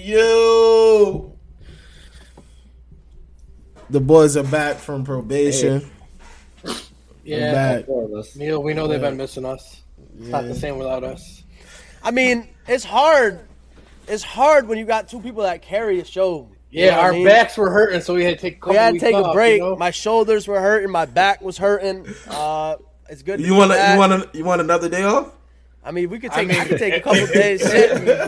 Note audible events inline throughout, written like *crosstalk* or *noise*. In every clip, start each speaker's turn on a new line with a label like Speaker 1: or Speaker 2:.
Speaker 1: Yo. The boys are back from probation.
Speaker 2: Yeah,
Speaker 1: back.
Speaker 3: Four of us.
Speaker 2: Neil, we know they've been missing us. It's not
Speaker 1: Yeah.
Speaker 2: the same without us.
Speaker 4: I mean, it's hard. It's hard when you got two people that carry a show. You
Speaker 2: Yeah,
Speaker 4: know what I
Speaker 2: our
Speaker 4: mean?
Speaker 2: backs were hurting, so we had to take. A couple
Speaker 4: We had to
Speaker 2: weeks
Speaker 4: take a
Speaker 2: off,
Speaker 4: break.
Speaker 2: You know?
Speaker 4: My shoulders were hurting. My back was hurting. Uh, it's good. To
Speaker 1: You
Speaker 4: be
Speaker 1: want
Speaker 4: back.
Speaker 1: you want you want another day off?
Speaker 4: I mean, we could
Speaker 2: I
Speaker 4: take. I,
Speaker 2: mean-
Speaker 4: could take
Speaker 2: *laughs*
Speaker 4: a couple days. I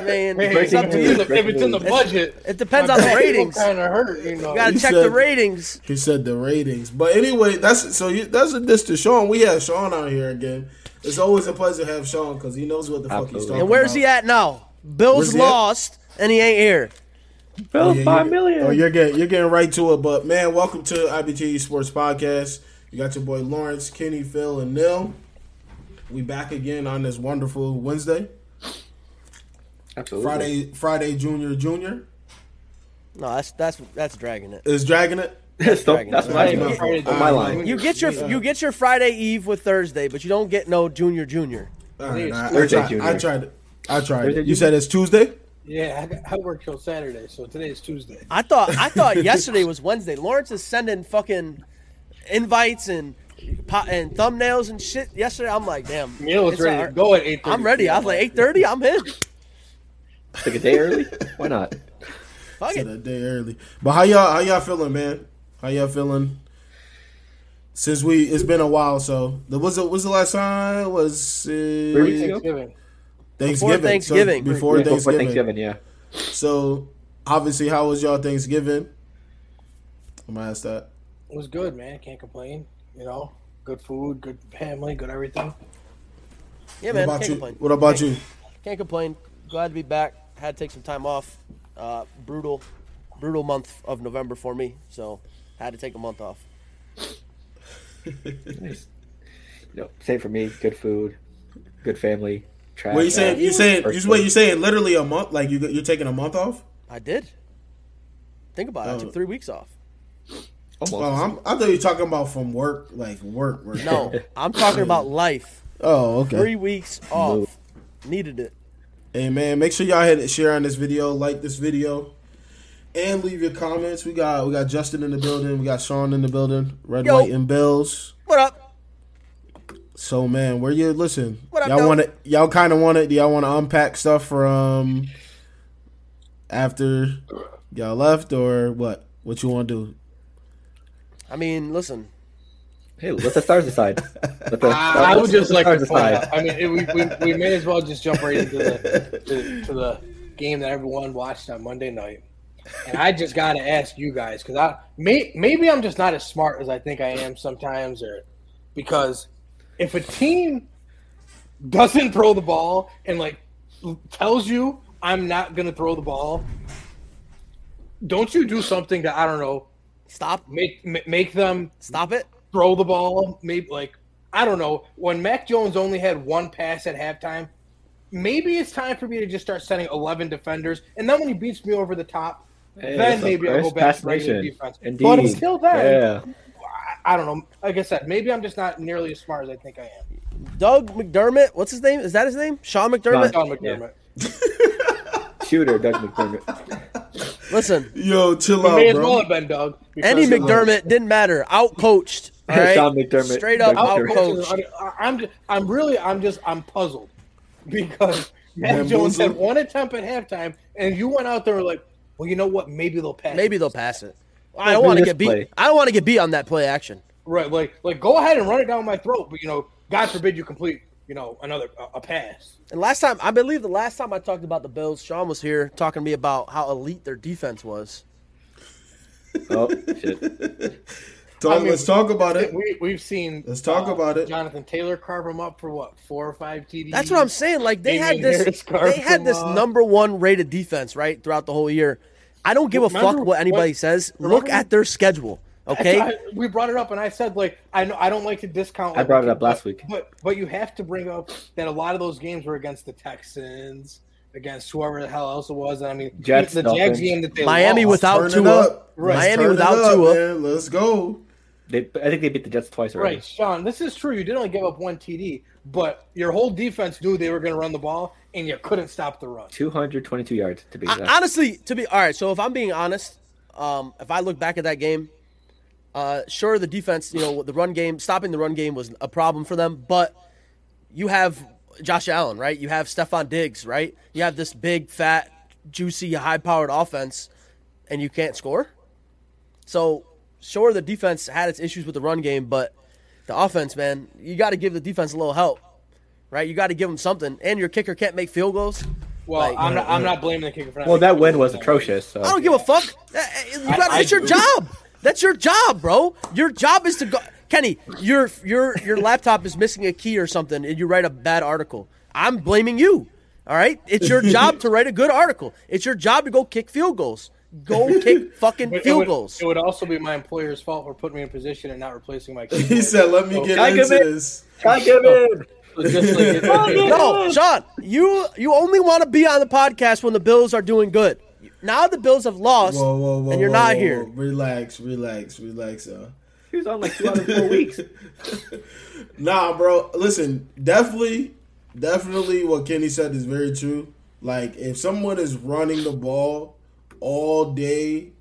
Speaker 4: mean,
Speaker 2: Hey,
Speaker 4: it's up to
Speaker 2: if it's
Speaker 4: you.
Speaker 2: in the- if it's in the
Speaker 4: It's-
Speaker 2: budget, *laughs*
Speaker 4: It depends on the ratings. You
Speaker 2: Kind of hurt, you know.
Speaker 4: gotta
Speaker 1: You
Speaker 4: check the
Speaker 1: said-
Speaker 4: ratings.
Speaker 1: He said the ratings, but anyway, that's so you, that's a diss to Sean. We have Sean out here again. It's always a pleasure to have Sean because he knows what the fuck he's
Speaker 3: Absolutely.
Speaker 1: talking
Speaker 4: And where's
Speaker 1: about.
Speaker 4: he at now?
Speaker 1: Where's
Speaker 4: Bill's
Speaker 1: he at?
Speaker 4: lost, and he ain't here.
Speaker 1: Oh,
Speaker 3: Bill's
Speaker 1: yeah,
Speaker 3: five
Speaker 1: you're-
Speaker 3: million.
Speaker 1: Oh, you're getting you're getting right to it. But man, welcome to IBT Sports Podcast. You got your boy Lawrence, Kenny, Phil, and Neil. We back again on this wonderful Wednesday,
Speaker 3: Absolutely.
Speaker 1: Friday, Friday Junior Junior
Speaker 4: No, that's that's that's dragging it.
Speaker 1: is dragging it.
Speaker 3: That's the- that's my,
Speaker 2: Dragon.
Speaker 3: on my line.
Speaker 4: You get your you get your Friday Eve with Thursday, but you don't get no Junior Junior.
Speaker 1: All right, I, I
Speaker 3: Thursday,
Speaker 1: tried,
Speaker 3: Junior.
Speaker 1: I tried it. I tried it.
Speaker 3: Thursday,
Speaker 1: You
Speaker 3: Junior.
Speaker 1: said it's Tuesday.
Speaker 2: Yeah, I, got- I work till Saturday, so today is Tuesday.
Speaker 4: I thought I thought yesterday was Wednesday. Lawrence is sending fucking invites and po- and thumbnails and shit. Yesterday, I'm like, damn,
Speaker 2: Neil was
Speaker 4: it's
Speaker 2: ready
Speaker 4: our-
Speaker 2: to go at eight.
Speaker 4: I'm ready. I was like eight thirty. I'm in.
Speaker 3: Took a day early. Why not?
Speaker 4: Fuck
Speaker 1: Said
Speaker 4: it.
Speaker 1: a day early. But how y'all how y'all feeling, man? How y'all feeling? Since we it's been a while, so the was it was the last time It was uh,
Speaker 3: weeks ago?
Speaker 2: Thanksgiving.
Speaker 1: Thanksgiving. So
Speaker 4: Thanksgiving.
Speaker 1: before,
Speaker 3: Yeah,
Speaker 1: Thanksgiving.
Speaker 3: before Thanksgiving, yeah.
Speaker 1: So, obviously, how was y'all Thanksgiving? I'm gonna ask that.
Speaker 2: It was good, man. Can't complain. You know, good food, good family, good everything.
Speaker 4: Yeah,
Speaker 1: What
Speaker 4: man.
Speaker 1: about
Speaker 4: can't
Speaker 1: you?
Speaker 4: complain.
Speaker 1: What about you?
Speaker 4: Can't complain. Glad to be back. Had to take some time off. Uh, brutal, brutal month of November for me. So had to take a month off.
Speaker 3: Nice. You know, same for me. Good food, good family. Trash.
Speaker 1: What you saying? You saying?
Speaker 3: First
Speaker 1: You wait.
Speaker 3: day.
Speaker 1: You saying literally a month? Like you you're taking a month off?
Speaker 4: I did. Think about it. I took three weeks off.
Speaker 3: Almost.
Speaker 1: Oh, I'm, I thought you were talking about from work, like work, work.
Speaker 4: No, I'm talking about life.
Speaker 1: *laughs* Oh, okay. *laughs*
Speaker 4: Three weeks off. Needed it.
Speaker 1: Hey man, make sure y'all hit it, share on this video, like this video, and leave your comments. We got we got Justin in the building, we got Sean in the building, Red
Speaker 4: Yo.
Speaker 1: White and Bills.
Speaker 4: What up?
Speaker 1: So man, where you listen?
Speaker 4: What up,
Speaker 1: y'all
Speaker 4: though?
Speaker 1: want to y'all kind of want it? Do y'all want to unpack stuff from after y'all left or what? What you want to do?
Speaker 4: I mean, listen.
Speaker 3: Hey, let the
Speaker 2: *laughs*
Speaker 3: stars decide. Let the,
Speaker 2: Ah, I, I would just like
Speaker 3: stars
Speaker 2: to point
Speaker 3: decide.
Speaker 2: out. I mean, it, we, we, we may as well just jump right into the to, to the game that everyone watched on Monday night. And I just got to ask you guys because I may, maybe I'm just not as smart as I think I am sometimes, or because if a team doesn't throw the ball and like tells you I'm not going to throw the ball, don't you do something to I don't know
Speaker 4: Stop.
Speaker 2: make ma- make them
Speaker 4: Stop it.
Speaker 2: throw the ball. Maybe like I don't know. When Mac Jones only had one pass at halftime, maybe it's time for me to just start setting eleven defenders. And then when he beats me over the top,
Speaker 3: Hey,
Speaker 2: then
Speaker 3: so
Speaker 2: maybe I'll go
Speaker 3: first
Speaker 2: back
Speaker 3: pass
Speaker 2: to regular
Speaker 3: nation.
Speaker 2: defense.
Speaker 3: Indeed.
Speaker 2: But until then,
Speaker 3: yeah.
Speaker 2: I, I don't know. Like I said, maybe I'm just not nearly as smart as I think I am.
Speaker 4: Doug McDermott. What's his name? Is that his name? Sean McDermott.
Speaker 2: John McDermott.
Speaker 3: shooter
Speaker 2: *laughs*
Speaker 3: Doug McDermott.
Speaker 4: Listen,
Speaker 1: Yo, chill
Speaker 2: It may
Speaker 1: out,
Speaker 2: as well
Speaker 1: Oh, bro.
Speaker 2: have been Doug. because-
Speaker 4: Andy McDermott didn't matter. Out coached. All right.
Speaker 3: Sean McDermott,
Speaker 4: Straight up
Speaker 3: Doug
Speaker 4: out
Speaker 3: McDermott.
Speaker 4: coached.
Speaker 2: I- I'm just, I'm really I'm just I'm puzzled *laughs* because Mac
Speaker 1: Bamboozled.
Speaker 2: Jones had one attempt at halftime, and you went out there and were like, well, you know what? Maybe they'll pass.
Speaker 4: Maybe they'll pass it. I don't want to
Speaker 3: this
Speaker 4: get beat.
Speaker 3: play.
Speaker 4: I don't want to get beat on that play action.
Speaker 2: right, like like go ahead and run it down my throat, but you know, God forbid you complete you know another a, a pass.
Speaker 4: And last time, I believe the last time I talked about the Bills, Sean was here talking to me about how elite their defense was.
Speaker 3: Oh shit!
Speaker 1: Talk,
Speaker 2: I mean-
Speaker 1: let's talk about it.
Speaker 2: We we've seen. uh,
Speaker 1: Let's talk about it.
Speaker 2: Jonathan Taylor carve him up for what four or five TDs.
Speaker 4: That's what I'm saying. Like they had
Speaker 2: Damian
Speaker 4: this,
Speaker 2: Harris carved
Speaker 4: they had
Speaker 2: them
Speaker 4: this
Speaker 2: up.
Speaker 4: number one rated defense right throughout the whole year. I don't give a
Speaker 2: Remember
Speaker 4: fuck what anybody
Speaker 2: what-
Speaker 4: says. Look
Speaker 2: remember-
Speaker 4: at their schedule,
Speaker 2: I-
Speaker 4: okay?
Speaker 2: we brought it up, and I said like I know I don't like to discount.
Speaker 3: I brought it up last
Speaker 2: but-
Speaker 3: week.
Speaker 2: but but you have to bring up that a lot of those games were against the Texans, against whoever the hell else it was. And I mean,
Speaker 3: Jets,
Speaker 2: the Jags
Speaker 3: Dolphins.
Speaker 2: game that they
Speaker 4: Miami
Speaker 2: lost.
Speaker 4: without
Speaker 1: Turn it
Speaker 4: Tua.
Speaker 1: up. Let's
Speaker 4: Miami
Speaker 1: turn it
Speaker 4: without
Speaker 1: up,
Speaker 4: Tua.
Speaker 1: man. Let's go.
Speaker 3: They, I think they beat the Jets twice already.
Speaker 2: Right, Sean. This is true. You did only give up one TD, but your whole defense knew they were going to run the ball, and you couldn't stop the run.
Speaker 3: 222 yards to be
Speaker 4: I-
Speaker 3: exact.
Speaker 4: honestly, to be all right. So if I'm being honest, um, if I look back at that game, uh, sure the defense, you know, the run game, stopping the run game was a problem for them. But you have Josh Allen, right? You have Stephon Diggs, right? You have this big, fat, juicy, high-powered offense, and you can't score. So sure the defense had its issues with the run game, but the offense, man, you got to give the defense a little help. Right, you got to give them something, and your kicker can't make field goals.
Speaker 2: Well,
Speaker 4: Like-
Speaker 2: I'm, not, I'm not blaming the kicker for not
Speaker 3: well, that
Speaker 2: making
Speaker 3: win
Speaker 2: the
Speaker 3: was
Speaker 2: field goal.
Speaker 3: atrocious. So.
Speaker 4: I don't give a fuck. Uh, You got
Speaker 2: I
Speaker 4: it's your
Speaker 2: agree.
Speaker 4: job. That's your job, bro. Your job is to go. Kenny, your your your laptop is missing a key or something, and you write a bad article. I'm blaming you. All right, it's your job to write a good article. It's your job to go kick field goals.
Speaker 2: *laughs*
Speaker 4: Go kick fucking
Speaker 2: But it
Speaker 4: field
Speaker 2: would-
Speaker 4: goals.
Speaker 2: It would also be my employer's fault for putting me in position and not
Speaker 1: *laughs*
Speaker 2: replacing my kicker.
Speaker 1: He said, "Let
Speaker 4: Oh,
Speaker 1: me get
Speaker 3: I
Speaker 1: into
Speaker 3: give it-
Speaker 1: this."
Speaker 3: I give in.
Speaker 2: So just
Speaker 1: *laughs*
Speaker 2: like it-
Speaker 1: Oh,
Speaker 4: No, Sean, you you only want to be on the podcast when the Bills are doing good. Now the Bills have lost,
Speaker 1: Whoa, whoa, whoa!
Speaker 4: and you're
Speaker 1: whoa,
Speaker 4: not
Speaker 1: whoa,
Speaker 4: here.
Speaker 1: whoa. Relax, relax, relax. Uh.
Speaker 3: He was on like two out of
Speaker 4: *laughs*
Speaker 3: four weeks.
Speaker 1: Nah, bro. Listen, definitely, definitely, what Kenny said is very true. Like, if someone is running the ball all day,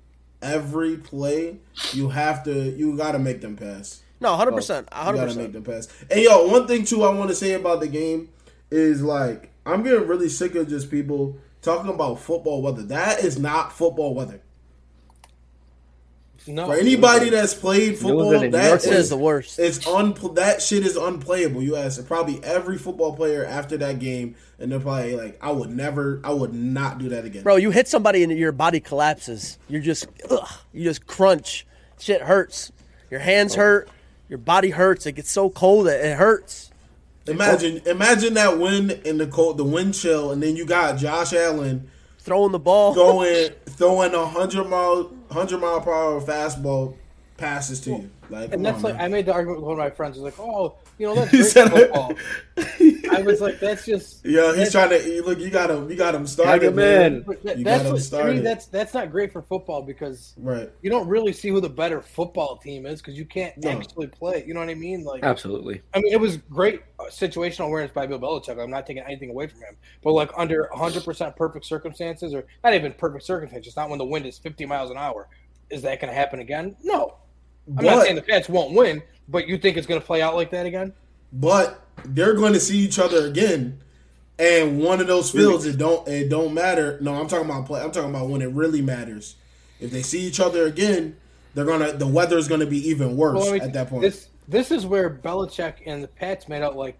Speaker 1: every play, you have to, you gotta make them pass.
Speaker 4: No, hundred percent,
Speaker 1: oh, You
Speaker 4: hundred
Speaker 1: gotta make
Speaker 4: percent.
Speaker 1: them pass. And yo, one thing too, I want to say about the game is like, I'm getting really sick of just people talking about football weather. That is not football weather.
Speaker 2: no.
Speaker 1: For anybody that's played football,
Speaker 3: England and New
Speaker 1: that
Speaker 3: York
Speaker 4: It is the worst.
Speaker 1: It's unpl- that shit is unplayable. You ask probably every football player after that game, and they're probably like, "I would never, I would not do that again."
Speaker 4: Bro, you hit somebody and your body collapses. You're just, ugh, you just crunch. Shit hurts. Your hands
Speaker 2: Oh.
Speaker 4: hurt. Your body hurts. It gets so cold that it hurts.
Speaker 1: imagine, imagine that wind in the cold, the wind chill, and then you got Josh Allen
Speaker 4: Throwing the ball.
Speaker 1: throwing throwing a hundred mile, hundred mile per hour fastball passes to you. Like,
Speaker 2: And
Speaker 1: come
Speaker 2: that's
Speaker 1: on,
Speaker 2: like I
Speaker 1: man.
Speaker 2: made the argument with one of my friends. He's like, "Oh, you know that's
Speaker 1: He
Speaker 2: great
Speaker 1: said-
Speaker 2: football."
Speaker 1: *laughs*
Speaker 2: I was like, "That's just
Speaker 1: yeah, he's
Speaker 2: that's-
Speaker 1: trying to look. You got him. You got him
Speaker 3: Tag
Speaker 1: started,
Speaker 3: him
Speaker 1: man.
Speaker 3: in.
Speaker 2: But that,
Speaker 1: You
Speaker 2: that's
Speaker 1: got 'em
Speaker 2: what, to me,
Speaker 1: started.
Speaker 2: that's that's not great for football because
Speaker 1: Right.
Speaker 2: you don't really see who the better football team is because you can't
Speaker 1: No.
Speaker 2: actually play. You know what I mean? Like,
Speaker 3: Absolutely.
Speaker 2: I mean, it was great uh, situational awareness by Bill Belichick. I'm not taking anything away from him, but like under 100 percent perfect circumstances, or not even perfect circumstances, not when the wind is 50 miles an hour, is that going to happen again? No. I'm not
Speaker 1: But-
Speaker 2: saying the Pats won't win, but you think it's going to play out like that again?
Speaker 1: but they're going to see each other again. And one of those fields, it don't it don't matter. No, I'm talking about play. I'm talking about when it really matters. If they see each other again, they're gonna the weather is gonna be even worse
Speaker 2: Well, I mean,
Speaker 1: at that point.
Speaker 2: This this is where Belichick and the Pats made out like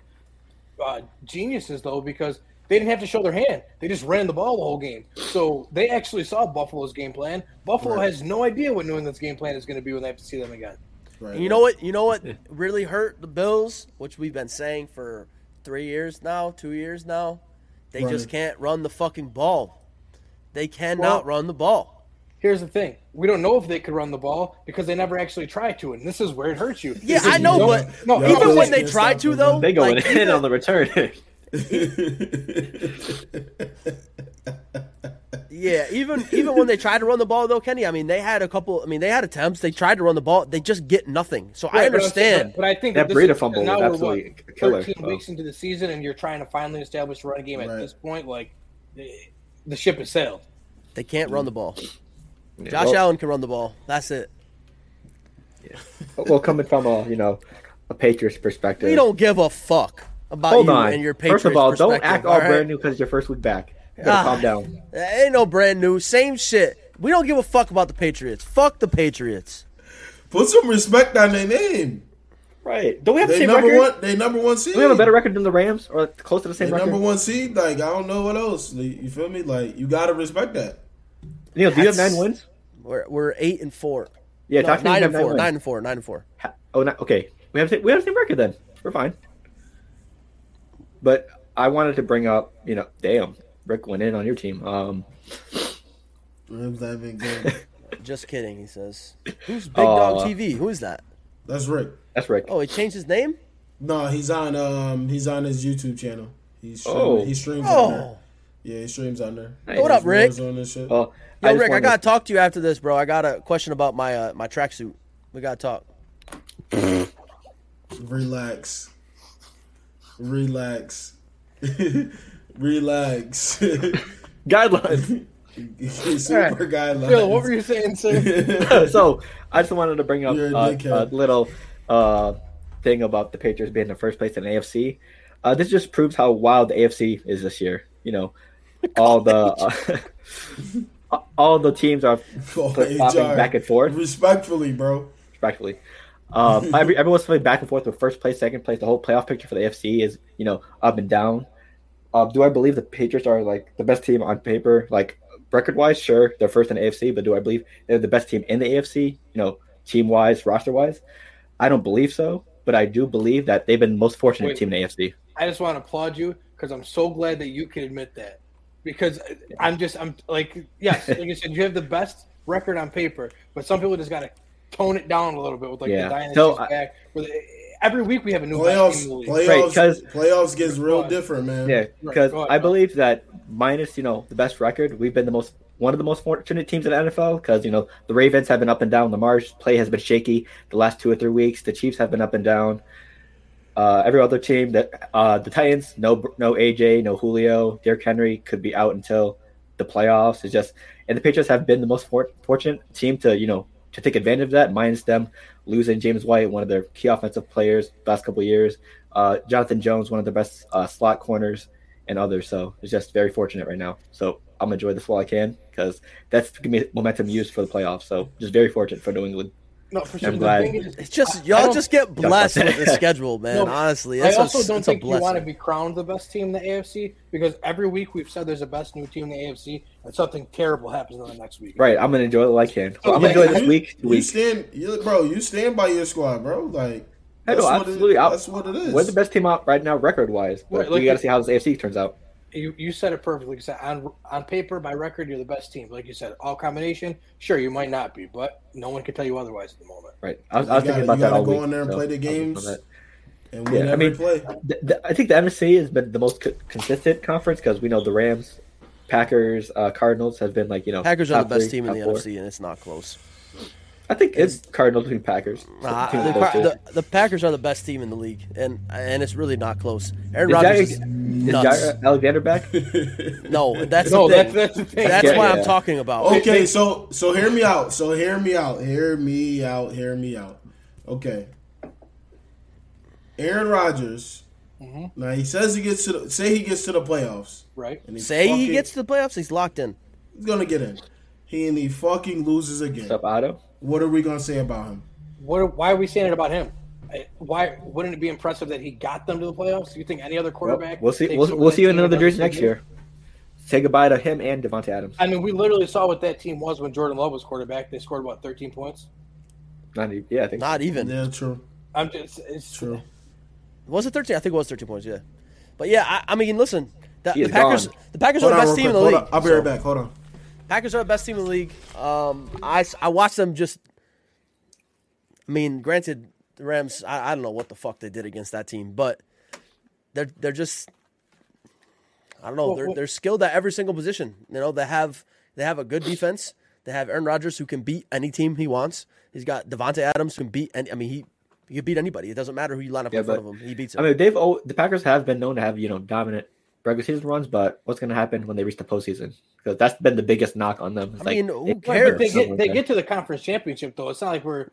Speaker 2: uh, geniuses, though, because they didn't have to show their hand. They just ran the ball the whole game. So they actually saw Buffalo's game plan. Buffalo
Speaker 1: Right.
Speaker 2: has no idea what New England's game plan is going to be when they have to see them again.
Speaker 1: right.
Speaker 4: And you know what? You know what really hurt the Bills, which we've been saying for three years now, two years now. They just
Speaker 1: Running.
Speaker 4: can't run the fucking ball. They
Speaker 2: Well-
Speaker 4: cannot run the ball.
Speaker 2: Here's the thing: we don't know if they could run the ball because they never actually tried to, and this is where it hurts you.
Speaker 4: Yeah,
Speaker 2: Is that
Speaker 4: I
Speaker 2: you
Speaker 4: know,
Speaker 2: don't-
Speaker 4: but
Speaker 2: no,
Speaker 1: Yeah,
Speaker 4: even
Speaker 1: Bills
Speaker 4: when they
Speaker 1: can't
Speaker 4: try
Speaker 1: stop
Speaker 4: to
Speaker 1: the
Speaker 4: though,
Speaker 1: run.
Speaker 3: They going
Speaker 4: like,
Speaker 3: *laughs* in
Speaker 4: even- *laughs*
Speaker 3: on the return.
Speaker 4: Yeah,
Speaker 2: *laughs*
Speaker 4: even even when they tried to run the ball though, Kenny, I mean they had a couple I mean they had attempts, they tried to run the ball, they just get nothing. So I
Speaker 2: Right, but I'm saying-
Speaker 4: understand.
Speaker 2: but I think
Speaker 3: That
Speaker 2: this
Speaker 3: Breida
Speaker 2: is-
Speaker 3: fumble
Speaker 2: now
Speaker 3: was
Speaker 2: we're,
Speaker 3: absolutely
Speaker 2: what,
Speaker 3: a killer,
Speaker 2: Thirteen
Speaker 3: so.
Speaker 2: weeks into the season, and you're trying to finally establish a running game at
Speaker 1: Right.
Speaker 2: this point. Like the, the ship has sailed.
Speaker 4: They can't run the ball. Josh
Speaker 3: well,
Speaker 4: Allen can run the ball. That's it.
Speaker 3: Well, coming from a you know a Patriots perspective.
Speaker 4: We don't give a fuck about
Speaker 3: Hold
Speaker 4: you
Speaker 3: on.
Speaker 4: and your Patriots.
Speaker 3: First of all, don't
Speaker 4: perspective,
Speaker 3: act all
Speaker 4: right?
Speaker 3: brand new because your first week back. You gotta
Speaker 4: Ah.
Speaker 3: calm down.
Speaker 4: That Ain't no brand new. Same shit. We don't give a fuck about the Patriots. Fuck the Patriots.
Speaker 1: *laughs* Put some respect on their name.
Speaker 3: Right. Don't we have the
Speaker 1: They
Speaker 3: same
Speaker 1: number
Speaker 3: record?
Speaker 1: one. They number one seed.
Speaker 3: Do we have a better record than the Rams or close to the
Speaker 1: They
Speaker 3: same record?
Speaker 1: number one seed. Like I don't know what else. Like, You feel me? Like you gotta respect that.
Speaker 3: Neil, do you have
Speaker 4: That's-
Speaker 3: nine wins?
Speaker 4: We're we're eight and four.
Speaker 3: Yeah,
Speaker 4: No,
Speaker 3: Toxins
Speaker 4: nine
Speaker 3: have
Speaker 4: and four.
Speaker 3: wins.
Speaker 4: Nine and four. Nine and four.
Speaker 3: Ha- Oh, no, okay. We have the- we have the same record then. We're fine. But I wanted to bring up, you know, damn, Rick went in on your team. Um,
Speaker 1: Rams not been good.
Speaker 4: *laughs* Just kidding, he says. Who's Big
Speaker 3: Aw.
Speaker 4: Dog TV? Who is that?
Speaker 1: That's Rick.
Speaker 3: that's Rick.
Speaker 4: Oh, he changed his name?
Speaker 1: No, he's on. Um, he's on his YouTube channel. He's stream-
Speaker 3: Oh.
Speaker 1: he streams. on there.
Speaker 4: Oh.
Speaker 1: Yeah, he streams on there.
Speaker 3: Nice.
Speaker 4: What up, Rick?
Speaker 1: Warzone and shit.
Speaker 3: Well,
Speaker 4: Yo,
Speaker 3: just
Speaker 4: Rick, I
Speaker 3: wanted
Speaker 4: gotta talk to you after this, bro. I got a question about my uh, my tracksuit. We gotta talk.
Speaker 1: Relax. Relax. *laughs* Relax. *laughs*
Speaker 3: *laughs* Guidelines.
Speaker 1: Super
Speaker 2: All right.
Speaker 1: guidelines.
Speaker 2: Phil, what
Speaker 1: *laughs*
Speaker 2: were you saying, sir?
Speaker 3: *laughs* so I just wanted to bring up
Speaker 1: You're a
Speaker 3: uh, a
Speaker 1: dickhead.
Speaker 3: little uh, thing about the Patriots being the first place in the AFC. Uh, this just proves how wild the AFC is this year. You know, all the uh, *laughs* all the teams are
Speaker 1: Oh,
Speaker 3: flip flopping
Speaker 1: HR.
Speaker 3: back and forth.
Speaker 1: Respectfully, bro.
Speaker 3: respectfully. Um, every, everyone's playing back and forth with first place, second place. The whole playoff picture for the AFC is, you know, up and down. Um, do I believe the Patriots are like the best team on paper, like record wise? Sure, they're first in the AFC, but do I believe they're the best team in the AFC? You know, team wise, roster wise, I don't believe so. But I do believe that they've been the most fortunate
Speaker 2: Wait.
Speaker 3: team in the AFC.
Speaker 2: I just want to applaud you because I'm so glad that you can admit that. Because uh, I'm just, I'm like,
Speaker 3: *laughs*
Speaker 2: yes, like you said, you have the best record on paper, but some people just got to tone it down a little bit with like
Speaker 3: Yeah.
Speaker 2: the dynasty's
Speaker 3: So, I-
Speaker 2: back. Where the, every week we have a new best
Speaker 1: Playoffs,
Speaker 2: team in the league.
Speaker 1: playoffs,
Speaker 3: 'cause-
Speaker 1: playoffs gets real
Speaker 2: Right.
Speaker 1: different, man.
Speaker 3: Yeah,
Speaker 2: Right,
Speaker 3: because
Speaker 2: go ahead,
Speaker 3: I
Speaker 2: Mel.
Speaker 3: believe that minus you know the best record, we've been the most one of the most fortunate teams in the NFL because you know the Ravens have been up and down. Lamar's play has been shaky the last two or three weeks. The Chiefs have been up and down. Uh, every other team that uh, the Titans, no no AJ, no Julio, Derrick Henry could be out until the playoffs. It's just and the Patriots have been the most for- fortunate team to you know to take advantage of that. Minus them losing James White, one of their key offensive players the last couple of years. Uh, Jonathan Jones, one of the best uh, slot corners, and others. So it's just very fortunate right now. So I'm gonna enjoy this while I can because that's gonna be momentum used for the playoffs. So just very fortunate for New England.
Speaker 2: No, for sure.
Speaker 3: I'm
Speaker 2: The
Speaker 3: glad.
Speaker 2: thing is-
Speaker 4: It's
Speaker 2: I
Speaker 4: just y'all
Speaker 2: don't-
Speaker 4: just get blessed
Speaker 3: Yeah. *laughs*
Speaker 4: with the schedule, man.
Speaker 2: No,
Speaker 4: honestly,
Speaker 2: I
Speaker 4: that's
Speaker 2: also
Speaker 4: a,
Speaker 2: don't
Speaker 4: that's a
Speaker 2: think you want to
Speaker 4: blessing.
Speaker 2: be crowned the best team in the AFC because every week we've said there's a best new team in the AFC and something terrible happens in the next week.
Speaker 3: Right, I'm gonna enjoy it while I can.
Speaker 1: Oh,
Speaker 2: So,
Speaker 3: I'm
Speaker 2: yeah,
Speaker 3: gonna enjoy this
Speaker 1: You-
Speaker 3: week.
Speaker 1: You
Speaker 3: Week.
Speaker 1: stand, you, bro. You stand by your squad, bro. Like
Speaker 3: I know,
Speaker 1: what it-
Speaker 3: absolutely. I'll-
Speaker 1: that's what it is.
Speaker 3: We're the best team out right now, record wise. But
Speaker 2: Right, like-
Speaker 3: we gotta see how this AFC turns out.
Speaker 2: You you said it perfectly. You said on on paper by record you're the best team. Like you said, all combination. Sure, you might not be, but no one can tell you otherwise at the moment.
Speaker 3: Right. I was,
Speaker 1: You
Speaker 3: I was thinking
Speaker 1: gotta-
Speaker 3: about
Speaker 1: you
Speaker 3: that
Speaker 1: gotta
Speaker 3: all
Speaker 1: go
Speaker 3: week.
Speaker 1: in there and
Speaker 3: so
Speaker 1: play the
Speaker 3: I was thinking about
Speaker 1: games.
Speaker 3: that.
Speaker 1: and win
Speaker 3: yeah, I
Speaker 1: every
Speaker 3: mean-
Speaker 1: play.
Speaker 3: The- the- I think the NFC has been the most co- consistent conference because we know the Rams, Packers, uh, Cardinals have been like you know
Speaker 4: Packers are
Speaker 3: top
Speaker 4: the best
Speaker 3: three,
Speaker 4: team in
Speaker 3: top
Speaker 4: the
Speaker 3: four.
Speaker 4: NFC, and it's not close.
Speaker 3: I think it's Cardinals between Packers.
Speaker 4: Nah,
Speaker 3: Between
Speaker 4: the,
Speaker 3: those
Speaker 4: Pa-
Speaker 3: two.
Speaker 4: the, the Packers are the best team in the league, and and it's really not close. Aaron
Speaker 3: Is
Speaker 4: Rodgers is
Speaker 3: Jair- Is
Speaker 4: nuts.
Speaker 3: Jair Alexander back?
Speaker 4: no, that's
Speaker 2: No,
Speaker 4: the thing.
Speaker 2: that's
Speaker 4: That's,
Speaker 2: that's the thing.
Speaker 3: Yeah,
Speaker 4: what I'm
Speaker 3: yeah.
Speaker 4: talking about.
Speaker 1: Okay, so so hear me out. So hear me out. Hear me out. Hear me out. Okay. Aaron Rodgers.
Speaker 4: Mm-hmm.
Speaker 2: Mhm.
Speaker 1: Now he says he gets to the, say he gets to the playoffs.
Speaker 2: right.
Speaker 1: And
Speaker 4: Say he
Speaker 1: fucking-
Speaker 4: gets to the playoffs, he's locked in.
Speaker 1: he's gonna get in. He and he fucking loses again.
Speaker 3: Stop Otto.
Speaker 1: What are we gonna say about him?
Speaker 2: What? Why are we saying it about him? I- Why wouldn't it be impressive that he got them to the playoffs? Do you think any other quarterback?
Speaker 3: We'll see.
Speaker 2: takes
Speaker 3: We'll,
Speaker 2: over
Speaker 3: we'll
Speaker 2: that
Speaker 3: see you in
Speaker 2: team and
Speaker 3: another
Speaker 2: does
Speaker 3: jersey
Speaker 2: what they
Speaker 3: next
Speaker 2: do?
Speaker 3: year. Say goodbye to him and Devontae Adams.
Speaker 2: I mean, we literally saw what that team was when Jordan Love was quarterback. They scored what 13 points.
Speaker 3: Not e- yeah, I think.
Speaker 4: Not even.
Speaker 1: Yeah, true,
Speaker 2: I'm just it's
Speaker 1: true.
Speaker 4: Was it 13? I think it was 13 points. Yeah, but yeah, I, I mean, listen, the,
Speaker 3: He
Speaker 4: the
Speaker 3: is
Speaker 4: Packers,
Speaker 3: gone.
Speaker 4: the Packers are
Speaker 1: Hold
Speaker 4: the
Speaker 1: on,
Speaker 4: best
Speaker 1: real
Speaker 4: team
Speaker 1: quick.
Speaker 4: in the
Speaker 1: Hold
Speaker 4: league.
Speaker 1: on. I'll be
Speaker 4: so-
Speaker 1: right back. Hold on.
Speaker 4: Packers are the best team in the league. Um, I s- I watched them just. I mean, granted, the Rams. I, I don't know what the fuck they did against that team, but they're they're just. I don't know.
Speaker 2: Well,
Speaker 4: They're
Speaker 2: well-
Speaker 4: they're skilled at every single position. You know, they have they have a good defense. They have Aaron Rodgers who can beat any team he wants. He's got Devonte Adams who can beat any. I mean, he he can beat anybody. It doesn't matter who you line up
Speaker 3: Yeah,
Speaker 4: in front
Speaker 3: but-
Speaker 4: of him. He beats him.
Speaker 3: I mean, they've al- the Packers have been known to have you know dominant regular season runs, but what's going to happen when they reach the postseason? Because that's been the biggest knock on them. It's
Speaker 4: I mean, who
Speaker 3: they-
Speaker 4: cares?
Speaker 2: But they
Speaker 3: Something
Speaker 2: get
Speaker 3: like
Speaker 2: they
Speaker 3: that.
Speaker 2: get to the conference championship though. It's not like we're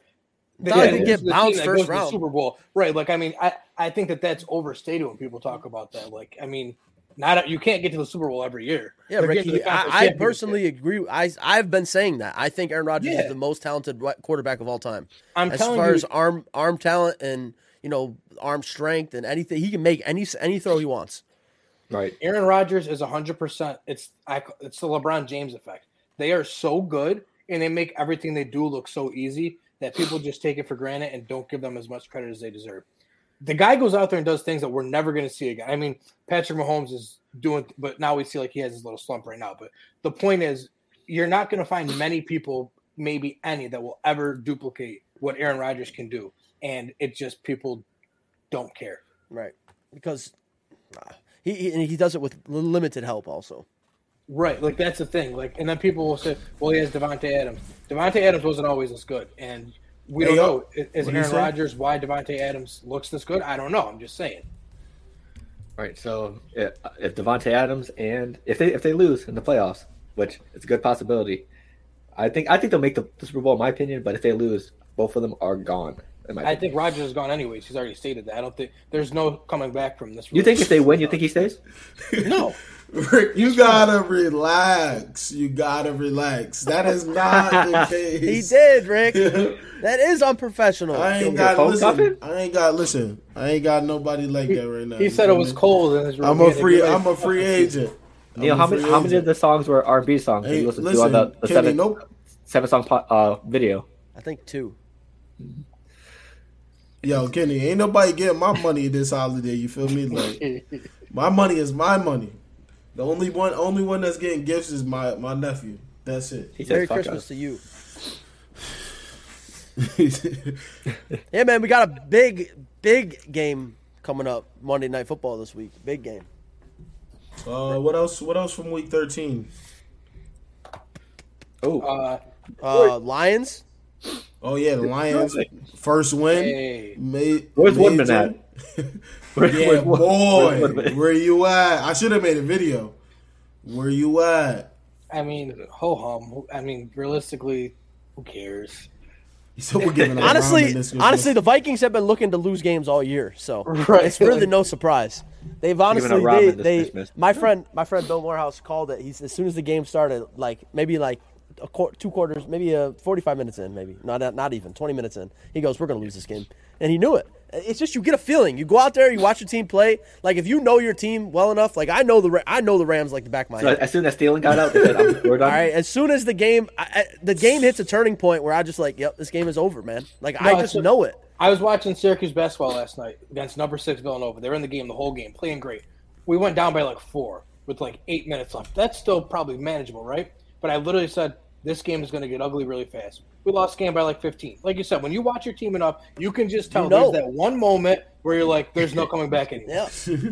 Speaker 2: they,
Speaker 4: Not
Speaker 3: like they
Speaker 2: this
Speaker 3: get
Speaker 2: is the team
Speaker 4: bounced
Speaker 2: that
Speaker 4: first
Speaker 2: goes to the
Speaker 4: round.
Speaker 2: Super Bowl, right? Like I mean, I I think that that's overstated when people talk about that. Like I mean, not you can't get to the Super Bowl every year.
Speaker 4: Yeah,
Speaker 2: They're getting to
Speaker 4: Ricky,
Speaker 2: the conference
Speaker 4: I, I
Speaker 2: championship.
Speaker 4: personally agree. I I've been saying that. I think Aaron Rodgers
Speaker 2: Yeah.
Speaker 4: is the most talented wi- quarterback of all time.
Speaker 2: I'm
Speaker 4: as
Speaker 2: telling
Speaker 4: far
Speaker 2: you-
Speaker 4: as arm arm talent and you know arm strength and anything, he can make any any throw he wants.
Speaker 3: right.
Speaker 2: Aaron Rodgers is 100. percent It's I, it's the LeBron James effect. They are so good and they make everything they do look so easy that people just take it for granted and don't give them as much credit as they deserve. The guy goes out there and does things that we're never going to see again. I mean, Patrick Mahomes is doing, but now we see like he has his little slump right now. But the point is, you're not going to find many people, maybe any, that will ever duplicate what Aaron Rodgers can do. And it just people don't care.
Speaker 4: Right, because uh, he he- and he does it with li- limited help. Also,
Speaker 2: Right, like that's the thing. Like, and then people will say, "Well, he has Devonte Adams. Devonte Adams wasn't always as good, and We
Speaker 1: Hey,
Speaker 2: don't
Speaker 1: yo,
Speaker 2: know. Is- Is
Speaker 1: what do you
Speaker 2: Aaron
Speaker 1: say?
Speaker 2: Rodgers why Devontae Adams looks this good? I don't know. I'm just saying.
Speaker 3: All right. So uh, if Devonte Adams and if they if they lose in the playoffs, which it's a good possibility, I think I think they'll make the, the Super Bowl. In my opinion, but if they lose, both of them are gone. In my
Speaker 2: I
Speaker 3: opinion.
Speaker 2: think Rodgers is gone anyways. He's already stated that. I don't think there's no coming back from this.
Speaker 3: You think if they win, you think he stays?
Speaker 2: no?
Speaker 1: Rick, *laughs* you gotta relax. You gotta relax. That is not the
Speaker 4: *laughs* He
Speaker 1: case.
Speaker 4: did, Rick.
Speaker 1: *laughs*
Speaker 4: that is unprofessional.
Speaker 1: I ain't
Speaker 3: Give
Speaker 1: got
Speaker 3: him a cold
Speaker 1: listen.
Speaker 3: cuffing?
Speaker 1: I ain't got listen. I ain't got nobody like that right now.
Speaker 2: He
Speaker 1: you
Speaker 2: said it
Speaker 1: feel
Speaker 2: was
Speaker 1: me?
Speaker 2: cold. And his
Speaker 1: Mm-hmm. I'm a
Speaker 2: roommate
Speaker 1: free.
Speaker 2: agreed.
Speaker 1: I'm a free agent. I'm
Speaker 3: Neil,
Speaker 1: a
Speaker 3: how
Speaker 1: free
Speaker 3: many how many of
Speaker 1: agent.
Speaker 3: the songs were R and B songs? that
Speaker 1: Hey,
Speaker 3: you listened
Speaker 1: listen,
Speaker 3: to on the, the
Speaker 1: Kenny,
Speaker 3: seven
Speaker 1: nope.
Speaker 3: seven song po- uh, video?
Speaker 4: I think two.
Speaker 1: Yo, Kenny, ain't nobody getting my money this holiday. You feel me? Like
Speaker 2: *laughs*
Speaker 1: my money is my money. The only one, only one that's getting gifts is my my nephew. That's it.
Speaker 3: He says,
Speaker 4: Merry
Speaker 3: "Fuck
Speaker 4: Christmas
Speaker 3: us."
Speaker 4: to you. Yeah, man, we got a big, big game coming up Monday Night Football this week. Big game.
Speaker 1: uh, what else? What else from week thirteen?
Speaker 3: Oh,
Speaker 2: Uh,
Speaker 4: Uh, Lions.
Speaker 1: Oh yeah, the Lions first win.
Speaker 2: Hey.
Speaker 1: Made,
Speaker 3: Where's Woodman
Speaker 1: *laughs*
Speaker 3: Where-
Speaker 1: yeah,
Speaker 3: where- where-
Speaker 1: boy,
Speaker 3: where- where-
Speaker 1: where you at? I should have made a video. Where you at? *laughs*
Speaker 2: I mean, ho hum. I mean, realistically, who cares?
Speaker 1: He said we're giving out ramen
Speaker 4: Honestly,
Speaker 1: this *laughs*
Speaker 4: honestly, the Vikings have been looking to lose games all year, so
Speaker 2: Right.
Speaker 4: it's really no surprise. They've honestly,
Speaker 3: ramen
Speaker 4: they,
Speaker 3: this
Speaker 4: they-
Speaker 3: Christmas.
Speaker 4: my friend, my friend Bill Morehouse called it. He's as soon as the game started, like maybe like a quar two quarters, maybe uh forty-five minutes in, maybe not not even twenty minutes in. He goes, "We're gonna lose this game," and he knew it. It's just you get a feeling. You go out there, you watch your team play. Like if you know your team well enough, like I know the Ra- I know the Rams like the back of my
Speaker 3: So
Speaker 4: hand.
Speaker 3: as soon as Thielen got out, they said, I'm, we're done.
Speaker 4: All right. As soon as the game, I, I, the game hits a turning point where I just like, yep, this game is over, man. Like I
Speaker 2: it's
Speaker 4: just
Speaker 2: a-
Speaker 4: know it.
Speaker 2: I was watching Syracuse basketball last night against number six Villanova. They were in the game the whole game, playing great. We went down by like four with like eight minutes left. That's still probably manageable, right? But I literally said this game is going to get ugly really fast. We lost game by like 15. Like you said, when you watch your team enough, you can just tell
Speaker 4: You know.
Speaker 2: there's that one moment where you're like, "There's
Speaker 4: *laughs*
Speaker 2: no coming back anymore."
Speaker 4: Yeah,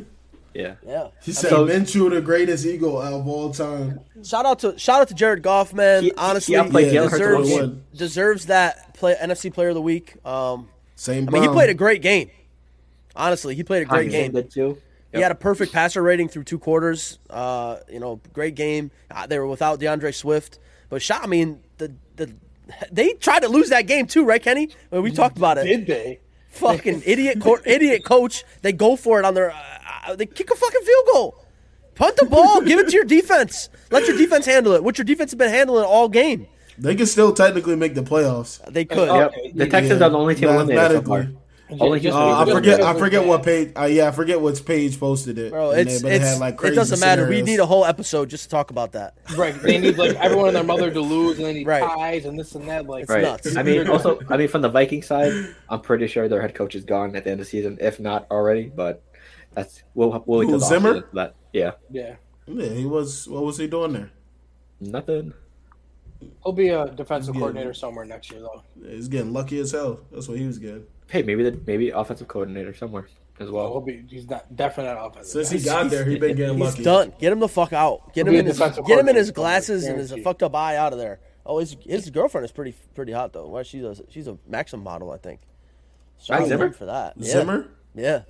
Speaker 3: Yeah.
Speaker 4: yeah.
Speaker 1: He said
Speaker 3: so-
Speaker 1: Minshew, the greatest eagle of all time.
Speaker 4: Shout out to shout out to Jared Goff, man.
Speaker 3: He- he
Speaker 4: Honestly,
Speaker 3: outplayed
Speaker 1: Jalen Hurts
Speaker 4: deserves,
Speaker 1: all game.
Speaker 4: deserves that play NFC Player of the Week. Um,
Speaker 1: Same.
Speaker 4: I mean, he
Speaker 1: Brown.
Speaker 4: played a great game. Honestly, he played a great
Speaker 3: Hines
Speaker 4: game.
Speaker 3: did too.
Speaker 4: He had a perfect passer rating through two quarters. Uh, you know, great game. Uh, They were without DeAndre Swift, but shot. I mean, the the they tried to lose that game too, right, Kenny? I mean, we talked about it.
Speaker 2: Did they?
Speaker 4: fucking idiot cor- idiot coach. They go for it on their. Uh, uh, they kick a fucking field goal. Punt
Speaker 1: *laughs*
Speaker 4: the ball. give it to your defense. Let your defense handle it. What your defense has been handling all game.
Speaker 1: They can still technically make the playoffs.
Speaker 4: They could.
Speaker 2: uh, Yep.
Speaker 3: Yep. The Texans are the only team eliminated so far.
Speaker 1: Mathematically.
Speaker 3: Only
Speaker 2: Just-
Speaker 3: Houston-
Speaker 1: Uh, I
Speaker 2: just
Speaker 1: forget.
Speaker 2: because
Speaker 1: I forget
Speaker 2: of
Speaker 1: what
Speaker 2: that.
Speaker 1: page. Uh, yeah, I forget which page posted it.
Speaker 4: Bro,
Speaker 1: And they-
Speaker 4: it's,
Speaker 1: but they
Speaker 4: it's,
Speaker 1: had, like,
Speaker 4: it
Speaker 1: crazy
Speaker 4: doesn't matter. We
Speaker 1: scenarios.
Speaker 4: need a whole episode just to talk about that.
Speaker 2: Right. They need like everyone and their mother to lose, and they need
Speaker 4: Right.
Speaker 2: ties and this and that. Like,
Speaker 4: It's
Speaker 3: Right.
Speaker 4: nuts.
Speaker 3: I mean, also, I mean, from the Viking side, I'm pretty sure their head coach is gone at the end of the season, if not already. But that's we'll we'll wait
Speaker 1: Who,
Speaker 3: till the
Speaker 1: Zimmer?
Speaker 3: offseason for That yeah,
Speaker 2: yeah,
Speaker 1: Yeah, he was. What was he doing there?
Speaker 3: nothing.
Speaker 2: he'll be a defensive
Speaker 1: Yeah.
Speaker 2: coordinator somewhere next year, though.
Speaker 1: He's getting lucky as hell. That's what he was getting.
Speaker 3: Hey, maybe the maybe offensive coordinator somewhere as
Speaker 2: Well, he'll
Speaker 3: well.
Speaker 2: be. He's not definitely not offensive.
Speaker 1: Since he got there, he been getting
Speaker 4: He's
Speaker 1: lucky.
Speaker 4: done. Get him the fuck out. Get him
Speaker 2: Be a
Speaker 4: in his
Speaker 2: defensive
Speaker 4: get him in
Speaker 2: coordinator.
Speaker 4: his glasses and his
Speaker 2: Guaranteed.
Speaker 4: fucked up eye out of there. Oh, his his girlfriend is pretty pretty hot though. Well, she's a she's a Maxim model, I think. So
Speaker 3: Right,
Speaker 4: I'm
Speaker 3: Zimmer?
Speaker 4: in for that. Yeah.
Speaker 1: Zimmer.
Speaker 4: Yeah.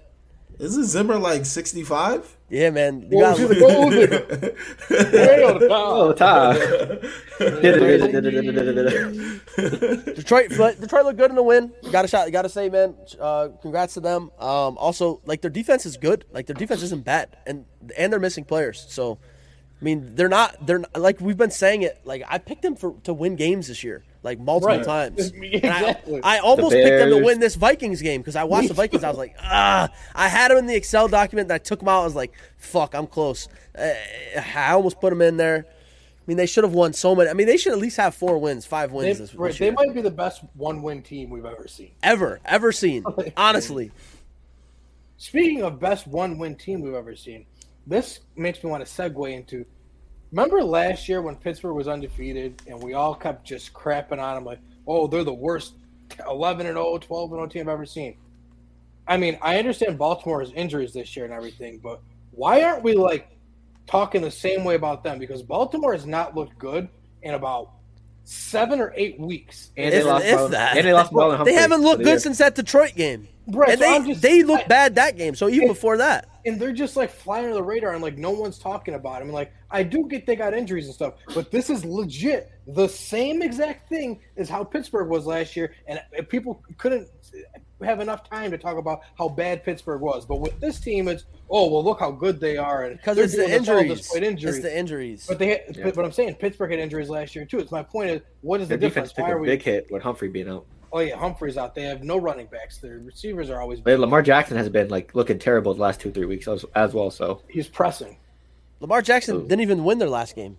Speaker 1: Isn't Zimmer like sixty five?
Speaker 4: Yeah, man. You
Speaker 2: Well,
Speaker 4: gotta-
Speaker 2: he's the goal leader.
Speaker 1: *laughs*
Speaker 2: Well done.
Speaker 3: Oh, Todd.
Speaker 4: Detroit, but Detroit looked good in the win. Got a shot. Got to say, man, uh, congrats to them. Um, also, like their defense is good. Like their defense isn't bad, and and they're missing players. So, I mean, they're not. They're not, like we've been saying it. Like I picked them for to win games this year, like multiple
Speaker 2: Right. *laughs*
Speaker 4: times. And
Speaker 2: Exactly.
Speaker 4: I, I almost picked them to
Speaker 3: Bears.
Speaker 4: win this Vikings game because I watched the Vikings. I was like, ah, I had them in the Excel document, and I took them out. I was like, fuck, I'm close. Uh, I almost put them in there. I mean, they should have won so many. I mean, they should at least have four wins, five wins.
Speaker 2: They,
Speaker 4: this, this
Speaker 2: right,
Speaker 4: year
Speaker 2: they might be the best one-win team we've ever seen.
Speaker 4: ever
Speaker 2: *laughs*
Speaker 4: ever seen. Honestly,
Speaker 2: Speaking of best one-win team we've ever seen, this makes me want to segue into. Remember last year when Pittsburgh was undefeated and we all kept just crapping on them like, "Oh, they're the worst 11 and 0, 12 and 0 team I've ever seen." I mean, I understand Baltimore's injuries this year and everything, but why aren't we like talking the same way about them? Because Baltimore has not looked good in about seven or eight weeks.
Speaker 3: And they
Speaker 4: If-
Speaker 3: lost.
Speaker 4: if
Speaker 3: Marlon,
Speaker 4: that.
Speaker 3: And they lost Marlon Humphrey.
Speaker 4: They haven't
Speaker 3: for
Speaker 4: looked
Speaker 3: the
Speaker 4: good
Speaker 3: year.
Speaker 4: since that Detroit game.
Speaker 2: Right,
Speaker 4: and
Speaker 2: so
Speaker 4: they
Speaker 2: I'm just-
Speaker 4: they looked
Speaker 2: I-
Speaker 4: bad that game. So even
Speaker 2: It-
Speaker 4: before that,
Speaker 2: and they're just like flying under the radar and like no one's talking about them. Like I do get they got injuries and stuff, but this is legit the same exact thing as how Pittsburgh was last year, and people couldn't have enough time to talk about how bad Pittsburgh was. But with this team, it's oh well, look how good they are, and
Speaker 4: because
Speaker 2: they're
Speaker 4: it's the
Speaker 2: doing this all
Speaker 4: injuries.
Speaker 2: despite injuries.
Speaker 4: It's the injuries.
Speaker 2: but they, had,
Speaker 3: Yeah.
Speaker 2: but, but I'm saying Pittsburgh had injuries last year too. It's my point is, what is
Speaker 3: Their
Speaker 2: the
Speaker 3: defense
Speaker 2: difference?
Speaker 3: took
Speaker 2: Why
Speaker 3: a
Speaker 2: are we?
Speaker 3: big hit with Humphrey being out.
Speaker 2: Oh yeah, Humphrey's out. They have no running backs. Their receivers are always
Speaker 3: But Lamar Jackson has been like looking terrible the last two three weeks as, as well. So
Speaker 2: he's pressing.
Speaker 4: Lamar Jackson
Speaker 3: Ooh.
Speaker 4: didn't even win their last game.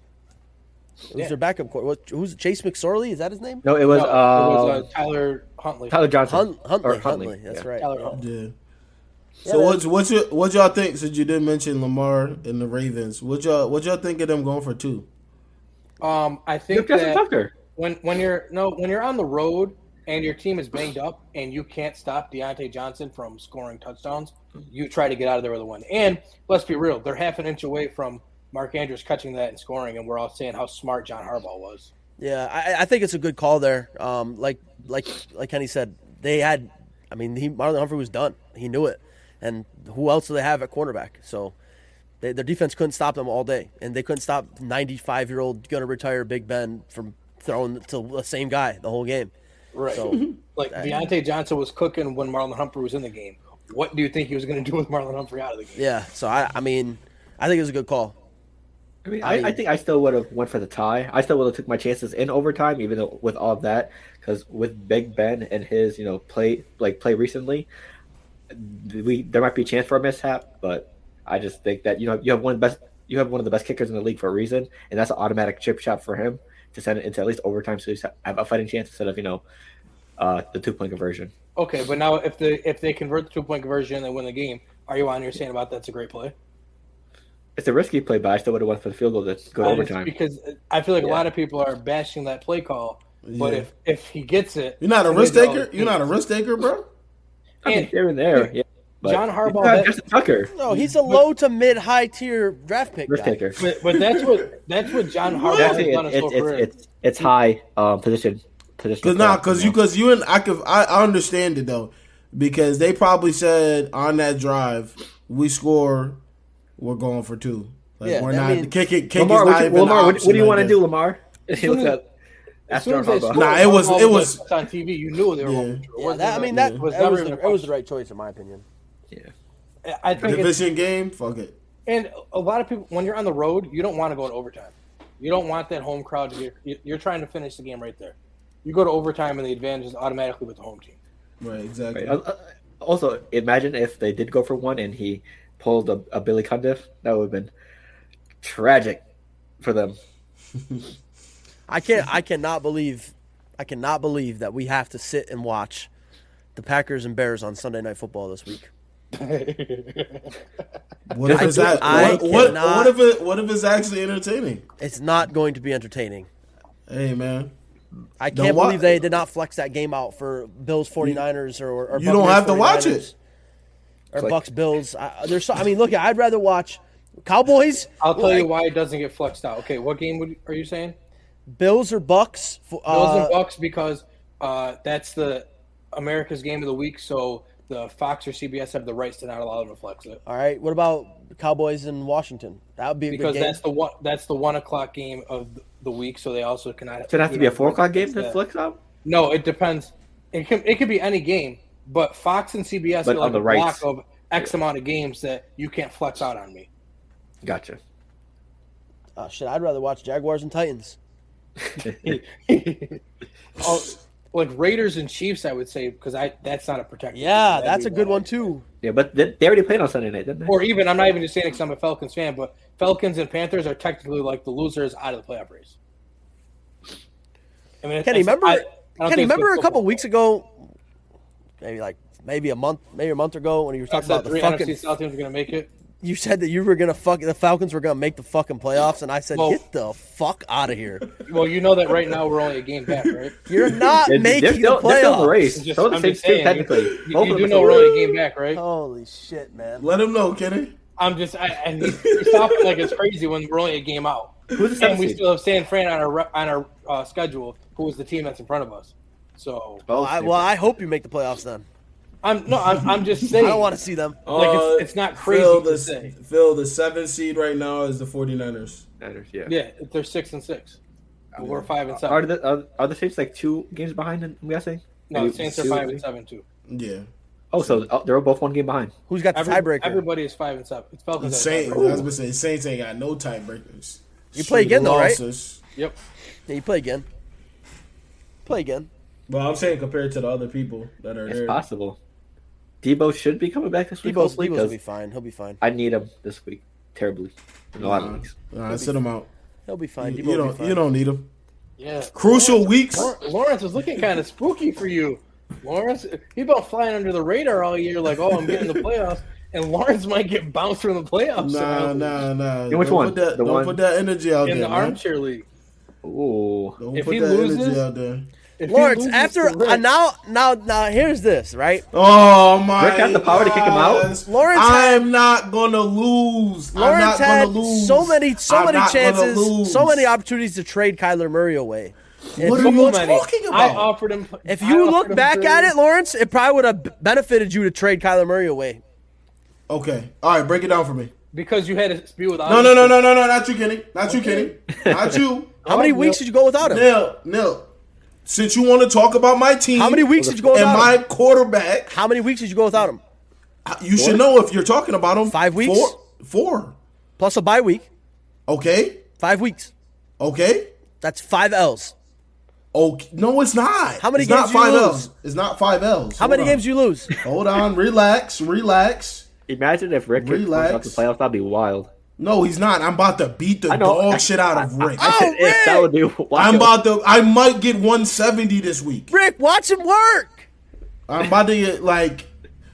Speaker 4: It was
Speaker 2: Yeah.
Speaker 4: their backup court. What, who's Chase McSorley? Is that his name?
Speaker 3: no, it was,
Speaker 2: No, it
Speaker 3: uh,
Speaker 2: was, uh, Tyler Huntley.
Speaker 3: Tyler Johnson
Speaker 4: Hun- Huntley,
Speaker 3: or Huntley.
Speaker 4: Huntley. That's
Speaker 3: yeah.
Speaker 4: right.
Speaker 2: Tyler Huntley.
Speaker 1: Yeah. So what's what's your, what y'all think? Since you did mention Lamar and the Ravens, what y'all what y'all think of them going for two?
Speaker 2: Um, I
Speaker 3: You
Speaker 2: think
Speaker 3: have Justin
Speaker 2: that
Speaker 3: Tucker.
Speaker 2: when when you're no when you're on the road and your team is banged up and you can't stop Deontay Johnson from scoring touchdowns, you try to get out of there with a win. And let's be real, they're half an inch away from Mark Andrews catching that and scoring, and we're all saying how smart John Harbaugh was.
Speaker 4: Yeah, I, I think it's a good call there. Um, like like like Kenny said, they had. I mean, he, Marlon Humphrey was done. He knew it. And who else do they have at cornerback? So they, their defense couldn't stop them all day, and they couldn't stop 95 year old gonna retire Big Ben from throwing to the same guy the whole game.
Speaker 2: Right.
Speaker 4: So
Speaker 2: like Deontay Johnson was cooking when Marlon Humphrey was in the game. What do you think he was going to do with Marlon Humphrey out of the game?
Speaker 4: yeah, so I I mean, I think it was a good call.
Speaker 3: I mean, I, I think I still would have went for the tie. I still would have took my chances in overtime, even though with all of that, because with Big Ben and his you know play like play recently, we there might be a chance for a mishap. But I just think that you know you have one of the best you have one of the best kickers in the league for a reason, and that's an automatic chip shot for him to send it into at least overtime, so you have a fighting chance instead of you know uh, the two point conversion.
Speaker 2: Okay, but now if the if they convert the two point conversion and they win the game, are you on here saying about that's a great play?
Speaker 3: It's a risky play, but I still would have went for the field goal to go to
Speaker 2: I just-
Speaker 3: overtime.
Speaker 2: because I feel like a
Speaker 3: Yeah.
Speaker 2: lot of people are bashing that play call. But
Speaker 1: Yeah.
Speaker 2: if if he gets it,
Speaker 1: You're not a
Speaker 2: it
Speaker 1: risk
Speaker 2: is all-
Speaker 1: taker. You're not a risk taker, bro.
Speaker 3: I mean,
Speaker 2: And
Speaker 3: here and there, yeah. But
Speaker 2: John Harbaugh-
Speaker 3: you have Justin Tucker,
Speaker 4: No, he's a low to mid high tier draft pick.
Speaker 3: risk
Speaker 4: guy.
Speaker 3: taker.
Speaker 2: but, but that's what that's what John Harbaugh has
Speaker 3: Actually,
Speaker 2: done
Speaker 3: it's
Speaker 2: his whole
Speaker 3: it's it's,
Speaker 2: career.
Speaker 3: it's it's high um, position position.
Speaker 1: Cause nah, cause you, cause you and I could, I, I understand it though, because they probably said on that drive we score, we're going for two. Like
Speaker 4: Yeah,
Speaker 1: we're
Speaker 4: that
Speaker 1: not
Speaker 4: mean-
Speaker 1: kick it. Kick
Speaker 3: Lamar.
Speaker 1: is not
Speaker 3: What, you,
Speaker 1: even an
Speaker 3: Lamar, what, what do you
Speaker 1: option,
Speaker 3: want
Speaker 1: I
Speaker 3: to do, Lamar? He
Speaker 2: soon
Speaker 3: looks
Speaker 2: as-
Speaker 3: up. That's
Speaker 2: As soon
Speaker 3: John
Speaker 2: as they
Speaker 3: Harbaugh.
Speaker 2: scored,
Speaker 1: Nah, it was-
Speaker 2: Harbaugh
Speaker 1: it was-
Speaker 2: like, on TV. You knew they were
Speaker 1: Yeah.
Speaker 2: going for it.
Speaker 4: Yeah,
Speaker 2: Wasn't
Speaker 4: that, I
Speaker 2: even
Speaker 4: mean
Speaker 2: a
Speaker 4: that,
Speaker 2: question. was
Speaker 4: that
Speaker 2: never
Speaker 4: was
Speaker 2: even
Speaker 4: the,
Speaker 2: a
Speaker 4: it was the
Speaker 2: question.
Speaker 4: right choice in my opinion.
Speaker 2: I think it's,
Speaker 1: Division game. Fuck it.
Speaker 2: and a lot of people when you're on the road, you don't want to go in overtime. You don't want that home crowd to get. you- You're trying to finish the game right there. You go to overtime, and the advantage is automatically with the home team.
Speaker 1: Right. Exactly.
Speaker 3: Right. Uh, uh, Also, imagine if they did go for one and he pulled a, a Billy Cundiff. That would have been tragic for them.
Speaker 4: I can't. I cannot believe. I cannot believe that we have to sit and watch the Packers and Bears on Sunday Night Football this week.
Speaker 1: What if
Speaker 4: I
Speaker 1: it's
Speaker 4: do-
Speaker 1: act-
Speaker 4: I
Speaker 1: what, what,
Speaker 4: cannot-
Speaker 1: what if it? What if it's actually entertaining?
Speaker 4: It's not going to be entertaining.
Speaker 1: Hey man,
Speaker 4: I
Speaker 1: Then
Speaker 4: can't
Speaker 1: why-
Speaker 4: believe they did not flex that game out for Bills 49ers or, or
Speaker 1: you don't
Speaker 4: Buccaneers
Speaker 1: have to watch
Speaker 4: 49ers.
Speaker 1: it.
Speaker 4: Or
Speaker 3: like-
Speaker 4: Bucks Bills. I, there's so, I mean, look, I'd rather watch Cowboys,
Speaker 2: I'll tell you why it doesn't get flexed out. Okay, what game would, are you saying?
Speaker 4: Bills or Bucks. f-
Speaker 2: Bills and
Speaker 4: uh,
Speaker 2: Bucks because uh, that's the America's game of the week. So the Fox or CBS have the rights to not allow them to flex it
Speaker 4: All right. What about Cowboys and Washington? That would be a
Speaker 2: because
Speaker 4: good game.
Speaker 2: that's the one that's the one o'clock game of the week. So they also cannot.
Speaker 3: So it has to be a four o'clock game
Speaker 2: Yeah.
Speaker 3: to flex up.
Speaker 2: No, it depends. It can it could be any game, but Fox and CBS
Speaker 3: But
Speaker 2: are
Speaker 3: on
Speaker 2: like
Speaker 3: the
Speaker 2: a
Speaker 3: rights.
Speaker 2: block of X amount of games that you can't flex out on
Speaker 3: *laughs*
Speaker 2: me. *laughs*
Speaker 3: Gotcha. *laughs*
Speaker 4: Oh, shit, I'd rather watch Jaguars and Titans.
Speaker 2: Oh, like Raiders and Chiefs, I would say because I that's not a protected.
Speaker 4: Yeah,
Speaker 2: game. That'd
Speaker 4: that's
Speaker 2: be
Speaker 4: a good
Speaker 2: wild.
Speaker 4: one too.
Speaker 3: Yeah, but they, they already played on Sunday night, didn't they?
Speaker 2: or even I'm not even just saying it because I'm a Falcons fan, but Falcons and Panthers are technically like the losers out of the playoff race. I mean,
Speaker 4: Kenny,
Speaker 2: it's-
Speaker 4: remember?
Speaker 2: I- I don't think
Speaker 4: Kenny,
Speaker 2: it's good
Speaker 4: remember a couple
Speaker 2: football.
Speaker 4: weeks ago, maybe like maybe a month, maybe a month ago, when you were
Speaker 2: I
Speaker 4: talking
Speaker 2: said
Speaker 4: about
Speaker 2: three
Speaker 4: the
Speaker 2: NFC
Speaker 4: fucking.
Speaker 2: South teams are going to make it.
Speaker 4: You said that you were gonna fuck the Falcons were gonna make the fucking playoffs, and I said,
Speaker 2: Well-
Speaker 4: "Get the fuck out of here!
Speaker 2: Well, you know that right now we're only a game back, right?
Speaker 4: *laughs* You're
Speaker 3: *laughs*
Speaker 4: not
Speaker 3: They're- they're
Speaker 4: making
Speaker 3: still-
Speaker 4: the
Speaker 3: they're still in the
Speaker 4: playoffs."
Speaker 3: race.
Speaker 2: Just-
Speaker 3: They're the
Speaker 2: I'm
Speaker 3: same
Speaker 2: just
Speaker 3: team
Speaker 2: saying,
Speaker 3: technically.
Speaker 2: You,
Speaker 3: Both
Speaker 2: you
Speaker 3: of
Speaker 2: do
Speaker 3: them
Speaker 2: know
Speaker 3: are-
Speaker 2: we're only a game back, right?
Speaker 4: Holy shit, man!
Speaker 1: Let him know, Kenny.
Speaker 2: I'm just, I, I need to stop it like it's crazy when we're only a game out.
Speaker 3: Who's the
Speaker 2: And
Speaker 3: seventh
Speaker 2: we
Speaker 3: seed?
Speaker 2: still have San Fran on our re- on our uh, schedule, who is the team that's in front of us. So
Speaker 4: Well I, well, I hope you make the playoffs then.
Speaker 2: I'm no, I'm, I'm just
Speaker 4: I
Speaker 2: saying.
Speaker 4: don't want to see them.
Speaker 2: Like, it's- it's not crazy
Speaker 1: Uh, Phil,
Speaker 2: to
Speaker 1: the,
Speaker 2: say.
Speaker 1: Phil, the seventh seed right now is the 49ers.
Speaker 3: Niners, yeah.
Speaker 2: Yeah, they're six and six. And We're five and seven.
Speaker 3: Are the are, are the Saints like two games behind? I'm guessing.
Speaker 2: no,
Speaker 3: Maybe
Speaker 2: Saints are
Speaker 3: two,
Speaker 2: five and
Speaker 3: maybe?
Speaker 2: seven too.
Speaker 1: Yeah.
Speaker 3: Oh, so oh, they're both one game behind.
Speaker 4: Who's got the
Speaker 2: Every,
Speaker 4: tiebreaker?
Speaker 2: Everybody is five and seven. It's Falcons. that are
Speaker 1: Saints, I
Speaker 2: tiebreaker.
Speaker 1: was going to say, Saints ain't got no tiebreakers.
Speaker 4: You play again, though, right?
Speaker 1: losses.
Speaker 2: Yep.
Speaker 4: Yeah, you play again. Play again.
Speaker 1: But I'm saying compared to the other people that are
Speaker 3: It's
Speaker 1: there.
Speaker 3: possible. Debo should be coming back this week.
Speaker 4: Debo,
Speaker 3: hopefully,
Speaker 4: Debo will
Speaker 3: 'cause
Speaker 4: be fine. He'll be fine.
Speaker 3: I need him this week terribly in a lot
Speaker 4: Uh-huh.
Speaker 3: of weeks.
Speaker 1: Nah, sit them out.
Speaker 4: He'll be
Speaker 1: You,
Speaker 4: fine. Debo
Speaker 1: you
Speaker 4: will be
Speaker 1: don't,
Speaker 4: fine.
Speaker 1: you don't need them.
Speaker 2: Yeah.
Speaker 1: Crucial weeks.
Speaker 2: Lawrence, Lawrence is looking kind of spooky for you. Lawrence, you've been flying under the radar all year, like, oh, I'm getting the playoffs, and Lawrence might get bounced from the playoffs
Speaker 1: Nah,
Speaker 2: in
Speaker 1: nah, nah.
Speaker 3: which
Speaker 1: don't
Speaker 3: one?
Speaker 1: Put that,
Speaker 3: The
Speaker 1: don't
Speaker 3: one-
Speaker 1: put that energy out
Speaker 2: the
Speaker 1: there. man.
Speaker 2: armchair league.
Speaker 3: Ooh,
Speaker 1: Don't
Speaker 2: If
Speaker 1: put
Speaker 2: he
Speaker 1: that
Speaker 2: loses-
Speaker 1: energy out there.
Speaker 2: If he
Speaker 4: Lawrence,
Speaker 2: loses
Speaker 4: after
Speaker 2: to Rick-
Speaker 4: uh, now, now, now, here's this, right?
Speaker 1: Oh my!
Speaker 3: Rick had the power to kick him out?
Speaker 1: gosh.
Speaker 4: Lawrence had-
Speaker 1: I'm not gonna lose. I'm
Speaker 4: Lawrence
Speaker 1: not
Speaker 4: had
Speaker 1: gonna lose.
Speaker 4: so many, so
Speaker 1: I'm
Speaker 4: many
Speaker 1: not gonna
Speaker 4: chances,
Speaker 1: lose.
Speaker 4: so many opportunities to trade Kyler Murray away. And
Speaker 1: What
Speaker 4: if
Speaker 1: are
Speaker 4: you-
Speaker 1: you
Speaker 2: Money.
Speaker 1: talking
Speaker 2: I
Speaker 1: about?
Speaker 2: offered him.
Speaker 4: if
Speaker 2: I
Speaker 4: you
Speaker 2: offered
Speaker 4: look
Speaker 2: him
Speaker 4: back
Speaker 2: three.
Speaker 4: at it, Lawrence, it probably would have benefited you to trade Kyler Murray away.
Speaker 1: okay, all right, break it down for me.
Speaker 2: because you had a dispute with
Speaker 1: No, no, no, no, no, no, not you, Kenny. Not you, Kenny. Not you.
Speaker 4: *laughs* How many
Speaker 2: Oh, no.
Speaker 4: weeks did you go without him?
Speaker 1: Nil, nil. Since you want to talk about my team,
Speaker 4: How many weeks did you go
Speaker 1: and
Speaker 4: without
Speaker 1: my
Speaker 4: him?
Speaker 1: quarterback,
Speaker 4: How many weeks did you go without him?
Speaker 1: you should know if you're talking about him.
Speaker 4: Five weeks?
Speaker 1: Four. Four.
Speaker 4: Plus a bye week,
Speaker 1: Okay.
Speaker 4: five weeks.
Speaker 1: Okay.
Speaker 4: That's five L's.
Speaker 1: Okay. No, it's not.
Speaker 4: How many
Speaker 1: it's not
Speaker 4: games you
Speaker 1: five
Speaker 4: lose?
Speaker 1: L's. It's not five L's.
Speaker 4: How
Speaker 1: Hold
Speaker 4: many
Speaker 1: on.
Speaker 4: games did you lose? *laughs*
Speaker 1: Hold on. Relax. Relax.
Speaker 3: imagine if Rick comes out
Speaker 1: Relax.
Speaker 3: the playoffs, that'd be wild.
Speaker 1: No, he's not. I'm about to beat the
Speaker 3: I know.
Speaker 1: dog shit out of Rick.
Speaker 3: I
Speaker 1: I,
Speaker 3: said if, that would be wild.
Speaker 1: am about to. I might get 170 this week.
Speaker 4: Rick, watch him work.
Speaker 1: I'm about to get like. *laughs*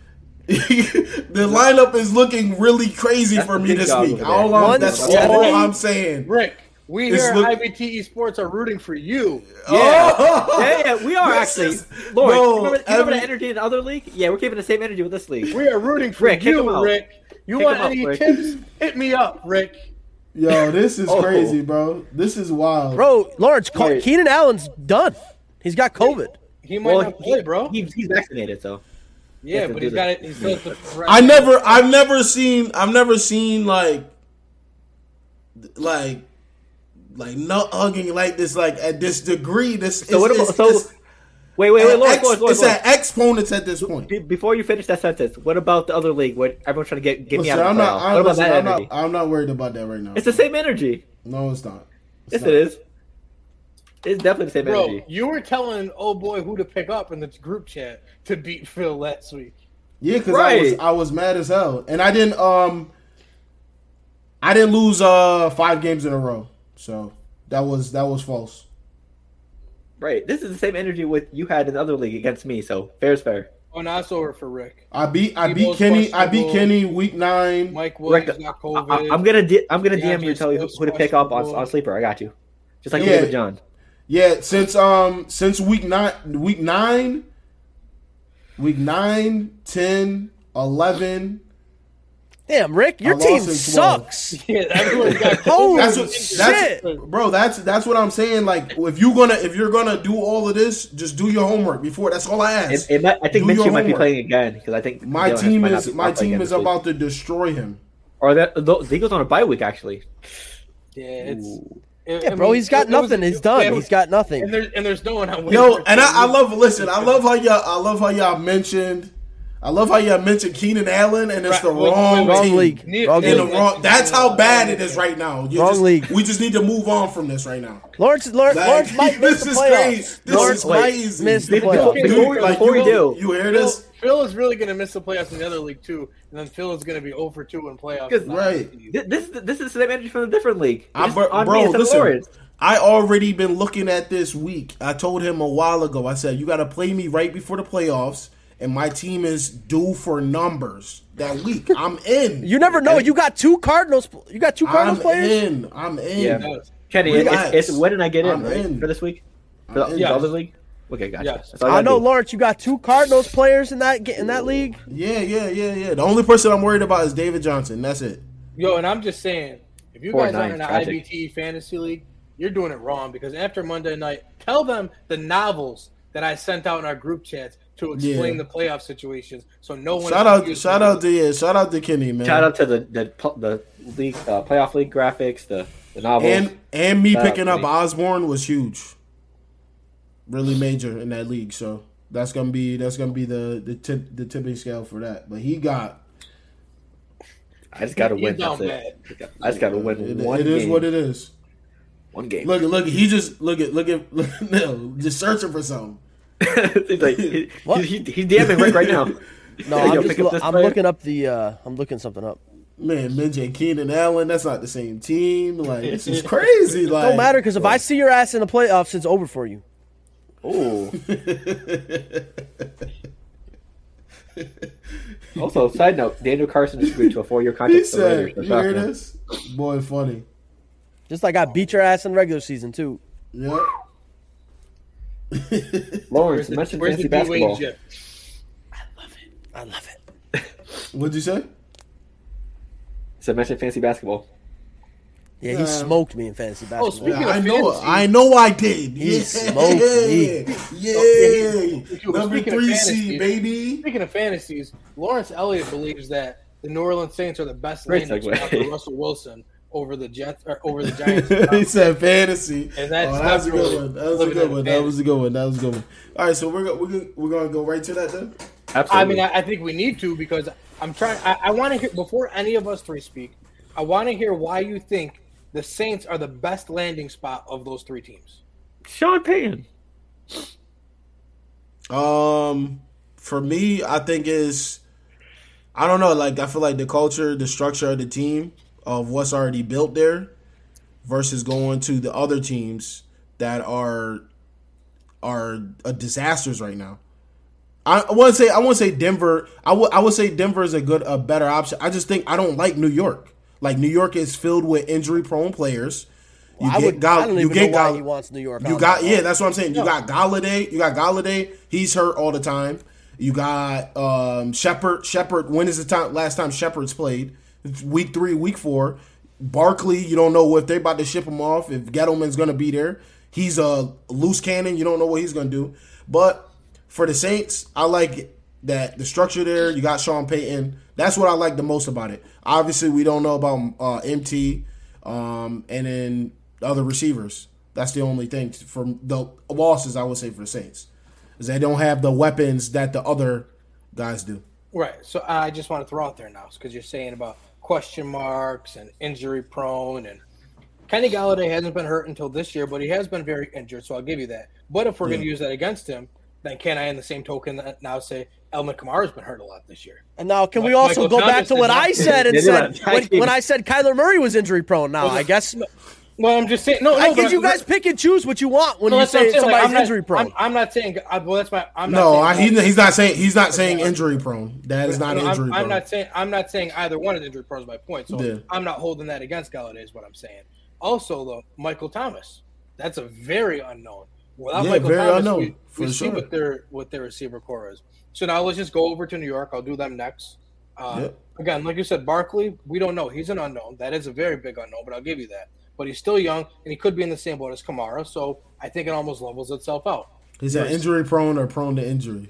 Speaker 1: the lineup is looking really crazy
Speaker 3: That's
Speaker 1: for
Speaker 3: the
Speaker 1: me
Speaker 3: big
Speaker 1: this
Speaker 3: dog
Speaker 1: week.
Speaker 3: over there.
Speaker 1: All I'm, that's all
Speaker 4: 170?
Speaker 1: I'm saying.
Speaker 2: Rick. We
Speaker 1: It's
Speaker 2: here
Speaker 1: look-
Speaker 2: at IBTE E Sports are rooting for you.
Speaker 3: Yeah.
Speaker 1: Oh!
Speaker 3: yeah, yeah, we are
Speaker 1: This
Speaker 3: actually.
Speaker 1: is-
Speaker 3: Lawrence,
Speaker 1: No,
Speaker 3: you remember, you remember
Speaker 1: every-
Speaker 3: the energy in the other league? Yeah, we're keeping the same energy with this league.
Speaker 2: We are rooting for
Speaker 3: Rick, kick him
Speaker 2: you,
Speaker 3: out.
Speaker 2: Rick. You
Speaker 3: Kick
Speaker 2: want
Speaker 3: him out,
Speaker 2: any
Speaker 3: Rick.
Speaker 2: tips? Hit me up, Rick.
Speaker 1: Yo, this is
Speaker 3: Oh.
Speaker 1: crazy, bro. This is wild.
Speaker 4: Bro, Lawrence, Ke-
Speaker 3: Wait.
Speaker 4: Keenan Allen's done. He's got COVID.
Speaker 2: He might
Speaker 3: Well,
Speaker 2: not play, bro.
Speaker 3: he- he's vaccinated, so
Speaker 2: yeah,
Speaker 3: has to
Speaker 2: but
Speaker 3: do
Speaker 2: he's
Speaker 3: that.
Speaker 2: got it. He's still at
Speaker 3: *laughs*
Speaker 2: the
Speaker 1: I never, I've never seen, I've never seen like, like, like nut hugging like this, like at this degree. This
Speaker 3: So what
Speaker 1: it's-
Speaker 3: about-
Speaker 1: it's-
Speaker 3: so-
Speaker 1: it's
Speaker 3: wait, wait, wait,
Speaker 1: an
Speaker 3: Lawrence,
Speaker 1: ex-
Speaker 3: Lawrence, Lawrence,
Speaker 1: it's at exponents at this point.
Speaker 3: Be- Before you finish that sentence, what about the other league? What everyone's trying to get get me
Speaker 1: Listen,
Speaker 3: out of
Speaker 1: I'm
Speaker 3: the
Speaker 1: not,
Speaker 3: playoff?
Speaker 1: I'm,
Speaker 3: What about
Speaker 1: listen,
Speaker 3: that
Speaker 1: I'm not,
Speaker 3: energy?
Speaker 1: I'm not worried about that right now.
Speaker 3: It's the same energy.
Speaker 1: No, it's not. It's
Speaker 3: Yes,
Speaker 1: not.
Speaker 3: it is. It's definitely the same
Speaker 2: Bro,
Speaker 3: energy.
Speaker 2: you were telling oh boy who to pick up in the group chat to beat Phil last week.
Speaker 1: Yeah, because I was
Speaker 3: Right.
Speaker 1: I was mad as hell, and I didn't um, I didn't lose uh five games in a row, so that was that was false.
Speaker 3: Right. This is the same energy with you had in the other league against me. So fair is fair.
Speaker 2: Oh, now it's over for Rick.
Speaker 1: I beat I
Speaker 2: Debo's
Speaker 1: beat Kenny I beat
Speaker 2: questionable.
Speaker 1: Kenny week nine.
Speaker 2: Mike
Speaker 3: Rick,
Speaker 2: Williams got COVID.
Speaker 3: I, am gonna di- I'm gonna DM you
Speaker 2: DeAndre's
Speaker 3: and tell you who,
Speaker 2: most
Speaker 3: who to pick up on,
Speaker 2: questionable.
Speaker 3: on sleeper. I got you. Just like you
Speaker 1: Yeah.
Speaker 3: did with John.
Speaker 1: Yeah, since um since week nine week nine week nine, 10, 11.
Speaker 4: Damn, Rick, your
Speaker 1: I
Speaker 4: team
Speaker 1: lost in 12.
Speaker 2: *laughs*
Speaker 4: sucks.
Speaker 2: yeah, everyone's got
Speaker 4: Holy
Speaker 2: COVID.
Speaker 1: That's what that's
Speaker 4: shit.
Speaker 1: bro, that's that's what I'm saying. Like if you gonna if you're gonna do all of this, just do your homework before that's all I
Speaker 3: It,
Speaker 1: ask.
Speaker 3: it might, I think
Speaker 1: Do your
Speaker 3: Minshew might be
Speaker 1: homework.
Speaker 3: playing again because I think
Speaker 1: my
Speaker 3: Jalen Hurts
Speaker 1: team
Speaker 3: might not
Speaker 1: is
Speaker 3: be-
Speaker 1: my
Speaker 3: not play again
Speaker 1: team is
Speaker 3: this week.
Speaker 1: about to destroy him.
Speaker 3: Or that the, the Eagles on a bye week actually.
Speaker 2: Yeah, it's.
Speaker 3: Ooh.
Speaker 2: it- I
Speaker 4: Yeah, bro,
Speaker 2: mean,
Speaker 4: he's got
Speaker 2: it- it was-
Speaker 4: nothing. He's done.
Speaker 2: yeah,
Speaker 4: He's got
Speaker 2: And
Speaker 4: nothing.
Speaker 2: there's and there's no one on.
Speaker 1: Yo, and I, I love listen. I love how y'all. I love how y'all mentioned. I love how y'all mentioned Keenan Allen, and it's
Speaker 2: Right,
Speaker 1: the
Speaker 2: wait,
Speaker 1: wrong,
Speaker 2: wait, wait.
Speaker 4: Wrong
Speaker 1: team.
Speaker 4: league.
Speaker 2: Nick-
Speaker 4: Wrong
Speaker 1: In the
Speaker 4: league.
Speaker 1: wrong. That's how bad it is right now. You
Speaker 4: Wrong
Speaker 1: just,
Speaker 4: league.
Speaker 1: We just need to move on from this right now.
Speaker 4: Lawrence, Lawrence,
Speaker 1: Like, *laughs*
Speaker 4: Lawrence might
Speaker 1: this
Speaker 4: miss the
Speaker 1: is
Speaker 4: playoffs.
Speaker 1: crazy. This
Speaker 4: Lawrence
Speaker 1: is
Speaker 4: might
Speaker 1: crazy.
Speaker 4: miss the
Speaker 1: This-
Speaker 3: before,
Speaker 4: playoffs.
Speaker 2: this-
Speaker 3: before,
Speaker 2: Dude,
Speaker 1: like,
Speaker 3: before
Speaker 1: you,
Speaker 3: we do,
Speaker 1: you hear
Speaker 2: Phil,
Speaker 1: this?
Speaker 2: Phil is really gonna miss the playoffs in the other league too, and then Phil is gonna be over two in playoffs.
Speaker 3: Because-
Speaker 1: Right.
Speaker 3: Th- This is the- this is the same energy from a different league. It's
Speaker 1: I,
Speaker 3: just
Speaker 1: bro,
Speaker 3: on me
Speaker 1: bro,
Speaker 3: instead of
Speaker 1: listen.
Speaker 3: Lawrence.
Speaker 1: I already been looking at this week. I told him a while ago. I said you got to play me right before the playoffs, and my team is due for numbers that week. I'm
Speaker 4: *laughs*
Speaker 1: in.
Speaker 4: You never know. You got two Cardinals. You got two Cardinals
Speaker 1: I'm
Speaker 4: players.
Speaker 1: in. I'm in.
Speaker 3: Yeah.
Speaker 2: Yes.
Speaker 3: Kenny, it-
Speaker 1: Relax.
Speaker 3: it's, it's when did I get in,
Speaker 1: I'm
Speaker 3: right,
Speaker 1: in.
Speaker 3: for this week? For the,
Speaker 1: I'm in.
Speaker 3: the other
Speaker 2: Yes.
Speaker 3: league? Okay, gotcha.
Speaker 2: Yes.
Speaker 3: That's all
Speaker 4: I
Speaker 3: gotta
Speaker 4: know,
Speaker 3: do.
Speaker 4: Lawrence. You got two Cardinals players in that in that league.
Speaker 1: Yeah, yeah, yeah, yeah. The only person I'm worried about is David Johnson. That's it.
Speaker 2: Yo, and I'm just saying, if you
Speaker 3: Four
Speaker 2: guys
Speaker 3: nine,
Speaker 2: aren't in an
Speaker 3: tragic.
Speaker 2: IBT fantasy league, you're doing it wrong because after Monday night, tell them the novels that I sent out in our group chats to explain
Speaker 1: Yeah.
Speaker 2: the playoff situations so no one
Speaker 1: Shout out, shout out to yeah, shout out to Kenny, man.
Speaker 3: Shout out to the the pl- the league uh, playoff league graphics, the the novels.
Speaker 1: and and me
Speaker 3: Shout out
Speaker 1: picking
Speaker 3: to
Speaker 1: up
Speaker 3: me.
Speaker 1: Osborne was huge, really major in that league. So that's gonna be that's gonna be the the tip, the tipping scale for that. But he got
Speaker 3: I just got to
Speaker 2: You
Speaker 3: win.
Speaker 2: dumb
Speaker 3: That's it. I just got to win
Speaker 1: it,
Speaker 3: one
Speaker 1: it is
Speaker 3: game.
Speaker 1: what it is.
Speaker 3: one game. *laughs*
Speaker 1: Look look he just look at look at *laughs* look, no just searching for something.
Speaker 3: he's like he,
Speaker 1: *laughs*
Speaker 4: What?
Speaker 3: he, he- he's DMing Rick right now.
Speaker 4: No,
Speaker 3: Yo,
Speaker 4: I'm,
Speaker 3: pick
Speaker 4: just
Speaker 3: up
Speaker 4: loo-
Speaker 3: this
Speaker 4: I'm
Speaker 3: player.
Speaker 4: looking up the. Uh, I'm looking something up.
Speaker 1: Man, Minjay Keenan Allen, that's not the same team. Like this
Speaker 3: *laughs*
Speaker 1: is crazy. Like
Speaker 4: Don't matter because if I see your ass in the playoffs, it's over for you.
Speaker 3: Ooh. *laughs* also, side note: Daniel Carson just agreed to a four-year
Speaker 1: He
Speaker 3: contract. with the
Speaker 1: said,
Speaker 3: Raiders.
Speaker 1: "You
Speaker 3: That's
Speaker 1: hear
Speaker 3: shocking.
Speaker 1: this, boy? Funny,
Speaker 4: Just like I beat your ass in regular season too.
Speaker 1: yeah."
Speaker 3: Lawrence
Speaker 2: the,
Speaker 3: mentioned
Speaker 2: where's
Speaker 3: fantasy
Speaker 2: the D-Wayne
Speaker 3: basketball.
Speaker 2: gif?
Speaker 4: I love it.
Speaker 1: *laughs* What'd you say?
Speaker 3: So mentioned fantasy basketball.
Speaker 4: Yeah,
Speaker 1: Yeah.
Speaker 4: he smoked me in fantasy
Speaker 2: Oh,
Speaker 4: basketball.
Speaker 2: speaking
Speaker 1: Yeah, I
Speaker 2: of
Speaker 1: know.
Speaker 2: fantasy-
Speaker 1: I know. I did.
Speaker 4: He
Speaker 1: Yeah. *laughs*
Speaker 4: smoked me.
Speaker 1: Yeah.
Speaker 2: Speaking
Speaker 1: Number three
Speaker 2: of fantasy.
Speaker 1: seed, baby.
Speaker 2: Speaking of fantasies, Lawrence Elliott believes that the New Orleans Saints are the best
Speaker 3: Great
Speaker 2: landing
Speaker 3: segue.
Speaker 2: spot for Russell Wilson over the Jets or over
Speaker 1: *laughs*
Speaker 2: the
Speaker 1: he
Speaker 2: Giants.
Speaker 1: said fantasy.
Speaker 2: And that's
Speaker 1: oh, that was a
Speaker 2: definitely
Speaker 1: good one. That was a
Speaker 2: living in
Speaker 1: good
Speaker 2: a
Speaker 1: one. That
Speaker 2: fantasy.
Speaker 1: was a good one. That was a good one. All right, so we're go- we're gonna, we're gonna go right to that then.
Speaker 2: I
Speaker 3: Absolutely.
Speaker 2: mean, I, I think we need to because I'm trying. I, I want to hear before any of us three speak. I want to hear why you think the Saints are the best landing spot of those three teams.
Speaker 3: Sean Payton.
Speaker 1: Um, for me, I think is, I don't know. Like I feel like the culture, the structure of the team, of what's already built there, versus going to the other teams that are are a disasters right now. I want to say I want to say Denver. I would I would say Denver is a good a better option. I just think I don't like New York. Like New York is filled with injury prone players. You
Speaker 4: I would.
Speaker 1: Gall-
Speaker 4: I don't
Speaker 1: you
Speaker 4: even
Speaker 1: get
Speaker 4: know why
Speaker 1: Gall-
Speaker 4: he wants New York.
Speaker 1: you
Speaker 4: on
Speaker 1: got
Speaker 4: that.
Speaker 1: yeah, that's what I'm saying. You got Galladay. You got Galladay. He's hurt all the time. You got um Shepard. Shepard. When is the time? Last time Shepard's played? It's Week three, week four. Barkley. You don't know if they're about to ship him off. If Gettleman's going to be there, he's a loose cannon. You don't know what he's going to do. But for the Saints, I like that the structure there. You got Sean Payton. That's what I like the most about it. Obviously, we don't know about uh, MT um, and then the other receivers. That's the only thing for the losses I would say for the Saints is they don't have the weapons that the other guys do.
Speaker 2: Right. So uh, I just want to throw out there now because you're saying about question marks and injury prone and Kenny Galladay hasn't been hurt until this year, but he has been very injured. So I'll give you that. But if we're going to use that against him, then can I, in the same token, that now say Elman Kamara has been hurt a lot this year?
Speaker 4: And now, can we
Speaker 2: Michael
Speaker 4: also go
Speaker 2: Thomas
Speaker 4: back to
Speaker 2: did
Speaker 4: what
Speaker 2: not-
Speaker 4: I said and
Speaker 3: Did
Speaker 4: said
Speaker 3: not-
Speaker 4: when, when I said Kyler Murray was injury prone? *laughs* Now, I guess
Speaker 2: No, I'm just saying. No, no
Speaker 4: I
Speaker 2: but
Speaker 4: guess you
Speaker 2: I'm-
Speaker 4: guys pick and choose what you want when
Speaker 2: no,
Speaker 4: you
Speaker 2: that's what I'm
Speaker 4: say
Speaker 2: saying, like,
Speaker 4: somebody's
Speaker 2: I'm not-
Speaker 4: injury prone.
Speaker 2: I'm, I'm not saying. I, well, that's my. I'm
Speaker 1: No,
Speaker 2: not
Speaker 1: I,
Speaker 2: saying,
Speaker 1: he, he's not saying he's not saying injury prone. That is not
Speaker 2: No,
Speaker 1: injury
Speaker 2: I'm, I'm
Speaker 1: prone.
Speaker 2: not saying I'm not saying either one is injury prone is my point. So
Speaker 1: Yeah.
Speaker 2: I'm not holding that against Galladay is what I'm saying. Also though, Michael Thomas. That's a very unknown. Without
Speaker 1: Yeah,
Speaker 2: Michael
Speaker 1: very
Speaker 2: Thomas,
Speaker 1: unknown,
Speaker 2: we,
Speaker 1: for
Speaker 2: we see
Speaker 1: sure.
Speaker 2: what their what their receiver core is. So now let's just go over to New York. I'll do them next. Uh,
Speaker 1: Yep.
Speaker 2: Again, like you said, Barkley, we don't know. He's an unknown. That is a very big unknown, but I'll give you that. But he's still young, and he could be in the same boat as Kamara. So I think it almost levels itself out.
Speaker 1: Is that injury prone or prone to injury?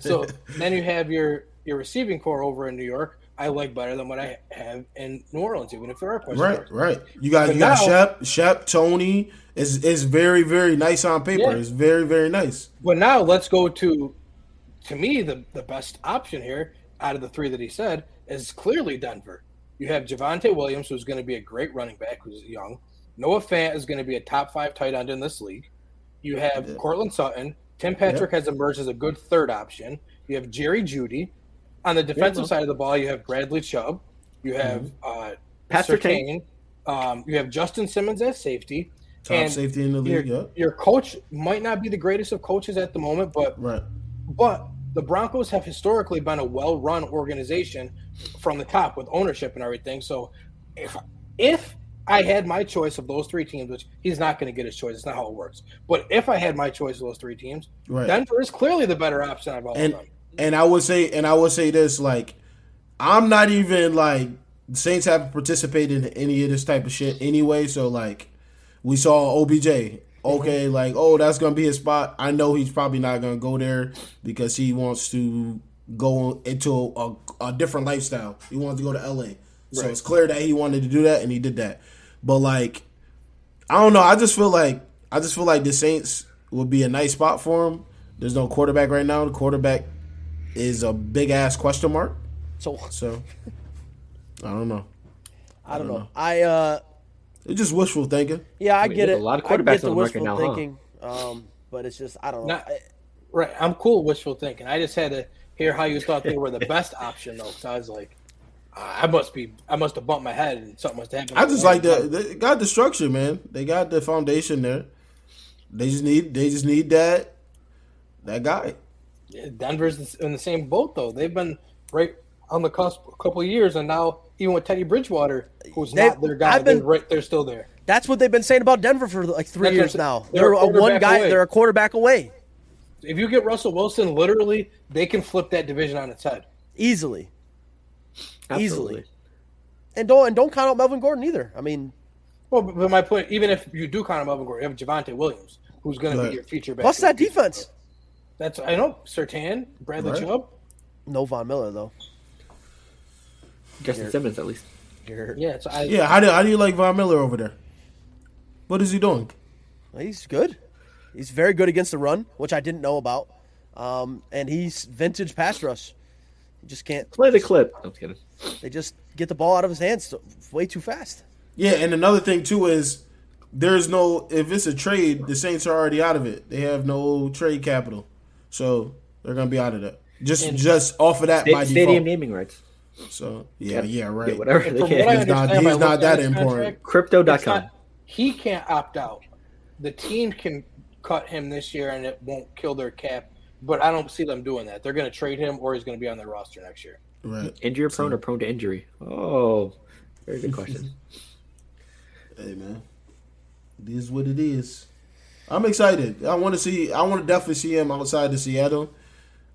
Speaker 2: So then you have your your receiving core over in New York. I like better than what I have in New Orleans, even if there are question
Speaker 1: Right,
Speaker 2: marks.
Speaker 1: right. You got
Speaker 2: But
Speaker 1: you got
Speaker 2: now-
Speaker 1: Shep, Shep, Tony. It's it's very very nice on paper.
Speaker 2: Yeah.
Speaker 1: It's very very nice.
Speaker 2: But now let's go to, to me, the the best option here out of the three that he said is clearly Denver. You have Javante Williams, who's going to be a great running back, who's young. Noah Fant is going to be a top five tight end in this league. You have
Speaker 1: Yeah.
Speaker 2: Cortland Sutton. Tim Patrick has emerged as a good third option. You have Jerry Judy. On the defensive side of the ball, you have Bradley Chubb. You have uh,
Speaker 3: Pat
Speaker 2: Surtain. Um, you have Justin Simmons as safety.
Speaker 1: Top
Speaker 2: And
Speaker 1: safety in the
Speaker 2: Your,
Speaker 1: league. Yeah,
Speaker 2: your coach might not be the greatest of coaches at the moment, but
Speaker 1: right.
Speaker 2: but the Broncos have historically been a well-run organization from the top with ownership and everything. So if if I had my choice of those three teams, which he's not going to get his choice, it's not how it works. But if I had my choice of those three teams,
Speaker 1: Right.
Speaker 2: Denver is clearly the better option of all
Speaker 1: And-
Speaker 2: of them.
Speaker 1: And I would say and I would say this like I'm not even like the Saints haven't participated in any of this type of shit anyway. So like We saw OBJ. Okay, like oh, that's gonna be his spot. I know he's probably not gonna go there because he wants to go into a, a different lifestyle. He wants to go to LA, so it's clear that he wanted to do that and he did that. But like, I don't know. I just feel like I just feel like the Saints would be a nice spot for him. There's no quarterback right now. The quarterback is a big ass question mark.
Speaker 4: So
Speaker 1: So I don't know.
Speaker 4: I don't know. I uh
Speaker 1: It's just wishful thinking.
Speaker 4: yeah, I
Speaker 3: mean,
Speaker 4: get it.
Speaker 3: there's a lot of
Speaker 4: I get
Speaker 3: quarterbacks
Speaker 4: the
Speaker 3: on the market
Speaker 4: wishful
Speaker 3: now, huh?
Speaker 4: thinking. Um, but it's just I don't know.
Speaker 2: Not-
Speaker 4: I-
Speaker 2: Right. I'm cool with wishful thinking. I just had to hear how you thought they were the best option, though, because I was like, I I must be, I must have bumped my head and something must have happened.
Speaker 1: I just like that they got the structure, man. They got the foundation there. They just need they just need that that guy.
Speaker 2: Denver's in the same boat, though. They've been right on the cusp a couple of years, and now even with Teddy Bridgewater, who's
Speaker 4: They-
Speaker 2: not their guy,
Speaker 4: I've been-
Speaker 2: they're, right, they're still there.
Speaker 4: That's what they've been saying about Denver for like three
Speaker 2: That's what
Speaker 4: years
Speaker 2: I'm
Speaker 4: now.
Speaker 2: saying. They're
Speaker 4: They're,
Speaker 2: a
Speaker 4: a one
Speaker 2: quarterback
Speaker 4: guy.
Speaker 2: away.
Speaker 4: They're a quarterback away
Speaker 2: If you get Russell Wilson, literally, they can flip that division on its head.
Speaker 4: easily,
Speaker 3: Absolutely.
Speaker 4: easily. And don't and don't count out Melvin Gordon either. I mean,
Speaker 2: Well, but, but my point, even if you do count him up and go, you have Javante Williams, who's going to
Speaker 1: Right.
Speaker 2: be your future back.
Speaker 4: bust that defense.
Speaker 2: That's I know Sertan, Bradley
Speaker 1: Right.
Speaker 2: Chubb.
Speaker 4: No Von Miller though.
Speaker 3: Justin Simmons, at least.
Speaker 4: You're-
Speaker 2: Yeah, so I,
Speaker 1: Yeah, how do how do you like Von Miller over there? What is he doing?
Speaker 4: He's good. He's very good against the run, which I didn't know about. Um, and he's vintage pass rush. You just can't.
Speaker 3: Play the clip. I'm just kidding.
Speaker 4: They just get the ball out of his hands way too fast.
Speaker 1: Yeah, and another thing too is there's no if it's a trade, the Saints are already out of it. They have no trade capital, so they're gonna be out of that. Just just off of that
Speaker 3: Sta-
Speaker 1: by
Speaker 3: Stadium
Speaker 1: default.
Speaker 3: naming rights.
Speaker 1: So yeah, yeah, right.
Speaker 3: Yeah, whatever.
Speaker 2: and
Speaker 3: They
Speaker 2: from what I
Speaker 3: can.
Speaker 1: He's not-
Speaker 2: understand,
Speaker 1: he's
Speaker 2: by
Speaker 1: not
Speaker 2: looking
Speaker 1: that
Speaker 2: at his
Speaker 1: important.
Speaker 2: contract, it's
Speaker 3: Crypto.com.
Speaker 2: not- he can't opt out. The team can cut him this year, and it won't kill their cap. But I don't see them doing that. They're going to trade him, or he's going to be on their roster next year.
Speaker 1: *laughs* Right.
Speaker 3: Injury prone or prone to injury? Oh, very good question.
Speaker 1: Hey man, it is what it is. I'm excited. I want to see. I want to definitely see him outside of Seattle.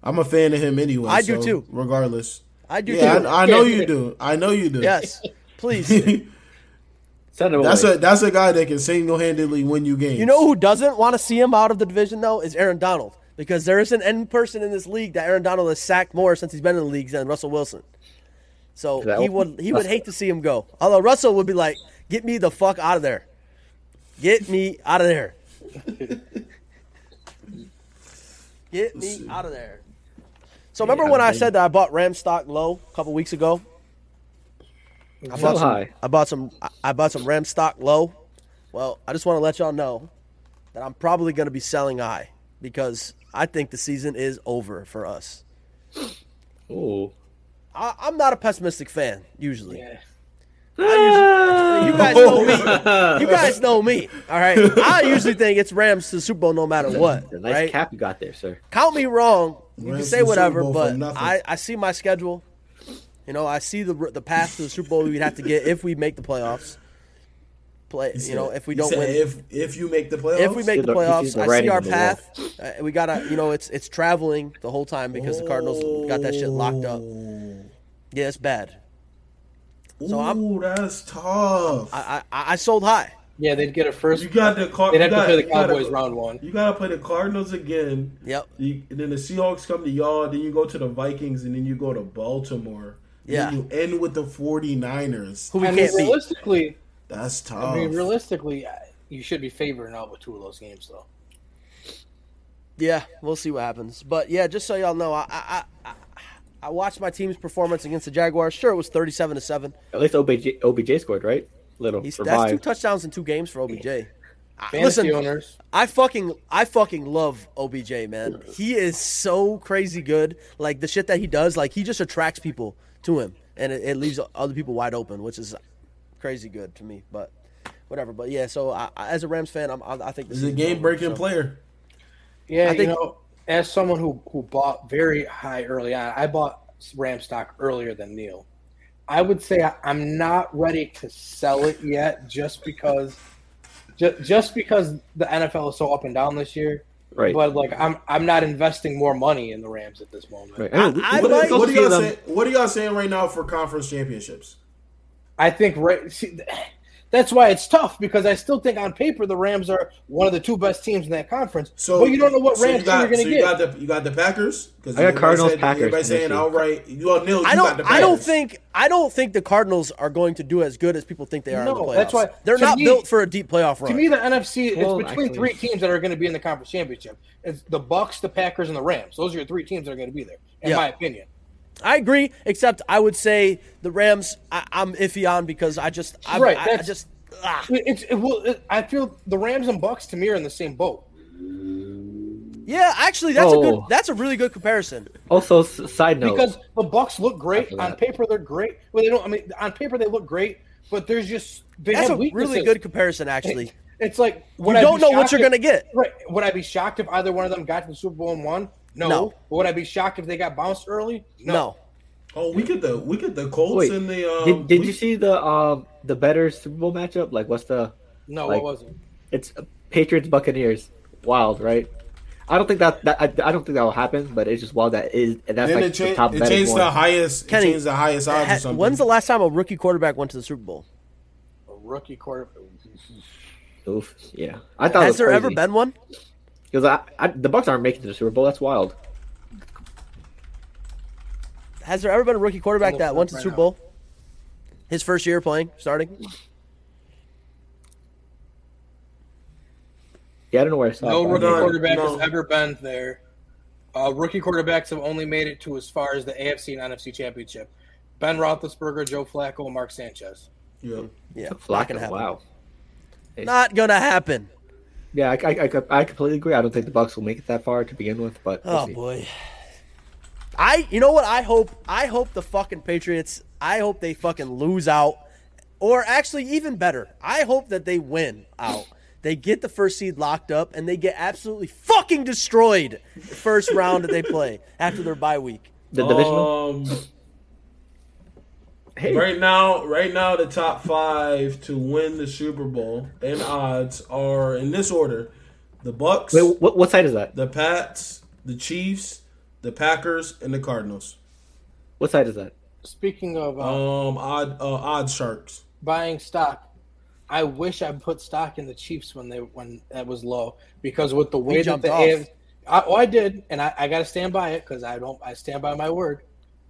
Speaker 1: I'm a fan of him anyway.
Speaker 4: I do
Speaker 1: so
Speaker 4: too.
Speaker 1: Regardless.
Speaker 4: I do
Speaker 1: yeah,
Speaker 4: too.
Speaker 1: I, I know you do. I know you do.
Speaker 4: yes, please.
Speaker 1: that's
Speaker 3: Send him away.
Speaker 1: a *laughs* that's a guy that can single handedly win you games.
Speaker 4: You know who doesn't want to see him out of the division though is Aaron Donald because there isn't any person in this league that Aaron Donald has sacked more since he's been in the league than Russell Wilson. So
Speaker 3: That-
Speaker 4: he would he would hate to see him go. Although Russell would be like, "Get me the fuck out of there, get me out of there, get me out of there." So remember when I said that I bought Ram stock low a couple weeks ago? I
Speaker 3: So
Speaker 4: bought some,
Speaker 3: high.
Speaker 4: I bought some. I- I bought some Ram stock low. Well, I just want to let y'all know that I'm probably going to be selling high because I think the season is over for us.
Speaker 3: Oh.
Speaker 4: I, I'm not a pessimistic fan usually.
Speaker 2: Yeah.
Speaker 4: You
Speaker 3: Ah!
Speaker 1: *laughs*
Speaker 4: guys
Speaker 1: Oh,
Speaker 4: know me. You guys know me. All
Speaker 3: *laughs*
Speaker 4: right. I usually think it's Rams to the Super Bowl no matter what.
Speaker 3: It's a nice
Speaker 4: right?
Speaker 3: cap you got there, sir.
Speaker 4: Count me wrong. You
Speaker 1: Rams
Speaker 4: can
Speaker 1: to the
Speaker 4: say
Speaker 1: Super
Speaker 4: whatever,
Speaker 1: Bowl for
Speaker 4: but
Speaker 1: nothing.
Speaker 4: I, I see my schedule. You know, I see the the path to the Super Bowl we'd have to get if we make the playoffs. Play, you, know, if we
Speaker 1: He
Speaker 4: don't
Speaker 1: said
Speaker 4: win,
Speaker 1: if if you make the playoffs,
Speaker 4: if we make
Speaker 3: See
Speaker 4: the
Speaker 3: the- you
Speaker 4: playoffs,
Speaker 3: see the
Speaker 4: I see
Speaker 3: writing
Speaker 4: our
Speaker 3: on the wall.
Speaker 4: path. Uh, we gotta, you know, it's it's traveling the whole time because the Cardinals got that shit locked up.
Speaker 3: Oh.
Speaker 4: Yeah, it's bad. So
Speaker 1: Ooh,
Speaker 4: I'm-
Speaker 1: that's tough.
Speaker 4: I I, I sold high.
Speaker 2: yeah, they'd get a first.
Speaker 1: you got the Car-
Speaker 2: They'd
Speaker 1: you
Speaker 2: have to
Speaker 1: got-
Speaker 2: play the
Speaker 1: you gotta-
Speaker 2: Cowboys round one.
Speaker 1: You gotta play the Cardinals again.
Speaker 4: Yep.
Speaker 1: You, and then the Seahawks come to y'all. Then you go to the Vikings, and then you go to Baltimore.
Speaker 4: Yeah.
Speaker 1: Then you end with the 49ers.
Speaker 4: Who we
Speaker 2: I mean,
Speaker 4: can't beat.
Speaker 2: realistically,
Speaker 1: That's tough.
Speaker 2: I mean, realistically, I- you should be favoring out with two of those games, though.
Speaker 4: Yeah, we'll see what happens. But yeah, just so y'all know, I I I, I watched my team's performance against the Jaguars. Sure, it was thirty-seven to seven.
Speaker 3: At least OBJ, OBJ scored, right? Little.
Speaker 4: He's
Speaker 3: for
Speaker 4: that's two
Speaker 3: Vine.
Speaker 4: touchdowns in two games for OBJ. I-
Speaker 2: Fantasy
Speaker 4: Listen,
Speaker 2: owners.
Speaker 4: I fucking I fucking love OBJ, man. He is so crazy good. Like the shit that he does, like he just attracts people to him, and it, it leaves other people wide open, which is crazy good to me. But whatever. But yeah, so I, I, as a Rams fan, I'm, I, I think this
Speaker 1: He's a game breaking player.
Speaker 2: Yeah,
Speaker 4: I
Speaker 2: you
Speaker 4: think-
Speaker 2: know, as someone who, who bought very high early on, I bought Ram stock earlier than Neil. I would say I, I'm not ready to sell it yet, just because, just, just because the NFL is so up and down this year.
Speaker 3: Right.
Speaker 2: But like, I'm I'm not investing more money in the Rams at this moment.
Speaker 3: right.
Speaker 4: I
Speaker 1: What,
Speaker 4: like-
Speaker 1: are- what are
Speaker 3: see
Speaker 1: y'all
Speaker 3: them-
Speaker 1: saying? What are y'all saying right now for conference championships?
Speaker 2: I think right. See, That's why it's tough because I still think on paper the Rams are one of the two best teams in that conference.
Speaker 1: So,
Speaker 2: but you don't know what
Speaker 1: so
Speaker 2: Rams
Speaker 1: you got,
Speaker 2: you're going
Speaker 1: so
Speaker 2: to
Speaker 1: you
Speaker 2: get.
Speaker 1: Got the, you got the Packers. Cause
Speaker 3: I got
Speaker 1: everybody
Speaker 3: Cardinals,
Speaker 1: said-
Speaker 3: Packers
Speaker 1: Everybody
Speaker 3: this
Speaker 1: saying,
Speaker 3: year.
Speaker 1: all right, you all nil.
Speaker 4: I
Speaker 1: you got
Speaker 4: don't.
Speaker 1: the
Speaker 4: I don't
Speaker 1: Packers.
Speaker 4: think. I don't think the Cardinals are going to do as good as people think they are. in the
Speaker 2: No,
Speaker 4: playoffs.
Speaker 2: that's why-
Speaker 4: they're
Speaker 2: to
Speaker 4: not
Speaker 2: me-
Speaker 4: built for a deep playoff run.
Speaker 2: To me, the NFC
Speaker 3: Well,
Speaker 2: it's between
Speaker 3: actually-
Speaker 2: three teams that are going to be in the conference championship. It's the Bucks, the Packers, and the Rams. Those are your three teams that are going to be there, in
Speaker 4: Yeah.
Speaker 2: my opinion.
Speaker 4: I agree, except I would say the Rams. I, I'm iffy on because I just. I'm,
Speaker 2: Right,
Speaker 4: I, I
Speaker 2: that's-
Speaker 4: just. ah.
Speaker 2: It- It's it, will it, I feel the Rams and Bucks to me are in the same boat.
Speaker 4: Yeah, actually, that's a good.
Speaker 3: Oh.
Speaker 4: That's a really good comparison.
Speaker 3: Also, s- side note,
Speaker 2: because the Bucks look great
Speaker 3: After
Speaker 2: on
Speaker 3: that.
Speaker 2: paper. They're great. Well, they don't. I mean, on paper they look great, but there's just they
Speaker 4: That's a
Speaker 2: have weaknesses.
Speaker 4: really good comparison, actually.
Speaker 2: It's like would
Speaker 4: You
Speaker 2: I be
Speaker 4: don't know what
Speaker 2: shocked
Speaker 4: you're
Speaker 2: if-
Speaker 4: gonna get.
Speaker 2: Right? Would I be shocked if either one of them got to the Super Bowl and won? No.
Speaker 4: No.
Speaker 2: But would I be shocked if they got bounced early?
Speaker 4: No.
Speaker 1: Oh, we get the we get the Colts
Speaker 3: Wait,
Speaker 1: and the. Um,
Speaker 3: did, did
Speaker 1: we-
Speaker 3: you see the um the better Super Bowl matchup? Like, what's the?
Speaker 2: No,
Speaker 3: Like-
Speaker 2: it wasn't.
Speaker 3: It's Patriots Buccaneers. Wild, right? I don't think that, that I, I don't think that will happen, but it's just wild that is and that's
Speaker 1: Then
Speaker 3: like
Speaker 1: it,
Speaker 3: the
Speaker 1: changed,
Speaker 3: top
Speaker 1: it
Speaker 3: better
Speaker 1: changed
Speaker 3: one.
Speaker 1: the highest.
Speaker 4: Kenny,
Speaker 1: it changed the highest odds or
Speaker 4: Ha-
Speaker 1: something.
Speaker 4: When's the last time a rookie quarterback went to the Super Bowl?
Speaker 2: A rookie quarter.
Speaker 3: Oof, yeah, I thought it
Speaker 4: Has
Speaker 3: was
Speaker 4: there ever
Speaker 3: crazy.
Speaker 4: been one?
Speaker 3: Because I, I, the Bucks aren't making it to the Super Bowl. That's wild.
Speaker 4: Has there ever been a rookie quarterback
Speaker 2: I'm
Speaker 4: that
Speaker 2: looking
Speaker 4: went to
Speaker 2: up
Speaker 4: the
Speaker 2: right
Speaker 4: Super
Speaker 2: now.
Speaker 4: Bowl? His first year playing, starting.
Speaker 3: Yeah, I don't know where I saw.
Speaker 2: No
Speaker 3: it, but I
Speaker 2: rookie
Speaker 1: no,
Speaker 3: remember-
Speaker 2: quarterback
Speaker 1: no.
Speaker 2: has ever been there. Uh, rookie quarterbacks have only made it to as far as the AFC and NFC championship. Ben Roethlisberger, Joe Flacco, and Mark Sanchez.
Speaker 1: Yeah.
Speaker 4: Yeah, not gonna
Speaker 3: Flacco,
Speaker 4: happen.
Speaker 3: wow.
Speaker 4: Not gonna happen.
Speaker 3: Yeah, I, I, I, I completely agree. I don't think the Bucks will make it that far to begin with, but we'll
Speaker 4: Oh
Speaker 3: see.
Speaker 4: boy. I you know what I hope I hope the fucking Patriots I hope they fucking lose out or actually even better I hope that they win out. They get the first seed locked up and they get absolutely fucking destroyed the first round that they play after their bye week.
Speaker 3: the
Speaker 2: Uh,
Speaker 3: divisional.
Speaker 1: Um,
Speaker 3: Hey,
Speaker 1: Right now, right now, the top five to win the Super Bowl in odds are in this order: the Bucks,
Speaker 3: wait, what, what side is that?
Speaker 1: the Pats, the Chiefs, the Packers, and the Cardinals.
Speaker 3: What side is that?
Speaker 2: Speaking of uh,
Speaker 1: Um, odd, uh, odd sharks.
Speaker 2: buying stock, I wish I put stock in the Chiefs when they when that was low because with the way that
Speaker 4: jumped
Speaker 2: the
Speaker 4: off.
Speaker 2: AFC I, oh, I did, and I, I got to stand by it because I don't I stand by my word.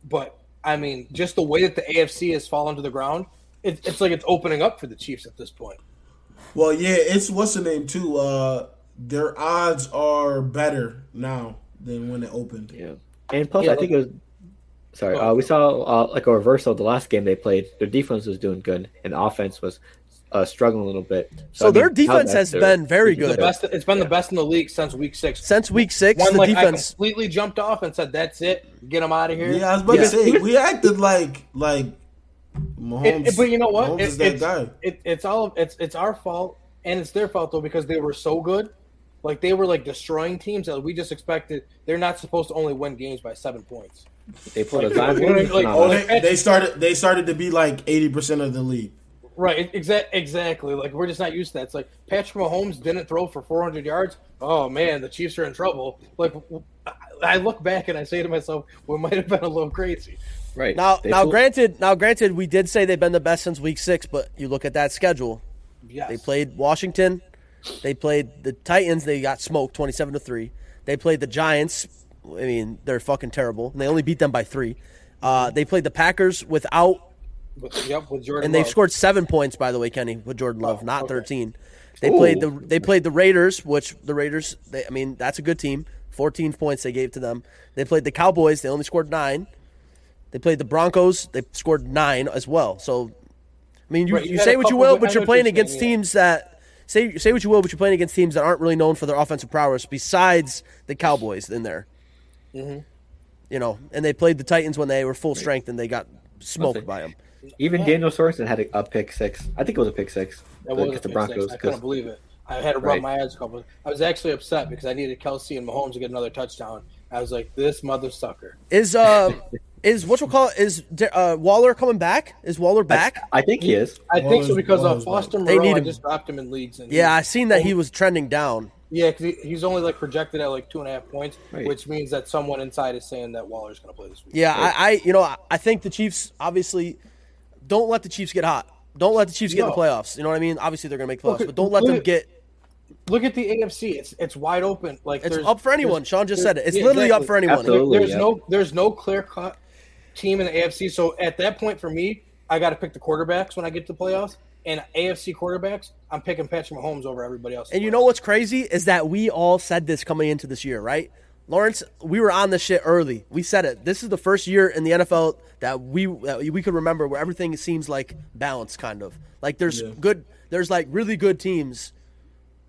Speaker 2: But I mean, just the way that the AFC has fallen to the ground, it, it's like it's opening up for the Chiefs at this point.
Speaker 1: Well, yeah, it's what's the name too. Uh, their odds are better now than when it opened.
Speaker 3: Yeah. And plus,
Speaker 2: Yeah,
Speaker 3: I think it was. Sorry,
Speaker 2: Oh.
Speaker 3: uh, we saw uh, like a reversal of the last game they played. Their defense was doing good, and offense was uh, struggling a little bit.
Speaker 4: So
Speaker 3: I mean,
Speaker 4: their
Speaker 3: how
Speaker 4: defense
Speaker 3: that-
Speaker 4: has
Speaker 3: their-
Speaker 4: been very
Speaker 3: their
Speaker 2: The
Speaker 4: good.
Speaker 3: defense-
Speaker 2: best it's been the best in the league since week six.
Speaker 4: Since week 6
Speaker 2: One
Speaker 4: the
Speaker 2: like I
Speaker 4: defense
Speaker 2: completely jumped off and said, "That's it, get them out of here."
Speaker 1: Yeah, I was about
Speaker 4: Yeah.
Speaker 1: to say we acted like like Mahomes.
Speaker 2: It- it- but you know what?
Speaker 1: Mahomes
Speaker 2: It-
Speaker 1: is that
Speaker 2: it's,
Speaker 1: guy.
Speaker 2: it- it's all it's it's our fault and it's their fault though because they were so good, like they were like destroying teams that we just expected. They're not supposed to only win games by seven points. *laughs*
Speaker 3: They pulled a
Speaker 2: Like, you know what I mean? Like,
Speaker 1: Oh,
Speaker 3: Zion.
Speaker 1: they, they started. They started to be like eighty percent of the league.
Speaker 2: Right, e-, exa- exactly. Like we're just not used to that. It's like Patrick Mahomes didn't throw for 400 yards. Oh man, the Chiefs are in trouble. Like w- I- I look back and I say to myself, we might have been a little crazy.
Speaker 3: Right
Speaker 4: now
Speaker 3: They
Speaker 4: now
Speaker 3: pulled-
Speaker 4: granted now granted we did say they've been the best since week 6 but you look at that schedule
Speaker 2: Yes.
Speaker 4: They played Washington. They played the Titans. They got smoked, twenty-seven to three. They played the Giants. I mean, they're fucking terrible. And they only beat them by three. Uh, they played the Packers without,
Speaker 2: With, yep, with Jordan.
Speaker 4: and they've
Speaker 2: Love.
Speaker 4: scored seven points by the way, Kenny, with Jordan Love,
Speaker 2: Oh,
Speaker 4: not
Speaker 2: okay.
Speaker 4: thirteen. They played the
Speaker 3: Ooh.
Speaker 4: they played the Raiders, which the Raiders. They, I mean, that's a good team. Fourteen points they gave to them. They played the Cowboys. They only scored nine. They played the Broncos. They scored nine as well. So I mean, you,
Speaker 2: Right, you
Speaker 4: you
Speaker 2: got
Speaker 4: say
Speaker 2: a
Speaker 4: what you
Speaker 2: couple-
Speaker 4: will,
Speaker 2: I know
Speaker 4: but you're
Speaker 2: what
Speaker 4: playing
Speaker 2: you're
Speaker 4: against
Speaker 2: saying, yeah.
Speaker 4: teams that say say what you will, but you're playing against teams that aren't really known for their offensive prowess, besides the Cowboys in there.
Speaker 2: Mm-hmm.
Speaker 4: You know, and they played the Titans when they were full strength and they got smoked
Speaker 3: Nothing.
Speaker 4: by them.
Speaker 3: even Daniel Sorensen had a, a pick six. I think it was a pick six
Speaker 2: That was a
Speaker 3: against the
Speaker 2: pick six.
Speaker 3: Broncos.
Speaker 2: I
Speaker 3: 'cause-
Speaker 2: couldn't believe it. I had to rub
Speaker 3: Right.
Speaker 2: my eyes a couple. I was actually upset because I needed Kelsey and Mahomes to get another touchdown. I was like, this mother sucker.
Speaker 4: Is uh is what you call it, is uh, Waller coming back? Is Waller back?
Speaker 3: I think he is.
Speaker 2: I
Speaker 1: Well,
Speaker 2: think so
Speaker 1: there's-
Speaker 2: because
Speaker 1: well,
Speaker 2: uh,
Speaker 1: there's
Speaker 2: Foster
Speaker 4: They
Speaker 2: Moreau,
Speaker 4: need
Speaker 2: I
Speaker 4: him.
Speaker 2: just dropped him in leads. And
Speaker 4: yeah, I seen that he was trending down.
Speaker 2: yeah, because he, he's only like projected at like two and a half points,
Speaker 3: Right.
Speaker 2: which means that someone inside is saying that Waller's going to play this week.
Speaker 4: Yeah, I, I you know I, I think the Chiefs obviously don't let the Chiefs get hot. Don't let the Chiefs get in the
Speaker 2: No.
Speaker 4: playoffs. You know what I mean? Obviously, they're gonna make playoffs,
Speaker 2: Look,
Speaker 4: but don't let them
Speaker 2: look-
Speaker 4: get.
Speaker 2: Look at the AFC; it's it's wide open. Like
Speaker 4: It's
Speaker 2: there's-
Speaker 4: up for anyone.
Speaker 2: there's-
Speaker 4: Sean just said it. It's
Speaker 2: Yeah,
Speaker 4: literally up
Speaker 2: exactly.
Speaker 4: for anyone.
Speaker 3: Absolutely.
Speaker 2: There's
Speaker 3: yeah.
Speaker 2: no there's no clear cut team in the AFC. So at that point, for me, I got to pick the quarterbacks when I get to the playoffs. And AFC quarterbacks, I'm picking Patrick Mahomes over everybody else.
Speaker 4: And you know what's crazy is that we all said this coming into this year, right? Lawrence, we were on this shit early. We said it. This is the first year in the NFL that we that we could remember where everything seems like balanced, kind of like there's
Speaker 1: Yeah.
Speaker 4: good, there's like really good teams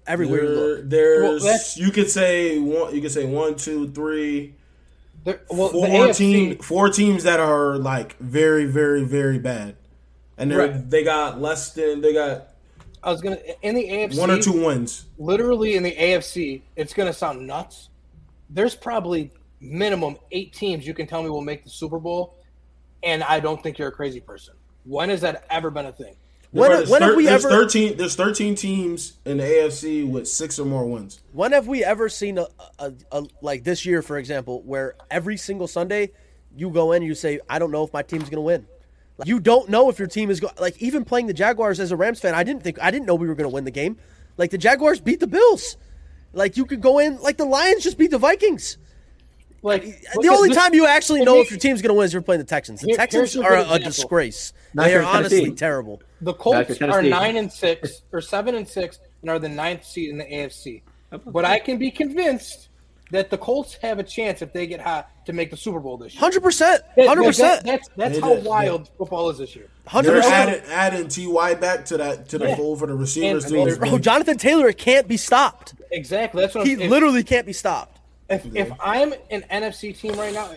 Speaker 4: everywhere you
Speaker 1: There,
Speaker 4: look.
Speaker 2: Well,
Speaker 1: there's
Speaker 2: that's-
Speaker 1: you could say one you could say one, two, three,
Speaker 2: There- well, the
Speaker 1: four team-
Speaker 2: AFC,
Speaker 1: four teams that are like very, very, very bad. And they're
Speaker 2: Right.
Speaker 1: they got less than they got
Speaker 2: I was gonna in the AFC
Speaker 1: one or two wins.
Speaker 2: literally in the AFC, it's going to sound nuts. There's probably minimum eight teams you can tell me will make the Super Bowl, and I don't think you're a crazy person. When has that ever been a thing?
Speaker 4: When-
Speaker 1: There's
Speaker 4: when have we
Speaker 1: there's
Speaker 4: ever-
Speaker 1: thirteen there's thirteen teams in the AFC with six or more wins.
Speaker 4: When have we ever seen a, a, a like this year, for example, where every single Sunday you go in and you say, I don't know if my team's gonna win. Like, you don't know if your team is going. Like even playing the Jaguars as a Rams fan, I didn't think I didn't know we were gonna win the game. Like the Jaguars beat the Bills. Like you could go in like the Lions just beat the Vikings.
Speaker 2: Like look
Speaker 4: the
Speaker 2: at
Speaker 4: only
Speaker 2: this-
Speaker 4: time you actually
Speaker 2: to
Speaker 4: know
Speaker 2: me-
Speaker 4: if your team's gonna win is you're playing the Texans. The
Speaker 2: Here-
Speaker 4: Texans
Speaker 2: here's a
Speaker 4: are
Speaker 2: good
Speaker 4: a, a
Speaker 2: example.
Speaker 4: disgrace.
Speaker 3: Not
Speaker 4: they are
Speaker 3: for Tennessee.
Speaker 4: honestly terrible.
Speaker 2: the
Speaker 3: Back
Speaker 2: Colts
Speaker 3: to
Speaker 2: are
Speaker 3: Tennessee.
Speaker 2: nine and six or seven and six and are the ninth seed in the AFC. But I can be convinced that the Colts have a chance if they get hot to make the Super Bowl this year.
Speaker 4: Hundred percent,
Speaker 2: That-
Speaker 4: hundred
Speaker 2: that-
Speaker 4: percent,
Speaker 2: That's that's
Speaker 1: They
Speaker 2: how
Speaker 1: did,
Speaker 2: wild football is this year.
Speaker 4: hundred
Speaker 1: They're
Speaker 4: percent.
Speaker 1: adding adding T Y back to that to the
Speaker 2: Yeah.
Speaker 1: fold for the receivers
Speaker 2: And-
Speaker 1: too. is
Speaker 2: and-
Speaker 4: Bro,
Speaker 1: big.
Speaker 4: Jonathan Taylor can't be stopped.
Speaker 2: Exactly. That's what
Speaker 4: He
Speaker 2: I'm saying.
Speaker 4: literally can't be stopped.
Speaker 2: If, if I'm an NFC team right now,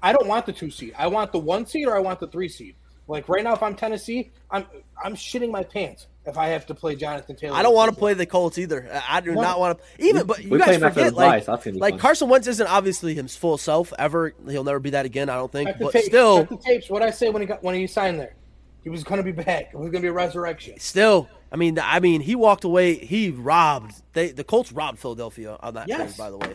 Speaker 2: I don't want the two seed. I want the one seed or I want the three seed. Like right now, if I'm Tennessee, I'm I'm shitting my pants if I have to play Jonathan Taylor.
Speaker 4: I don't want to play the Colts either. I- I do
Speaker 2: No.
Speaker 4: not want to. Even, but you
Speaker 3: we're
Speaker 4: guys
Speaker 3: playing after
Speaker 4: forget
Speaker 3: the
Speaker 4: like,
Speaker 3: buys. That's gonna be
Speaker 4: like
Speaker 3: fun.
Speaker 4: Carson Wentz isn't obviously his full self ever. He'll never be that again. I don't think.
Speaker 2: Check the
Speaker 4: But
Speaker 2: tapes,
Speaker 4: still,
Speaker 2: check the tapes. What I say when he got when he signed there, he was gonna be back. It was gonna be a resurrection.
Speaker 4: still, I mean, I mean, he walked away. He robbed. They the Colts robbed Philadelphia on that
Speaker 2: Yes.
Speaker 4: trade, by the way.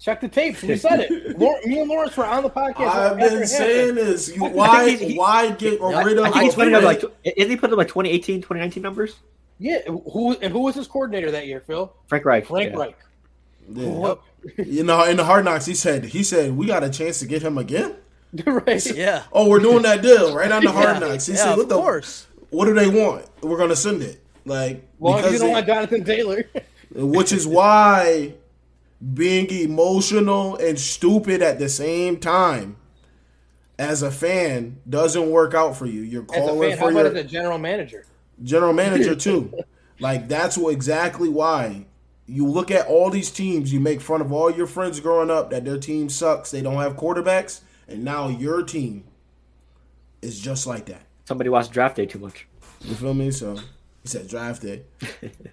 Speaker 2: Check the tapes. We said
Speaker 4: *laughs*
Speaker 2: it. Lor- me and Lawrence were on the podcast.
Speaker 1: I've
Speaker 2: after
Speaker 1: been
Speaker 2: it
Speaker 1: saying
Speaker 2: happened.
Speaker 1: this. You, why
Speaker 3: he-
Speaker 1: why get
Speaker 3: I,
Speaker 1: rid of
Speaker 3: I think he's
Speaker 1: a
Speaker 3: putting up
Speaker 1: player-
Speaker 3: like tw- isn't he putting up like 2018, 2019 numbers?
Speaker 2: Yeah. Who and who was his coordinator that year, Phil?
Speaker 3: Frank Reich.
Speaker 2: Frank
Speaker 3: yeah.
Speaker 2: Reich.
Speaker 1: Yeah.
Speaker 2: What?
Speaker 1: You know, in the hard knocks, he said he said we got a chance to get him again.
Speaker 2: *laughs* right.
Speaker 4: Yeah.
Speaker 1: Oh, we're doing that deal right on the
Speaker 4: Yeah,
Speaker 1: hard knocks. He
Speaker 4: yeah,
Speaker 1: said,
Speaker 4: of
Speaker 1: "What the?
Speaker 4: course.
Speaker 1: What do they want? We're gonna send it." Like,
Speaker 2: Long as you
Speaker 1: because
Speaker 2: don't
Speaker 1: it-
Speaker 2: want Jonathan Taylor. *laughs*
Speaker 1: which is why being emotional and stupid at the same time as a fan doesn't work out for you. You're
Speaker 2: As a
Speaker 1: calling
Speaker 2: fan, how
Speaker 1: for
Speaker 2: about as
Speaker 1: your
Speaker 2: a general manager? *laughs*
Speaker 1: general manager too. like that's what exactly why you look at all these teams. You make fun of all your friends growing up that their team sucks. They don't have quarterbacks, and now your team is just like that.
Speaker 3: Somebody watched draft day too much.
Speaker 1: You feel me? So he said draft day.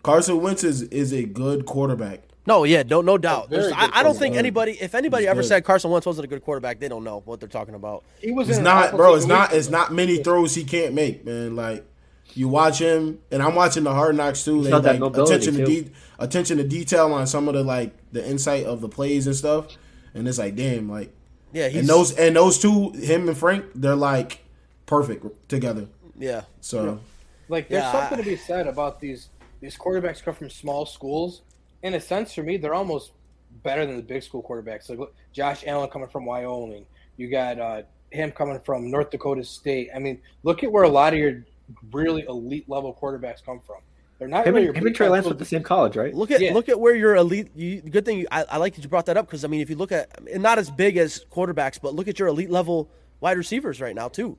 Speaker 1: Carson Wentz is, is a good quarterback.
Speaker 4: No, yeah, no, no doubt.
Speaker 2: very
Speaker 4: There's- I,
Speaker 2: good
Speaker 4: I don't think
Speaker 1: quarterback.
Speaker 4: anybody, if anybody
Speaker 1: He's
Speaker 4: ever
Speaker 1: good.
Speaker 4: said Carson Wentz wasn't a good quarterback, they don't know what they're talking about.
Speaker 2: He was
Speaker 1: It's
Speaker 2: in an
Speaker 1: not,
Speaker 2: awful
Speaker 1: bro. It's not.
Speaker 2: situation.
Speaker 1: It's not many throws he can't make, man. Like you watch him, and I'm watching the Hard Knocks too. They
Speaker 3: got that
Speaker 1: like
Speaker 3: mobility,
Speaker 1: attention to
Speaker 3: too.
Speaker 1: de- attention to detail on some of the like the insight of the plays and stuff. And it's like, damn, like
Speaker 4: Yeah, he's
Speaker 1: and those and those two, him and Frank, they're like perfect together.
Speaker 4: yeah.
Speaker 1: So
Speaker 2: Like there's
Speaker 4: Yeah,
Speaker 2: something
Speaker 4: I-
Speaker 2: to be said about these these quarterbacks come from small schools. In a sense, for me, they're almost better than the big school quarterbacks. Like look, Josh Allen coming from Wyoming, you got uh, him coming from North Dakota State. I mean, look at where a lot of your really elite level quarterbacks come from. They're not
Speaker 3: Him
Speaker 2: really
Speaker 3: and,
Speaker 2: your
Speaker 3: him
Speaker 2: big
Speaker 3: and Trey
Speaker 2: time
Speaker 3: Lance
Speaker 2: schools.
Speaker 3: went to the same college, right?
Speaker 4: Look at
Speaker 2: Yeah.
Speaker 4: look at where your elite. You, good thing you, I, I like that you brought that up because I mean, if you look at and not as big as quarterbacks, but look at your elite level wide receivers right now too.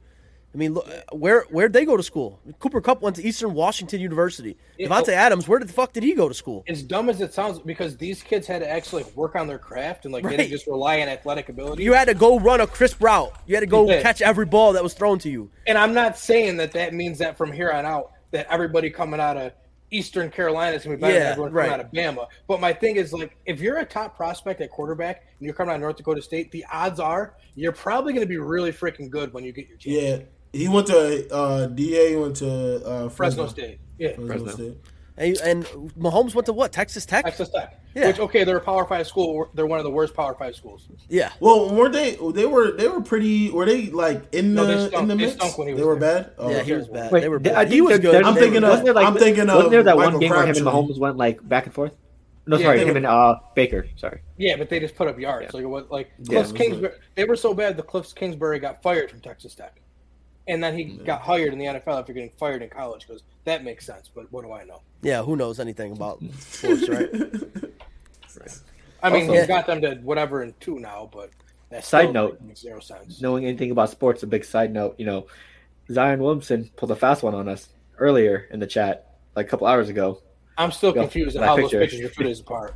Speaker 4: I mean, look, where where'd they go to school? Cooper Cup went to Eastern Washington University.
Speaker 2: Yeah,
Speaker 4: Devontae
Speaker 2: oh.
Speaker 4: Adams, where the fuck did he go to school?
Speaker 2: as dumb as it sounds, because these kids had to actually like, work on their craft and like
Speaker 4: Right.
Speaker 2: didn't just rely on athletic ability.
Speaker 4: You had to go run a crisp route. You had to go
Speaker 2: Yeah.
Speaker 4: catch every ball that was thrown to you.
Speaker 2: and I'm not saying that that means that from here on out that everybody coming out of Eastern Carolina is going to be better
Speaker 4: Yeah,
Speaker 2: than everyone
Speaker 4: right.
Speaker 2: coming out of Bama. But my thing is like, if you're a top prospect at quarterback and you're coming out of North Dakota State, the odds are you're probably going to be really freaking good when you get your chance.
Speaker 1: yeah, he went to uh, Da. Went to uh, Fresno,
Speaker 2: Fresno
Speaker 4: Mm-hmm.
Speaker 2: State, yeah.
Speaker 1: Fresno
Speaker 3: Fresno.
Speaker 1: State.
Speaker 4: And, and Mahomes went to what? Texas Tech?
Speaker 2: Texas Tech.
Speaker 4: Yeah.
Speaker 2: Which okay, they're a Power Five school. They're one of the worst Power Five schools.
Speaker 4: Yeah.
Speaker 1: Well, weren't they? They were. They were pretty. Were they like in the
Speaker 2: No, they stunk-
Speaker 1: in the
Speaker 2: they
Speaker 1: mix?
Speaker 2: stunk when he
Speaker 1: they
Speaker 2: was
Speaker 1: were
Speaker 2: there.
Speaker 1: bad. Oh,
Speaker 4: yeah,
Speaker 1: okay.
Speaker 4: he was bad.
Speaker 3: Wait,
Speaker 4: they were
Speaker 3: th-
Speaker 4: bad.
Speaker 3: I
Speaker 4: he
Speaker 3: think
Speaker 4: was
Speaker 3: they're-
Speaker 4: good.
Speaker 3: they're-
Speaker 1: I'm
Speaker 4: They
Speaker 1: thinking
Speaker 4: were
Speaker 1: of-
Speaker 4: good.
Speaker 3: wasn't there, like,
Speaker 1: I'm thinking
Speaker 3: wasn't
Speaker 1: of
Speaker 3: there that
Speaker 1: Michael
Speaker 3: one game where him and
Speaker 1: Crabtree.
Speaker 3: Mahomes went like back and forth? No,
Speaker 2: Yeah.
Speaker 3: sorry, him and uh, Baker. Sorry.
Speaker 2: Yeah, but they just put up yards. Like it was like
Speaker 1: Yeah,
Speaker 2: Cliff
Speaker 1: it was
Speaker 2: Kingsbury. They were so bad. The Cliff Kingsbury got fired from Texas Tech, and then he got hired in the NFL after getting fired in college. Because that makes sense. But what do I know?
Speaker 4: Yeah, who knows anything about
Speaker 1: Oh, *laughs*
Speaker 4: sports, right?
Speaker 2: I mean,
Speaker 3: Also-
Speaker 2: he got them to whatever in two now, but that
Speaker 3: Side
Speaker 2: still
Speaker 3: note.
Speaker 2: makes zero sense.
Speaker 3: Knowing anything about sports, a big side note, you know, Zion Williamson pulled a fast one on us earlier in the chat, like a couple hours ago.
Speaker 2: I'm still
Speaker 3: Go,
Speaker 2: confused on
Speaker 3: that
Speaker 2: how
Speaker 3: picture.
Speaker 2: those pictures are two days apart.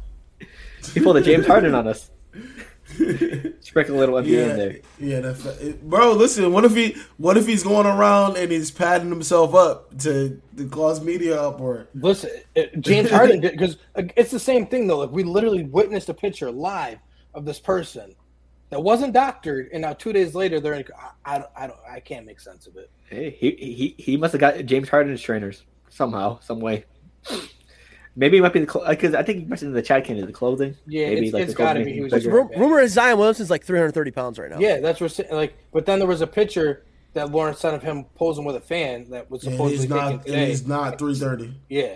Speaker 3: He pulled a James Harden on us. Sprinkle a little *laughs* NBA
Speaker 1: Yeah,
Speaker 3: in there.
Speaker 1: yeah, that's it- bro. Listen, what if he, what if he's going around and he's padding himself up to, to cause media uproar?
Speaker 2: Listen,
Speaker 3: *laughs*
Speaker 2: it, James Harden did because it's the same thing though. Like we literally witnessed a picture live of this person that wasn't doctored, and now two days later they're in. I, I, don't- I don't. I can't make sense of it.
Speaker 3: Hey, he he he must have got James Harden's trainers somehow, some way. Maybe it might be the because I think you mentioned in the chat can the clothing.
Speaker 2: Yeah,
Speaker 3: Maybe
Speaker 2: it's- it's
Speaker 3: the clothing
Speaker 2: gotta be.
Speaker 3: making
Speaker 2: He was
Speaker 3: bigger.
Speaker 2: just
Speaker 4: Ru- rumor is Zion Williamson's like 330 pounds right now.
Speaker 2: Yeah, that's what. Like, but then there was a picture that Lawrence sent of him posing with a fan that was
Speaker 1: And
Speaker 2: supposedly
Speaker 1: he's
Speaker 2: taken
Speaker 1: not, and
Speaker 2: today.
Speaker 1: he's not three thirty.
Speaker 2: Yeah,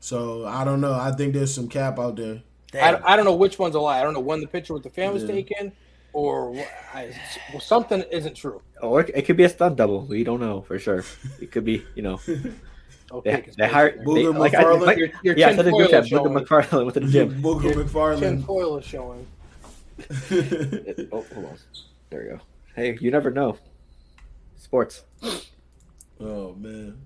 Speaker 1: So I don't know. I think there's some cap out there.
Speaker 4: Damn.
Speaker 2: I, I don't know which one's a lie. I don't know when the picture with the fan was
Speaker 1: Yeah.
Speaker 2: taken, or wh- I, well, something isn't true.
Speaker 3: or it could be a stunt double. We don't know for sure. It could be
Speaker 2: *laughs*
Speaker 3: you know
Speaker 2: Okay,
Speaker 3: they, they hired they,
Speaker 1: Booger
Speaker 3: like, I,
Speaker 1: McFarlane?
Speaker 3: like,
Speaker 2: Your- your
Speaker 3: yeah, I
Speaker 2: tin
Speaker 3: said in the group
Speaker 2: foil
Speaker 3: chat,
Speaker 2: showing.
Speaker 3: Booger McFarlane went to
Speaker 1: *laughs*
Speaker 3: the gym.
Speaker 1: Booker
Speaker 2: Tim
Speaker 1: McFarland.
Speaker 2: Coyle is showing.
Speaker 3: oh, hold on, there we go. Hey, you never know. Sports.
Speaker 1: *laughs* oh man,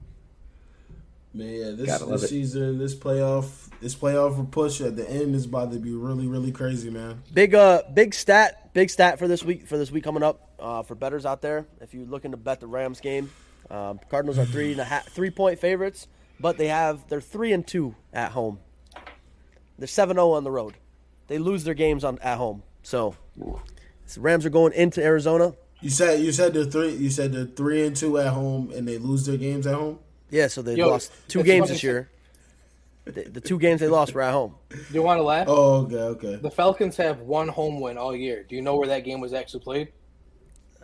Speaker 1: man, yeah. This,
Speaker 3: Gotta love
Speaker 1: this
Speaker 3: it.
Speaker 1: season, this playoff, this playoff push at the end is about to be really, really crazy, man.
Speaker 4: Big uh big stat, big stat for this week for this week coming up uh, for betters out there. If you're looking to bet the Rams game, um, Cardinals are three and a half three point favorites, but they have they're three and two at home. They're seven zero on the road. They lose their games on at home, so so Rams are going into Arizona.
Speaker 1: You said you said they're three. You said they're three and two at home, and they lose their games at home.
Speaker 4: Yeah, so they
Speaker 2: Yo,
Speaker 4: lost two
Speaker 2: that's
Speaker 4: games
Speaker 2: funny.
Speaker 4: this year. The, the two games they lost were at home.
Speaker 2: Do you want to laugh?
Speaker 1: Oh, okay, okay.
Speaker 2: The Falcons have one home win all year. Do you know where that game was actually played?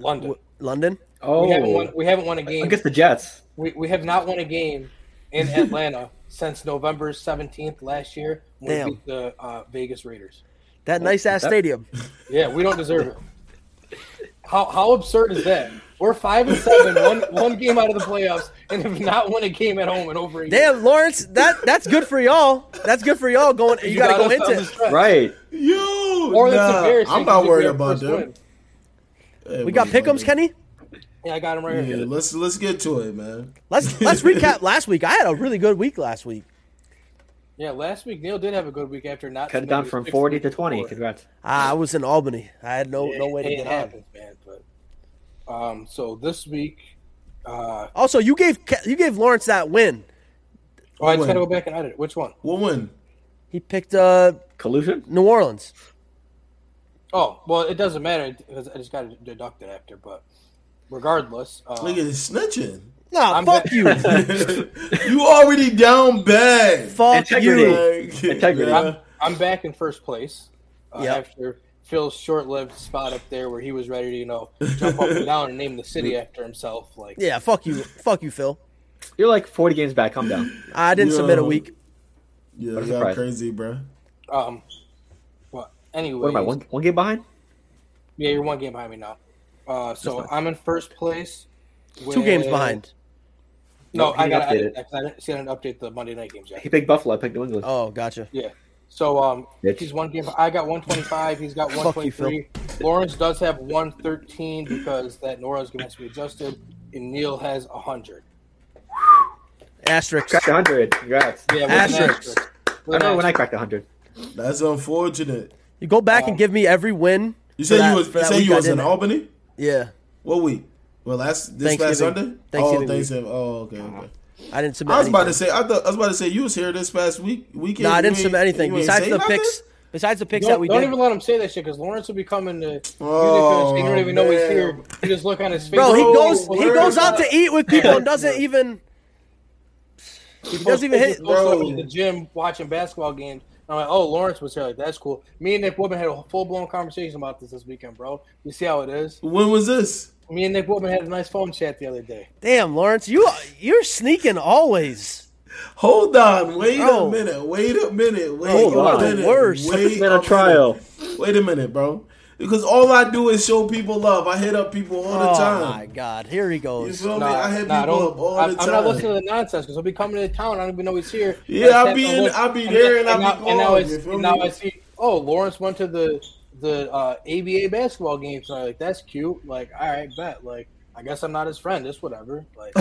Speaker 2: London.
Speaker 4: W- London.
Speaker 3: Oh,
Speaker 2: We haven't won. We haven't won a game.
Speaker 3: against the Jets.
Speaker 2: We, we have not won a game in Atlanta since November seventeenth last year when
Speaker 4: Damn.
Speaker 2: we beat the uh, Vegas Raiders.
Speaker 4: That nice ass
Speaker 3: that-
Speaker 4: stadium.
Speaker 2: Yeah, we don't deserve it. How how absurd is that? We're five and seven, one one game out of the playoffs, and have not won a game at home in over a year.
Speaker 4: Damn, Lawrence, that that's good for y'all. That's good for y'all going. You, gotta,
Speaker 2: got us
Speaker 4: go
Speaker 2: down
Speaker 4: into.
Speaker 2: the stretch.
Speaker 3: Right.
Speaker 1: Yo,
Speaker 2: Or that's
Speaker 1: nah,
Speaker 2: embarrassing
Speaker 1: I'm
Speaker 2: 'cause
Speaker 1: not
Speaker 2: we
Speaker 1: worried
Speaker 2: have
Speaker 1: about
Speaker 2: first
Speaker 1: them.
Speaker 2: win.
Speaker 1: Hey,
Speaker 4: We got
Speaker 1: worried about them.
Speaker 4: pickums, Kenny.
Speaker 2: Yeah, I got him right here.
Speaker 1: Yeah, let's let's get to it, man. *laughs*
Speaker 4: Let's let's recap last week. I had a really good week last week.
Speaker 2: Yeah, last week Neil did have a good week after not
Speaker 3: Cut it down from forty to twenty. Congrats.
Speaker 4: Ah, I was in Albany. I had no
Speaker 2: No
Speaker 4: no way to get
Speaker 2: it
Speaker 4: on.
Speaker 2: happens, man. But um, so this week, uh,
Speaker 4: Also, you gave Ke- you gave Lawrence that win.
Speaker 2: oh, I just
Speaker 1: Win.
Speaker 2: gotta go back and edit. it. Which one?
Speaker 1: We'll win.
Speaker 4: He picked uh
Speaker 3: Collusion.
Speaker 4: New Orleans.
Speaker 2: Oh, well, it doesn't matter because I just gotta deduct it after. But regardless, uh,
Speaker 1: Look at this snitching. *laughs*
Speaker 4: Nah,
Speaker 2: I'm
Speaker 4: fuck
Speaker 2: back.
Speaker 4: you.
Speaker 1: you already down bad.
Speaker 4: fuck
Speaker 3: Integrity.
Speaker 4: you.
Speaker 1: Like,
Speaker 3: Integrity.
Speaker 1: yeah.
Speaker 2: I'm back in first place uh,
Speaker 4: Yep.
Speaker 2: after Phil's short-lived spot up there where he was ready to, you know, jump up and down and name the city after himself. Like,
Speaker 4: Yeah, fuck you. Fuck you, Phil.
Speaker 3: You're like forty games back.
Speaker 4: *laughs*
Speaker 3: Calm down.
Speaker 4: I didn't submit a
Speaker 1: Yo.
Speaker 4: week.
Speaker 1: Yeah,
Speaker 3: a
Speaker 1: y'all
Speaker 3: surprise.
Speaker 1: crazy, bro.
Speaker 2: um, but anyway,
Speaker 3: What am I? One one game behind.
Speaker 2: yeah, you're one game behind me now. Uh, so I'm in first place.
Speaker 4: Two games
Speaker 2: with-
Speaker 4: behind.
Speaker 2: No,
Speaker 3: Nope,
Speaker 2: I
Speaker 3: he
Speaker 2: gotta
Speaker 3: updated.
Speaker 2: edit that 'cause I didn't see an update the Monday night games yet.
Speaker 3: He picked Buffalo. I picked New England.
Speaker 4: Oh, gotcha.
Speaker 2: Yeah. So um,
Speaker 3: Bitch.
Speaker 2: he's one game. I got 125. He's got
Speaker 4: Fuck you, Phil.
Speaker 2: 123. Lawrence does have 113 because that Nora's going to have to be adjusted, and Neil has 100.
Speaker 4: Asterisk.
Speaker 3: Cracked hundred. Congrats.
Speaker 2: Yeah, with an
Speaker 4: Asterisk.
Speaker 2: asterisk.
Speaker 3: I
Speaker 2: With an
Speaker 3: remember when I
Speaker 2: asterisk.
Speaker 3: cracked hundred.
Speaker 1: That's unfortunate.
Speaker 4: You go back and
Speaker 2: Um,
Speaker 4: give me every win.
Speaker 1: Oh. You
Speaker 4: for
Speaker 1: said
Speaker 4: that-
Speaker 1: you was
Speaker 4: for
Speaker 1: you
Speaker 4: that
Speaker 1: said
Speaker 4: week
Speaker 1: you
Speaker 4: I
Speaker 1: was in
Speaker 4: didn't-
Speaker 1: Albany.
Speaker 4: Yeah,
Speaker 1: What week? Well, last this past
Speaker 4: Thanksgiving.
Speaker 1: Sunday.
Speaker 4: Thanksgiving
Speaker 1: oh,
Speaker 4: week. Uh-huh.
Speaker 1: Thanksgiving. Oh, okay, okay.
Speaker 4: I didn't submit.
Speaker 1: I was about
Speaker 4: anything.
Speaker 1: to say. I thought I was about to say you was here this past week weekend.
Speaker 4: No, I didn't
Speaker 1: You
Speaker 4: submit
Speaker 1: ain't-
Speaker 4: anything
Speaker 1: you ain't
Speaker 4: besides
Speaker 1: say
Speaker 4: the
Speaker 1: nothing?
Speaker 4: picks. Besides the picks that
Speaker 2: Don't,
Speaker 4: we
Speaker 2: don't
Speaker 4: did.
Speaker 2: even let him say that shit because Lawrence will be coming to.
Speaker 1: Oh,
Speaker 2: Oh, you don't even know he's here.
Speaker 1: man.
Speaker 2: You just look on his face.
Speaker 4: Bro, he
Speaker 1: Bro,
Speaker 4: goes he
Speaker 1: where
Speaker 4: goes
Speaker 1: is
Speaker 4: out to
Speaker 1: that?
Speaker 4: eat with people and doesn't even He doesn't even hit.
Speaker 2: Also
Speaker 1: Bro.
Speaker 2: in the gym watching basketball games. and I'm like, oh, Lawrence was here. Like, that's cool. Me and Nick Woodman had a full blown conversation about this this weekend, bro. You see how it is?
Speaker 1: When was this?
Speaker 2: Me and Nick Woodman had a nice phone chat the other day.
Speaker 4: Damn, Lawrence, you you're sneaking always.
Speaker 1: Hold on, wait
Speaker 4: Bro.
Speaker 1: a minute, wait a minute, wait
Speaker 3: Hold
Speaker 1: a
Speaker 3: on.
Speaker 1: minute,
Speaker 4: Worse.
Speaker 1: wait
Speaker 3: Man,
Speaker 1: *laughs*
Speaker 3: a trial.
Speaker 1: minute. wait a minute, bro. Because all I do is show people love. I hit up people all the
Speaker 4: oh my
Speaker 1: time.
Speaker 4: god, here he
Speaker 1: You
Speaker 4: goes.
Speaker 1: feel me? I hit
Speaker 2: nah,
Speaker 1: people
Speaker 2: don't-
Speaker 1: up all
Speaker 2: I,
Speaker 1: the
Speaker 2: I'm not
Speaker 1: time. *laughs*
Speaker 2: listening to the nonsense because he'll be coming to town. I don't even know he's here.
Speaker 1: Yeah,
Speaker 2: And I
Speaker 1: I'll
Speaker 2: sat
Speaker 1: be
Speaker 2: and
Speaker 1: in-
Speaker 2: looked,
Speaker 1: I'll be
Speaker 2: and
Speaker 1: there and
Speaker 2: then-
Speaker 1: I'll be
Speaker 2: now-
Speaker 1: gone,
Speaker 2: And
Speaker 1: you
Speaker 2: now, I,
Speaker 1: feel
Speaker 2: and now
Speaker 1: me?
Speaker 2: I see, oh, Lawrence went to the the uh, ABA basketball game tonight. Like that's cute. Like all right, bet. Like I guess I'm not his friend. It's whatever. Like
Speaker 1: *laughs*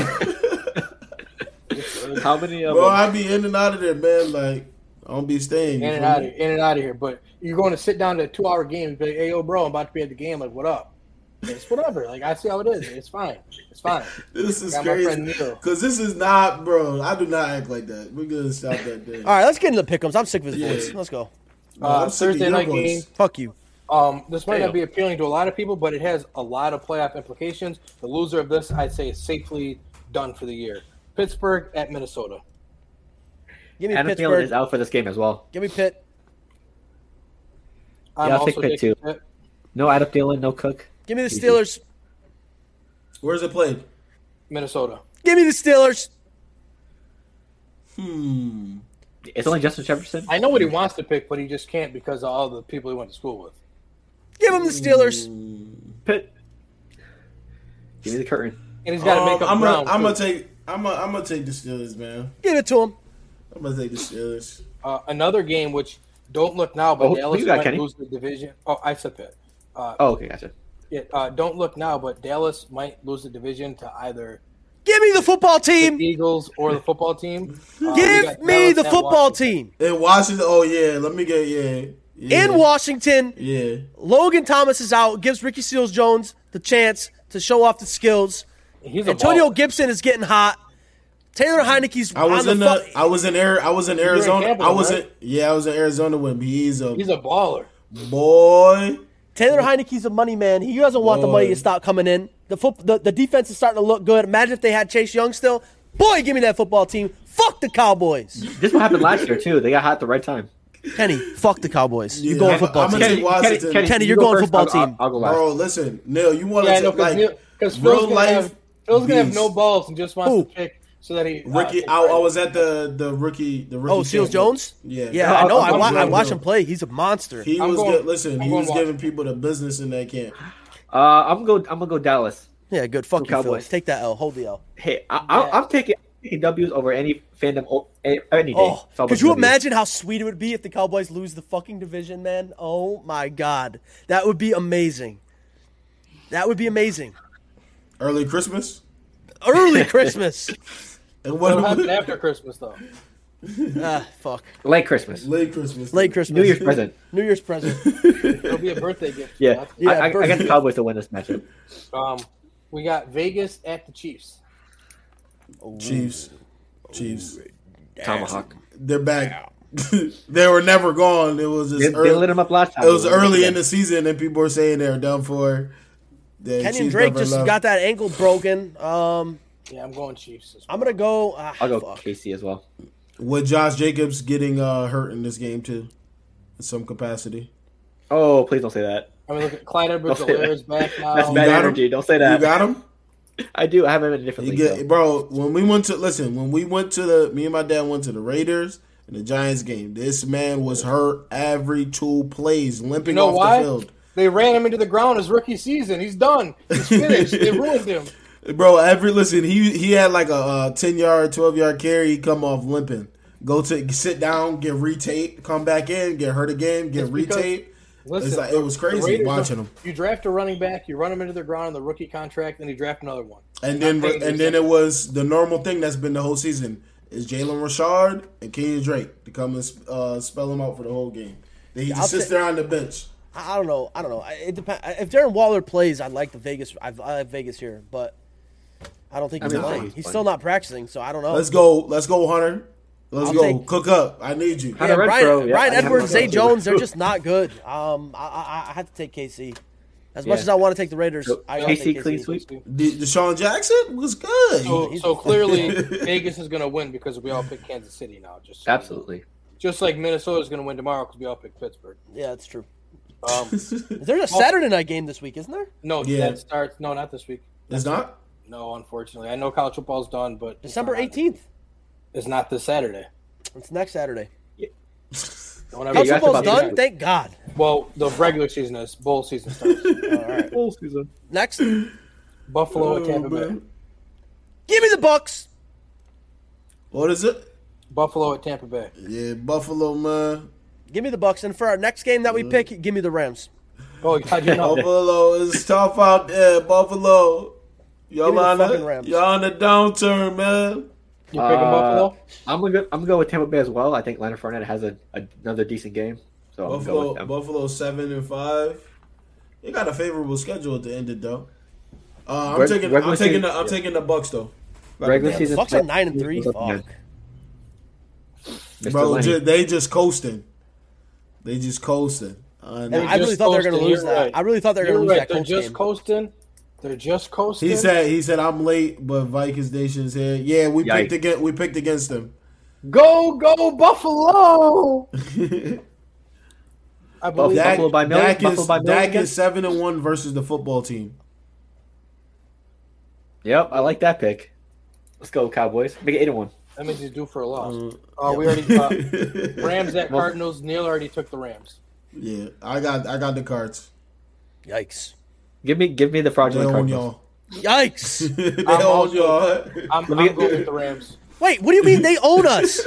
Speaker 2: it's, it's
Speaker 3: How many of
Speaker 1: Bro,
Speaker 3: them?
Speaker 1: I be in and out of there, man. Like I don't be staying.
Speaker 2: in
Speaker 1: you
Speaker 2: and
Speaker 1: feel
Speaker 2: out, of,
Speaker 1: me?
Speaker 2: in and out of here. But you're going to sit down to a two hour game and be like, hey, yo, bro, I'm about to be at the game. Like what up? It's whatever. Like I see how it is. It's fine. It's
Speaker 1: *laughs*
Speaker 2: fine.
Speaker 1: This is
Speaker 2: Got my friend
Speaker 1: crazy.
Speaker 2: Neil.
Speaker 1: Cause this is not, bro. I do not act like that. We're gonna stop
Speaker 4: *laughs*
Speaker 1: that thing.
Speaker 4: All right, let's get into the pickums. I'm sick of his
Speaker 1: Yeah.
Speaker 4: voice. Let's go.
Speaker 1: Bro,
Speaker 2: Uh,
Speaker 1: I'm sick of
Speaker 2: Thursday
Speaker 1: your
Speaker 2: night
Speaker 1: voice.
Speaker 2: game.
Speaker 4: Fuck you.
Speaker 2: Um, this might
Speaker 3: Damn.
Speaker 2: not be appealing to a lot of people, but it has a lot of playoff implications. The loser of this, I'd say, is safely done for the year. Pittsburgh at Minnesota.
Speaker 4: Give me
Speaker 3: Adam Thielen is
Speaker 4: Pittsburgh.
Speaker 3: out for this game as well.
Speaker 4: Give me Pitt.
Speaker 2: I'm
Speaker 3: Yeah, I'll take Pitt,
Speaker 2: taking
Speaker 3: too. No Adam Thielen, no Cook.
Speaker 4: Give me the
Speaker 3: Easy.
Speaker 4: Steelers.
Speaker 1: Where's it played?
Speaker 2: Minnesota.
Speaker 4: Give me the Steelers.
Speaker 1: Hmm.
Speaker 3: It's only Justin Jefferson.
Speaker 2: I know what he wants to pick, but he just can't because of all the people he went to school with.
Speaker 4: Give him the Steelers.
Speaker 3: Pitt. Give me the curtain.
Speaker 2: And he's got
Speaker 3: Oh,
Speaker 2: to make up
Speaker 1: I'm
Speaker 2: ground.
Speaker 1: gonna I'm gonna
Speaker 2: too.
Speaker 1: Um, take I'm gonna I'm gonna take the Steelers, man.
Speaker 4: Give it to him.
Speaker 1: I'm gonna take the Steelers.
Speaker 2: uh, another game which don't look now, but
Speaker 3: Oh, who
Speaker 2: Dallas
Speaker 3: you got,
Speaker 2: might
Speaker 3: Kenny?
Speaker 2: lose the division. Oh, I said Pitt. Uh,
Speaker 3: Oh, okay, gotcha.
Speaker 2: yeah, uh, don't look now, but Dallas might lose the division to either
Speaker 4: Give me the football
Speaker 2: the
Speaker 4: team.
Speaker 2: Eagles or the football team. Uh, we
Speaker 4: Give
Speaker 2: got
Speaker 4: me
Speaker 2: Dallas
Speaker 4: the
Speaker 2: at
Speaker 4: football
Speaker 2: Washington.
Speaker 4: team.
Speaker 1: In Washington, oh yeah, let me get yeah. yeah
Speaker 4: In Washington,
Speaker 1: Yeah.
Speaker 4: Logan Thomas is out. Gives Ricky Seals Jones the chance to show off the skills.
Speaker 2: He's a
Speaker 4: Antonio
Speaker 2: baller.
Speaker 4: Gibson is getting hot. Taylor Heineke's
Speaker 1: I was
Speaker 4: on
Speaker 1: in
Speaker 4: the,
Speaker 1: the,
Speaker 4: fu-
Speaker 1: I was in Air I was in
Speaker 2: in
Speaker 1: Arizona.
Speaker 2: Tampa,
Speaker 1: I was
Speaker 2: right?
Speaker 1: in yeah, I was in Arizona with him. He's a,
Speaker 2: He's a baller.
Speaker 1: boy.
Speaker 4: Taylor Heineke's a money man. He doesn't want the
Speaker 1: Boy.
Speaker 4: money to stop coming in. The, foot, the the defense is starting to look good. Imagine if they had Chase Young still. Boy, give me that football team. Fuck the Cowboys.
Speaker 3: This what happened last year too. They got hot at the right time.
Speaker 4: Kenny, fuck the Cowboys. You
Speaker 1: Yeah,
Speaker 4: going
Speaker 1: I'm-
Speaker 4: football
Speaker 1: I'm
Speaker 4: team.
Speaker 1: gonna take Washington.
Speaker 4: Kenny,
Speaker 3: you
Speaker 4: you're
Speaker 3: go
Speaker 4: going
Speaker 3: first.
Speaker 4: football
Speaker 3: I'll,
Speaker 4: team.
Speaker 3: I'll, I'll go last.
Speaker 1: Bro, listen, Neil, you want
Speaker 2: Yeah,
Speaker 1: to
Speaker 2: no,
Speaker 1: like
Speaker 2: because Phil's
Speaker 1: real
Speaker 2: gonna
Speaker 1: life
Speaker 2: have Phil's gonna have
Speaker 1: beast.
Speaker 2: no balls and just wants
Speaker 4: Who?
Speaker 2: to pick so that he uh,
Speaker 1: Ricky, I,
Speaker 2: *laughs*
Speaker 1: I was at the the rookie the rookie.
Speaker 4: Oh, Seals
Speaker 1: champion.
Speaker 4: Jones?
Speaker 1: Yeah,
Speaker 4: Yeah,
Speaker 3: No,
Speaker 4: I know. I,
Speaker 3: I'm- I'm
Speaker 4: wa- I
Speaker 3: going
Speaker 4: watch
Speaker 1: to.
Speaker 4: him play. He's a monster.
Speaker 1: He
Speaker 2: I'm
Speaker 1: was
Speaker 2: going-
Speaker 1: good. Listen,
Speaker 2: I'm
Speaker 1: he
Speaker 2: going
Speaker 1: was giving
Speaker 2: Washington.
Speaker 1: people the business in that camp.
Speaker 3: Uh, I'm going. I'm gonna go Dallas.
Speaker 4: Yeah, good. Fuck you, Phillies.
Speaker 3: Cowboys.
Speaker 4: Take that L. Hold the L.
Speaker 3: Hey, I, I, I'm taking I'm taking W's over any fandom o- any, any day.
Speaker 4: Oh,
Speaker 3: So I'm
Speaker 4: could
Speaker 3: gonna
Speaker 4: you
Speaker 3: W's.
Speaker 4: imagine how sweet it would be if the Cowboys lose the fucking division, man? Oh my god, that would be amazing. That would be amazing.
Speaker 1: Early Christmas.
Speaker 3: *laughs*
Speaker 4: Early Christmas.
Speaker 1: And *laughs*
Speaker 2: What
Speaker 1: what
Speaker 2: happened after Christmas though?
Speaker 4: ah, fuck.
Speaker 3: late Christmas,
Speaker 1: Late Christmas.
Speaker 4: Late Christmas.
Speaker 3: New Year's present?
Speaker 4: New Year's
Speaker 3: *laughs*
Speaker 4: present.
Speaker 2: It'll be a birthday gift.
Speaker 3: Yeah,
Speaker 4: Yeah,
Speaker 3: I, I, I got
Speaker 4: perfect.
Speaker 3: the Cowboys to win this matchup.
Speaker 2: Um, we got Vegas at the Chiefs.
Speaker 1: *laughs* Chiefs. Chiefs.
Speaker 3: Tomahawk.
Speaker 1: They're back. *laughs* they were never gone. It was just
Speaker 3: They, they
Speaker 1: early.
Speaker 3: lit him up last time.
Speaker 1: It was early in the season, and people were saying they were done for. The
Speaker 4: Kenyon
Speaker 1: Chiefs
Speaker 4: Drake
Speaker 1: never
Speaker 4: just
Speaker 1: left.
Speaker 4: got that ankle broken. Um,
Speaker 2: Yeah, I'm going Chiefs. as well.
Speaker 4: I'm gonna go. Ah,
Speaker 3: I'll go
Speaker 4: fuck.
Speaker 3: KC as well.
Speaker 1: with Josh Jacobs getting uh, hurt in this game too, in some capacity.
Speaker 3: Oh, please don't say that.
Speaker 2: I mean, look at Clyde edwards
Speaker 3: Don't say
Speaker 2: helaire is back now.
Speaker 3: That's
Speaker 1: You
Speaker 3: bad
Speaker 1: got him?
Speaker 3: energy. Don't say
Speaker 1: You
Speaker 3: that.
Speaker 1: got him.
Speaker 3: I do. I have him in a different
Speaker 1: You
Speaker 3: league.
Speaker 1: get
Speaker 3: though.
Speaker 1: bro. When we went to listen, when we went to the me and my dad went to the Raiders and the Giants game. This man was hurt every two plays, limping
Speaker 2: You know
Speaker 1: off
Speaker 2: why?
Speaker 1: the field.
Speaker 2: They ran him into the ground his rookie season. He's done. He's finished.
Speaker 1: *laughs*
Speaker 2: they ruined him.
Speaker 1: Bro, every listen, he he had like a uh, ten yard, twelve yard carry. He come off limping. Go to sit down, get retaped, come back in, get hurt again, get
Speaker 2: It's because-
Speaker 1: retaped.
Speaker 2: Listen,
Speaker 1: It's like- it was
Speaker 2: the
Speaker 1: crazy
Speaker 2: Raiders-
Speaker 1: watching him.
Speaker 2: You draft a running back, you run him into the ground on the rookie contract, then you draft another one.
Speaker 1: And then
Speaker 2: Not dangerous.
Speaker 1: and then it was the normal thing that's been the whole season is Jalen Rashard and Kenyon Drake to come and uh, spell him out for the whole game. Then he
Speaker 4: I'll
Speaker 1: just sits
Speaker 4: say-
Speaker 1: there on the bench.
Speaker 4: I I don't know. I don't know. I- It depends. If Darren Waller plays, I like the Vegas. I, I like Vegas here, but I don't think he's
Speaker 3: mean, I
Speaker 4: playing.
Speaker 3: think
Speaker 4: He's,
Speaker 3: he's
Speaker 4: still not practicing, so I don't know.
Speaker 1: Let's go, let's go, Hunter. Let's
Speaker 4: I'll
Speaker 1: go,
Speaker 4: take-
Speaker 1: cook up. I need you.
Speaker 4: Yeah,
Speaker 3: Hunter
Speaker 4: Brian,
Speaker 3: Renfro, yeah,
Speaker 4: Brian
Speaker 3: I have
Speaker 4: Edwards,
Speaker 1: him
Speaker 4: Zay
Speaker 1: on.
Speaker 4: Jones, they're just not good. Um, I, I, I had to take KC. As much
Speaker 3: Yeah.
Speaker 4: as I want to take the Raiders,
Speaker 3: So,
Speaker 4: I don't
Speaker 3: KC
Speaker 4: think
Speaker 3: clean
Speaker 4: KC
Speaker 3: sweep.
Speaker 1: De- Deshaun Jackson was good.
Speaker 2: So, so
Speaker 4: *laughs*
Speaker 2: clearly, Vegas is going to win because we all pick Kansas City now. Just so you know.
Speaker 3: Absolutely.
Speaker 2: Just like Minnesota is going to win tomorrow because we all pick Pittsburgh.
Speaker 4: Yeah, that's true. *laughs*
Speaker 2: Um,
Speaker 4: There's a Saturday night game this week, isn't there?
Speaker 2: no,
Speaker 1: Yeah.
Speaker 2: that starts. No, not this week.
Speaker 1: *laughs* it's not.
Speaker 2: No, unfortunately, I know college football's done, but it's
Speaker 4: December
Speaker 2: not-
Speaker 4: 18th.
Speaker 2: It's not this Saturday.
Speaker 4: It's next Saturday.
Speaker 2: Don't ever-
Speaker 3: Yeah,
Speaker 4: College
Speaker 3: you asked
Speaker 4: football's
Speaker 3: about
Speaker 4: done.
Speaker 3: that.
Speaker 4: Thank God.
Speaker 2: Well, the regular season is bowl season
Speaker 4: *laughs*
Speaker 2: starts.
Speaker 1: *laughs*
Speaker 4: All right.
Speaker 3: Full season.
Speaker 4: Next, give
Speaker 2: Buffalo
Speaker 1: Oh,
Speaker 2: at Tampa Bay.
Speaker 1: man.
Speaker 4: me the Bucks.
Speaker 1: What is it?
Speaker 2: Buffalo at Tampa Bay.
Speaker 1: Yeah, Buffalo
Speaker 3: *laughs*
Speaker 1: man.
Speaker 4: Give me the Bucks. And for our next game that we pick, give me the Rams.
Speaker 2: Oh God,
Speaker 4: *laughs*
Speaker 2: you know.
Speaker 1: Buffalo is tough out there. Buffalo,
Speaker 4: Give
Speaker 1: y'all
Speaker 4: me the
Speaker 1: on
Speaker 4: fucking
Speaker 1: a,
Speaker 4: Rams.
Speaker 1: y'all on a downturn, man.
Speaker 2: You picking
Speaker 3: Uh,
Speaker 2: Buffalo?
Speaker 3: I'm gonna go, I'm gonna go with Tampa Bay as well. I think Leonard Fournette has a, a- another decent game. So I'm gonna go
Speaker 1: Buffalo,
Speaker 3: with them.
Speaker 1: Buffalo seven and five. They got a favorable schedule at the end of though. Uh, I'm
Speaker 3: Reg-
Speaker 1: taking, I'm
Speaker 3: regular
Speaker 1: taking,
Speaker 3: season-
Speaker 1: the, I'm taking the Bucks though.
Speaker 3: Regular
Speaker 4: Damn,
Speaker 3: season.
Speaker 4: Bucks are nine and three.
Speaker 3: Mr.
Speaker 4: Fuck.
Speaker 3: Mr.
Speaker 1: Bro,
Speaker 3: Lenny.
Speaker 1: ju- they just coasting. They just coasting. Uh, I know.
Speaker 4: I really
Speaker 2: just
Speaker 4: thought they were going to
Speaker 2: coasting.
Speaker 4: lose
Speaker 2: You're
Speaker 4: that.
Speaker 2: right.
Speaker 4: I really thought they were
Speaker 2: You're
Speaker 4: going to lose
Speaker 2: right.
Speaker 4: that
Speaker 2: They're
Speaker 4: Colts
Speaker 2: just
Speaker 4: game.
Speaker 2: coasting. They're just coasting.
Speaker 1: He said, he said, I'm late, but Vikings Nation's here. Yeah, we picked
Speaker 3: Yikes.
Speaker 1: against, we picked against
Speaker 3: *laughs*
Speaker 1: them.
Speaker 2: "Go, go, Buffalo!"
Speaker 1: Dak,
Speaker 2: I believe.
Speaker 3: Dak- Buffalo by million?
Speaker 1: Dak is,
Speaker 3: Buffalo by million
Speaker 1: Dak
Speaker 3: again?
Speaker 1: is seven and one versus the football team.
Speaker 4: *laughs*
Speaker 3: Yep, I like that pick. Let's go Cowboys. Make it eight and one.
Speaker 2: That means he's due for a loss.
Speaker 1: Mm,
Speaker 2: uh, We already
Speaker 1: *laughs*
Speaker 2: uh, Rams at
Speaker 3: Well-
Speaker 2: Cardinals. Neil already took the Rams.
Speaker 1: yeah, I got, I got the cards.
Speaker 4: Yikes.
Speaker 3: Give me, give me the
Speaker 1: They
Speaker 3: fraudulent
Speaker 1: own
Speaker 3: Cardinals.
Speaker 4: *laughs*
Speaker 1: y'all.
Speaker 4: Yikes.
Speaker 1: they
Speaker 2: I'm
Speaker 1: own
Speaker 2: also-
Speaker 1: y'all.
Speaker 2: I'm,
Speaker 3: Let me-
Speaker 2: I'm going with the Rams.
Speaker 4: Wait, what do you mean they own us?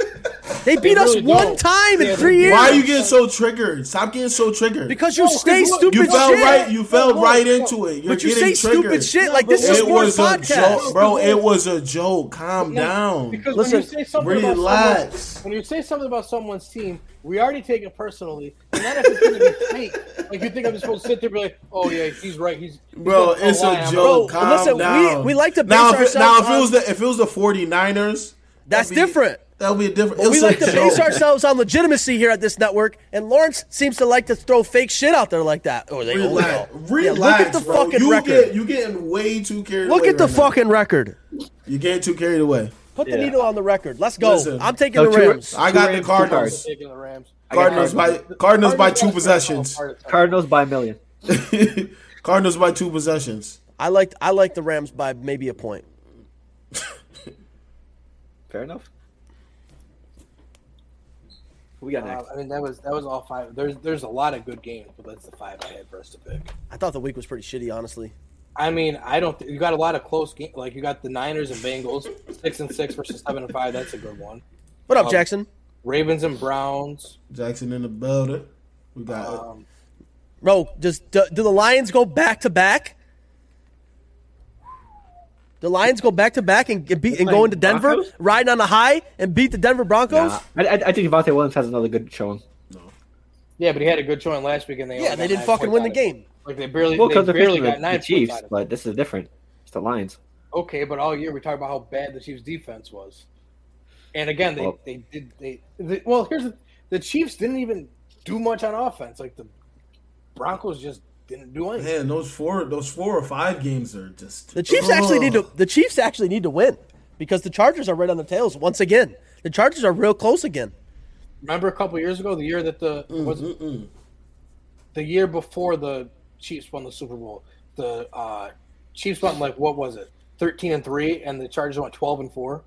Speaker 4: They beat us
Speaker 2: really
Speaker 4: one
Speaker 2: don't.
Speaker 4: time
Speaker 2: Yeah,
Speaker 4: in three
Speaker 2: they-
Speaker 4: years.
Speaker 1: Why are you getting so triggered? Stop getting so triggered.
Speaker 4: Because you
Speaker 2: No, 'cause
Speaker 4: stay
Speaker 2: look,
Speaker 4: stupid
Speaker 1: you fell
Speaker 4: shit.
Speaker 1: right, you fell
Speaker 2: No, no,
Speaker 1: right
Speaker 2: no.
Speaker 1: into it. You're
Speaker 4: but you
Speaker 1: getting
Speaker 4: say
Speaker 1: triggered.
Speaker 4: stupid shit like
Speaker 2: No,
Speaker 4: this is a
Speaker 2: but-
Speaker 1: It
Speaker 4: sports
Speaker 1: was a
Speaker 4: podcast.
Speaker 1: joke, bro. It was a joke. Calm down.
Speaker 2: Because
Speaker 4: Listen,
Speaker 2: when you say something about someone,
Speaker 1: Relax.
Speaker 2: when you say something about someone's team, we already take it personally. And not if it's going to be fake. Like you think I'm just supposed to sit there and be like, "Oh yeah, he's right. He's he's
Speaker 1: Bro,
Speaker 2: not gonna
Speaker 1: it's
Speaker 2: lie,
Speaker 1: a
Speaker 2: I'm
Speaker 1: joke.
Speaker 4: Bro,
Speaker 1: Calm
Speaker 4: listen, we-
Speaker 1: down.
Speaker 4: we like to base
Speaker 1: now, if it, now if
Speaker 4: ourselves
Speaker 1: it was
Speaker 4: on-
Speaker 1: the if it was the 49ers,
Speaker 4: That's
Speaker 1: that'd be-
Speaker 4: different.
Speaker 1: That'll be a different.
Speaker 4: But we
Speaker 1: it's
Speaker 4: like
Speaker 1: a
Speaker 4: to base
Speaker 1: joke.
Speaker 4: ourselves on legitimacy here at this network, and Lawrence seems to like to throw fake shit out there like that. Oh, they own
Speaker 1: Relax.
Speaker 4: y'all. Yeah,
Speaker 1: Relax.
Speaker 4: look at the
Speaker 1: bro.
Speaker 4: fucking
Speaker 1: you
Speaker 4: record.
Speaker 1: Get, you getting way too carried
Speaker 4: look
Speaker 1: away.
Speaker 4: at the
Speaker 1: right now.
Speaker 4: fucking record.
Speaker 1: You're getting too carried away.
Speaker 4: Put the
Speaker 3: Yeah.
Speaker 4: needle on the record. Let's go.
Speaker 1: Listen.
Speaker 4: I'm taking
Speaker 3: No,
Speaker 4: the
Speaker 3: two-
Speaker 4: Rams.
Speaker 1: I got the
Speaker 3: Rams, two
Speaker 1: Cardinals.
Speaker 2: Taking the Rams.
Speaker 1: Cardinals by
Speaker 3: Cardinals.
Speaker 1: Cardinals by two
Speaker 2: Cardinals
Speaker 1: possessions.
Speaker 2: are part of-
Speaker 3: Cardinals by a million.
Speaker 1: *laughs* Cardinals by two possessions.
Speaker 4: I like I like the Rams by maybe a point.
Speaker 3: Fair enough. Who we got
Speaker 2: Uh,
Speaker 3: next?
Speaker 2: I mean, that was that was all five. There's there's a lot of good games, but that's the five I had for us to pick.
Speaker 4: I thought the week was pretty shitty, honestly.
Speaker 2: I mean, I don't. Th- you got a lot of close games. Like you got the Niners and Bengals, six and six versus seven and five. That's a good one.
Speaker 4: What up,
Speaker 2: Um,
Speaker 4: Jackson?
Speaker 2: Ravens and Browns.
Speaker 1: Jackson in the building. We got it.
Speaker 2: Um,
Speaker 4: Bro, just do, do the Lions go back to back? The Lions go back to back and get beat and go into Denver,
Speaker 3: Broncos?
Speaker 4: riding on a high and beat the Denver Broncos.
Speaker 3: Nah, I, I, I think Devontae Williams has another good showing.
Speaker 2: yeah, but he had a good showing last week, and they
Speaker 4: Yeah,
Speaker 2: only
Speaker 4: they
Speaker 2: got
Speaker 4: didn't
Speaker 2: nine
Speaker 4: fucking
Speaker 2: points
Speaker 4: win
Speaker 2: out
Speaker 4: the
Speaker 2: of it.
Speaker 4: game.
Speaker 2: Like they barely,
Speaker 3: Well, because
Speaker 2: they
Speaker 3: they're
Speaker 2: barely
Speaker 3: facing the,
Speaker 2: got nine
Speaker 3: the
Speaker 2: points
Speaker 3: Chiefs,
Speaker 2: out of it.
Speaker 3: but this is different. It's the Lions.
Speaker 2: Okay, but all year we talked about how bad the Chiefs' defense was, and again they,
Speaker 3: Well-
Speaker 2: they did they, they well here's the, the Chiefs didn't even do much on offense. Like the Broncos just didn't do anything.
Speaker 1: Man, those four, those four or five games are just
Speaker 4: The Chiefs actually need to
Speaker 1: Ugh.
Speaker 4: the Chiefs actually need to win because the Chargers are right on the tails once again. The Chargers are real close again.
Speaker 2: Remember a couple years ago, the year that the
Speaker 1: Mm,
Speaker 2: was it- the year before the Chiefs won the Super Bowl, the uh, Chiefs went like what was it, thirteen and three, and the Chargers went twelve and four.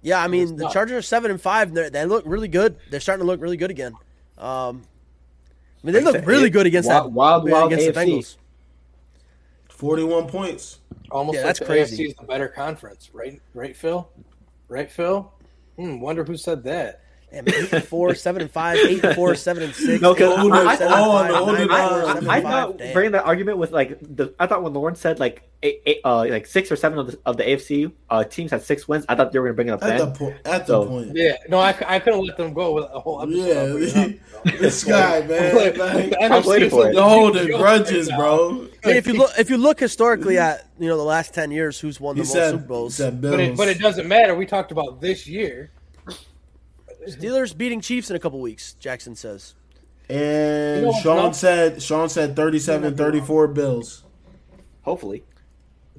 Speaker 4: Yeah, I mean the
Speaker 2: not.
Speaker 4: Chargers are seven and five. and they're- They look really good. They're starting to look really good again. Um, I mean they
Speaker 3: Like
Speaker 4: look
Speaker 3: the-
Speaker 4: really
Speaker 3: it-
Speaker 4: good against
Speaker 3: wild-
Speaker 4: that
Speaker 3: wild, wild
Speaker 4: against the
Speaker 3: AFC.
Speaker 4: Bengals.
Speaker 1: Forty-one points.
Speaker 2: Almost
Speaker 4: Yeah,
Speaker 2: like
Speaker 4: that's
Speaker 2: the
Speaker 4: crazy.
Speaker 2: AFC is the better conference, right? Right, Phil? Right, Phil? Hmm, wonder who said that.
Speaker 4: Damn, eight and four, seven and five, eight and four, seven and six.
Speaker 3: No, 'cause
Speaker 4: eight
Speaker 1: I-
Speaker 4: and four,
Speaker 1: I-
Speaker 4: seven and
Speaker 1: oh,
Speaker 4: five,
Speaker 1: no,
Speaker 4: nine
Speaker 1: hold
Speaker 4: and
Speaker 1: it
Speaker 4: four,
Speaker 1: on.
Speaker 4: seven
Speaker 3: I
Speaker 4: and five.
Speaker 3: thought
Speaker 4: Damn.
Speaker 3: bringing that argument with like the I thought when Lauren said like eight, eight, uh like six or seven of the of the AFC uh, teams had six wins, I thought they were gonna bring it up
Speaker 1: At the
Speaker 3: then.
Speaker 1: po- at the
Speaker 3: So-
Speaker 1: point,
Speaker 2: Yeah, no, I, c- I couldn't let them go with a whole episode.
Speaker 1: Yeah,
Speaker 2: on bringing it
Speaker 1: *laughs*
Speaker 2: up, bro.
Speaker 1: this guy, man,
Speaker 2: *laughs* Like,
Speaker 4: *laughs*
Speaker 1: like,
Speaker 2: the NFC
Speaker 3: waiting
Speaker 2: is
Speaker 3: for
Speaker 2: a
Speaker 3: it.
Speaker 1: you're holding
Speaker 2: joke
Speaker 1: grudges,
Speaker 2: right now.
Speaker 1: bro.
Speaker 4: I mean, if you look if you look historically at you know the last ten years, who's won the
Speaker 1: He
Speaker 4: most
Speaker 1: said,
Speaker 4: Super Bowls?
Speaker 1: he said
Speaker 2: But it,
Speaker 1: Bills.
Speaker 2: but it doesn't matter. We talked about this year.
Speaker 4: Steelers beating Chiefs in a couple weeks. Jackson says.
Speaker 1: And
Speaker 2: You know what's
Speaker 1: Sean
Speaker 2: not-
Speaker 1: said Sean said 37 34 Bills.
Speaker 3: Hopefully,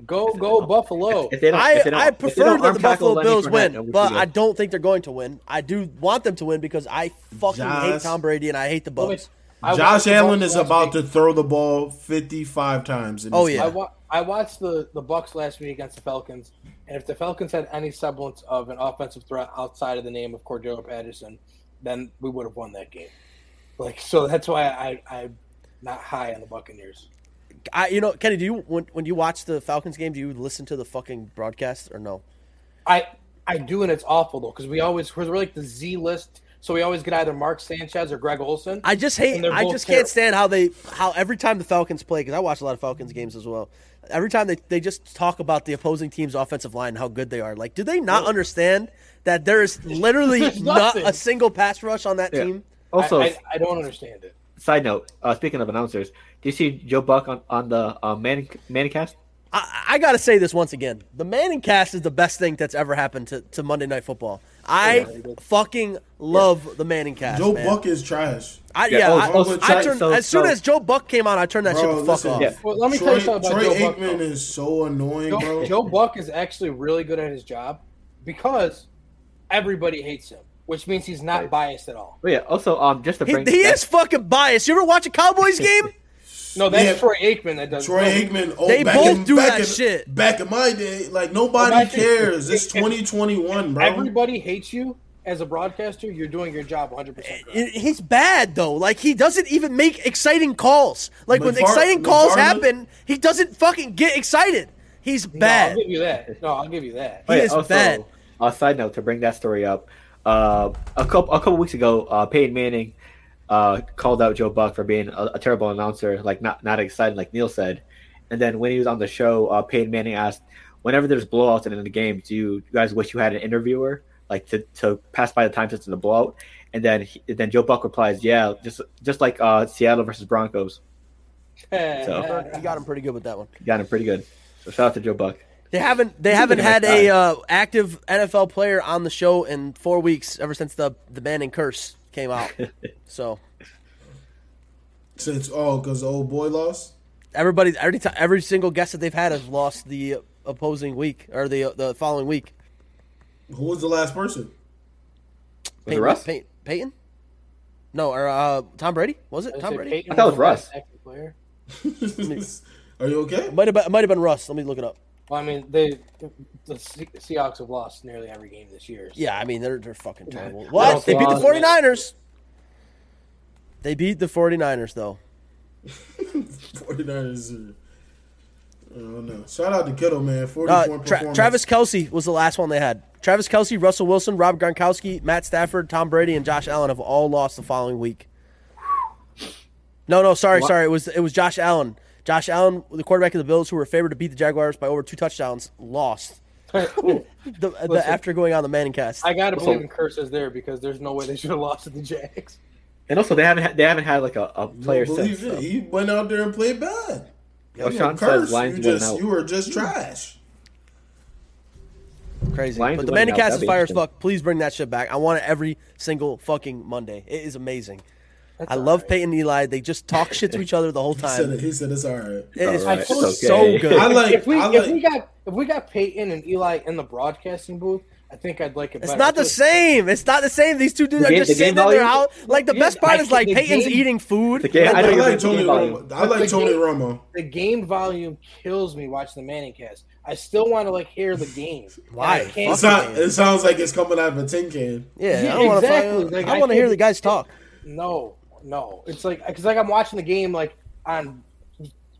Speaker 2: Go, go, Buffalo.
Speaker 3: if they don't,
Speaker 4: I,
Speaker 3: if they don't,
Speaker 4: I
Speaker 3: if they
Speaker 4: prefer
Speaker 3: don't
Speaker 4: that
Speaker 3: arm
Speaker 4: the
Speaker 3: tackle
Speaker 4: Buffalo
Speaker 3: Leonard
Speaker 4: Bills
Speaker 3: Fournette, then
Speaker 4: win,
Speaker 3: we
Speaker 4: but
Speaker 3: should
Speaker 4: I
Speaker 3: go.
Speaker 4: don't think they're going to win. I do want them to win because I fucking hate
Speaker 1: Josh.
Speaker 4: Tom Brady and I hate the Bucks.
Speaker 2: I watched
Speaker 1: Josh
Speaker 2: the
Speaker 1: Allen
Speaker 2: Bucks
Speaker 1: is
Speaker 2: last
Speaker 1: about to
Speaker 2: week.
Speaker 1: throw the ball 55 times. In
Speaker 4: Oh,
Speaker 1: this
Speaker 4: yeah.
Speaker 2: I,
Speaker 1: game.
Speaker 2: wa- I watched the, the Bucks last week against the Falcons, and if the Falcons had any semblance of an offensive threat outside of the name of Cordero Patterson, then we would have won that game. Like so, that's why I, I'm not high on the Buccaneers.
Speaker 4: I, you know, Kenny, do you when, when you watch the Falcons game, do you listen to the fucking broadcast or no?
Speaker 2: I I do, and it's awful though because we always we're like the Z list, so we always get either Mark Sanchez or Greg Olson.
Speaker 4: I just hate.
Speaker 2: And they're
Speaker 4: I
Speaker 2: both
Speaker 4: just can't
Speaker 2: terrible.
Speaker 4: stand how they how every time the Falcons play because I watch a lot of Falcons games as well. Every time they, they just talk about the opposing team's offensive line and how good they are. Like, do they not understand that there is
Speaker 2: *laughs*
Speaker 4: literally
Speaker 2: There's
Speaker 4: not
Speaker 2: nothing.
Speaker 4: a single pass rush on that
Speaker 3: Yeah.
Speaker 4: team?
Speaker 3: Also,
Speaker 2: I, I, I don't understand it.
Speaker 3: side note. Uh, speaking of announcers, do you see Joe Buck on on the uh, man manicast?
Speaker 4: I, I gotta say this once again: the Manning cast is the best thing that's ever happened to, to Monday Night Football. I fucking love the Manning cast.
Speaker 1: Joe
Speaker 4: man.
Speaker 1: Buck is trash.
Speaker 4: I,
Speaker 3: Yeah,
Speaker 4: yeah,
Speaker 3: oh,
Speaker 4: I,
Speaker 1: oh,
Speaker 4: I
Speaker 1: so-
Speaker 4: turned,
Speaker 3: so-
Speaker 4: as soon
Speaker 3: so-
Speaker 4: as Joe Buck came on, I turned that shit
Speaker 1: Bro,
Speaker 4: the fuck
Speaker 1: listen.
Speaker 4: off.
Speaker 3: Yeah.
Speaker 2: Well, let me
Speaker 1: Troy,
Speaker 2: tell you something about
Speaker 1: Troy
Speaker 2: Joe Buck.
Speaker 1: Aikman
Speaker 2: though.
Speaker 1: is so annoying,
Speaker 2: Joe,
Speaker 3: *laughs*
Speaker 1: bro.
Speaker 2: Joe Buck is actually really good at his job because everybody hates him, which means he's not
Speaker 3: Right.
Speaker 2: biased at all.
Speaker 3: But yeah. Also, um, just to
Speaker 4: He,
Speaker 3: bring
Speaker 4: he
Speaker 3: back-
Speaker 4: is fucking biased. You ever watch
Speaker 2: *laughs*
Speaker 4: a Cowboys game?
Speaker 2: No, that's
Speaker 1: Yeah.
Speaker 2: Troy Aikman that does.
Speaker 1: Troy
Speaker 2: no,
Speaker 1: Aikman. Oh,
Speaker 4: They
Speaker 1: back
Speaker 4: both
Speaker 1: in,
Speaker 4: do
Speaker 1: back
Speaker 4: that
Speaker 1: in,
Speaker 4: shit.
Speaker 1: Back in my day, like
Speaker 2: Well,
Speaker 1: nobody
Speaker 2: that's-
Speaker 1: cares. It's
Speaker 2: *laughs* if-
Speaker 1: 2021, bro.
Speaker 2: Everybody hates you as a broadcaster. You're doing your job 100. percent
Speaker 4: It- He's bad though. Like he doesn't even make exciting calls. Like when
Speaker 1: McFar-
Speaker 4: exciting calls
Speaker 1: McFarland-
Speaker 4: happen, he doesn't fucking get excited. He's
Speaker 2: No,
Speaker 4: bad.
Speaker 2: I'll give you that. No, I'll give you that.
Speaker 4: *laughs* He
Speaker 3: Oh, yeah,
Speaker 4: is bad.
Speaker 3: A side note to bring that story up: uh, a couple a couple weeks ago, uh, Peyton Manning uh, called out Joe Buck for being a, a terrible announcer, like not not excited, like Neil said. And then when he was on the show, uh, Peyton Manning asked, "Whenever there's blowouts in the game, do you, you guys wish you had an interviewer like to, to pass by the time since in the blowout?" And then he, then Joe Buck replies, "Yeah, just just like uh, Seattle versus Broncos, So-
Speaker 4: You got him pretty good with that one.
Speaker 3: got him pretty good." So shout out to Joe Buck.
Speaker 4: They haven't they
Speaker 3: He's a
Speaker 4: haven't
Speaker 3: nice
Speaker 4: had
Speaker 3: guy.
Speaker 4: a uh, active NFL player on the show in four weeks ever since the the Manning curse came
Speaker 3: *laughs*
Speaker 4: out. so
Speaker 1: Since oh, because the old boy lost.
Speaker 4: everybody every time every single guest that they've had has lost the opposing week or the the following week.
Speaker 1: Who was the last person? *laughs*
Speaker 3: Was it Russ?
Speaker 4: Peyton, Peyton? No, or uh, Tom Brady? Was it
Speaker 2: I
Speaker 4: Tom Brady?
Speaker 3: I thought it was Russ.
Speaker 2: Player.
Speaker 1: Are you okay?
Speaker 4: Might have been, might have been Russ. Let me look it up.
Speaker 2: Well, I mean, they the Se- Seahawks have lost nearly every game this year. *laughs* so-
Speaker 4: Yeah, I mean they're they're fucking terrible.
Speaker 2: Russ
Speaker 4: What? They beat the
Speaker 2: lost.
Speaker 4: 49ers. They beat the 49ers though.
Speaker 1: 49ers. Are, I don't know. Shout out to Kittle, man. 44
Speaker 4: Uh, Tra-
Speaker 1: performance.
Speaker 4: Travis Kelsey was the last one they had. Travis Kelsey, Russell Wilson, Rob Gronkowski, Matt Stafford, Tom Brady, and Josh Allen have all lost the following week. No, no, sorry, sorry. It was it was Josh Allen. Josh Allen, the quarterback of the Bills, who were favored to beat the Jaguars by over two touchdowns, lost. The, the
Speaker 2: Listen.
Speaker 4: after going on the Manning cast.
Speaker 2: I gotta
Speaker 3: So-
Speaker 2: believe in curses there because there's no way they should have lost to the Jags.
Speaker 3: And also, they haven't had, they haven't had like a, a
Speaker 1: Don't
Speaker 3: player
Speaker 1: believe
Speaker 3: since.
Speaker 1: it.
Speaker 3: so-
Speaker 1: He went out there and played bad.
Speaker 3: Oh,
Speaker 1: You
Speaker 3: Sean
Speaker 1: were cursed.
Speaker 3: says Lions
Speaker 1: you
Speaker 3: went
Speaker 1: just
Speaker 3: out.
Speaker 1: you were just trash.
Speaker 4: Crazy.
Speaker 3: Lions
Speaker 4: but the
Speaker 3: winning
Speaker 4: Manning
Speaker 3: out,
Speaker 4: cast
Speaker 3: that'd
Speaker 4: is
Speaker 3: be
Speaker 4: fire as
Speaker 3: interesting.
Speaker 4: fuck. Please bring that shit back. I want it every single fucking Monday. It is amazing.
Speaker 2: That's
Speaker 4: I
Speaker 2: all
Speaker 4: love
Speaker 2: right.
Speaker 4: Peyton and Eli. They just talk shit to each other the whole
Speaker 1: He said,
Speaker 4: time.
Speaker 1: it, he said it's all right.
Speaker 4: It is
Speaker 3: Alright,
Speaker 4: so-
Speaker 3: it's
Speaker 4: so
Speaker 3: okay.
Speaker 4: good.
Speaker 1: I like.
Speaker 2: if we
Speaker 1: I
Speaker 2: if
Speaker 1: like.
Speaker 2: we got if we got Peyton and Eli in the broadcasting booth, I think I'd like it.
Speaker 4: It's
Speaker 2: better.
Speaker 4: not the
Speaker 2: Just-
Speaker 4: same. It's not the same. These two dudes
Speaker 3: The
Speaker 4: are
Speaker 3: game-
Speaker 4: just
Speaker 3: the
Speaker 4: sitting
Speaker 3: game
Speaker 4: in their
Speaker 3: volume?
Speaker 4: house. Like the
Speaker 2: Yeah,
Speaker 4: best part
Speaker 2: I
Speaker 4: is
Speaker 2: think
Speaker 4: like
Speaker 2: the
Speaker 4: Peyton's
Speaker 2: game-
Speaker 4: eating food.
Speaker 3: The game-
Speaker 1: I,
Speaker 3: I
Speaker 1: like
Speaker 3: don't even
Speaker 1: Tony
Speaker 3: think about
Speaker 1: Romo.
Speaker 3: him.
Speaker 1: I like
Speaker 2: But the
Speaker 1: Tony
Speaker 2: game-
Speaker 1: Romo.
Speaker 2: The game volume kills me watching the Manning cast. I still want to like hear the
Speaker 4: *laughs*
Speaker 2: game.
Speaker 4: Why?
Speaker 2: I
Speaker 1: It,
Speaker 2: can't-
Speaker 4: Fuck.
Speaker 1: sound, it sounds like it's coming out of a tin can.
Speaker 4: Yeah,
Speaker 2: Yeah,
Speaker 4: I don't
Speaker 2: exactly.
Speaker 4: want to.
Speaker 2: Like,
Speaker 4: I
Speaker 2: I
Speaker 4: want to
Speaker 2: think-
Speaker 4: hear the guys talk.
Speaker 2: No, no. It's like because like I'm watching the game like on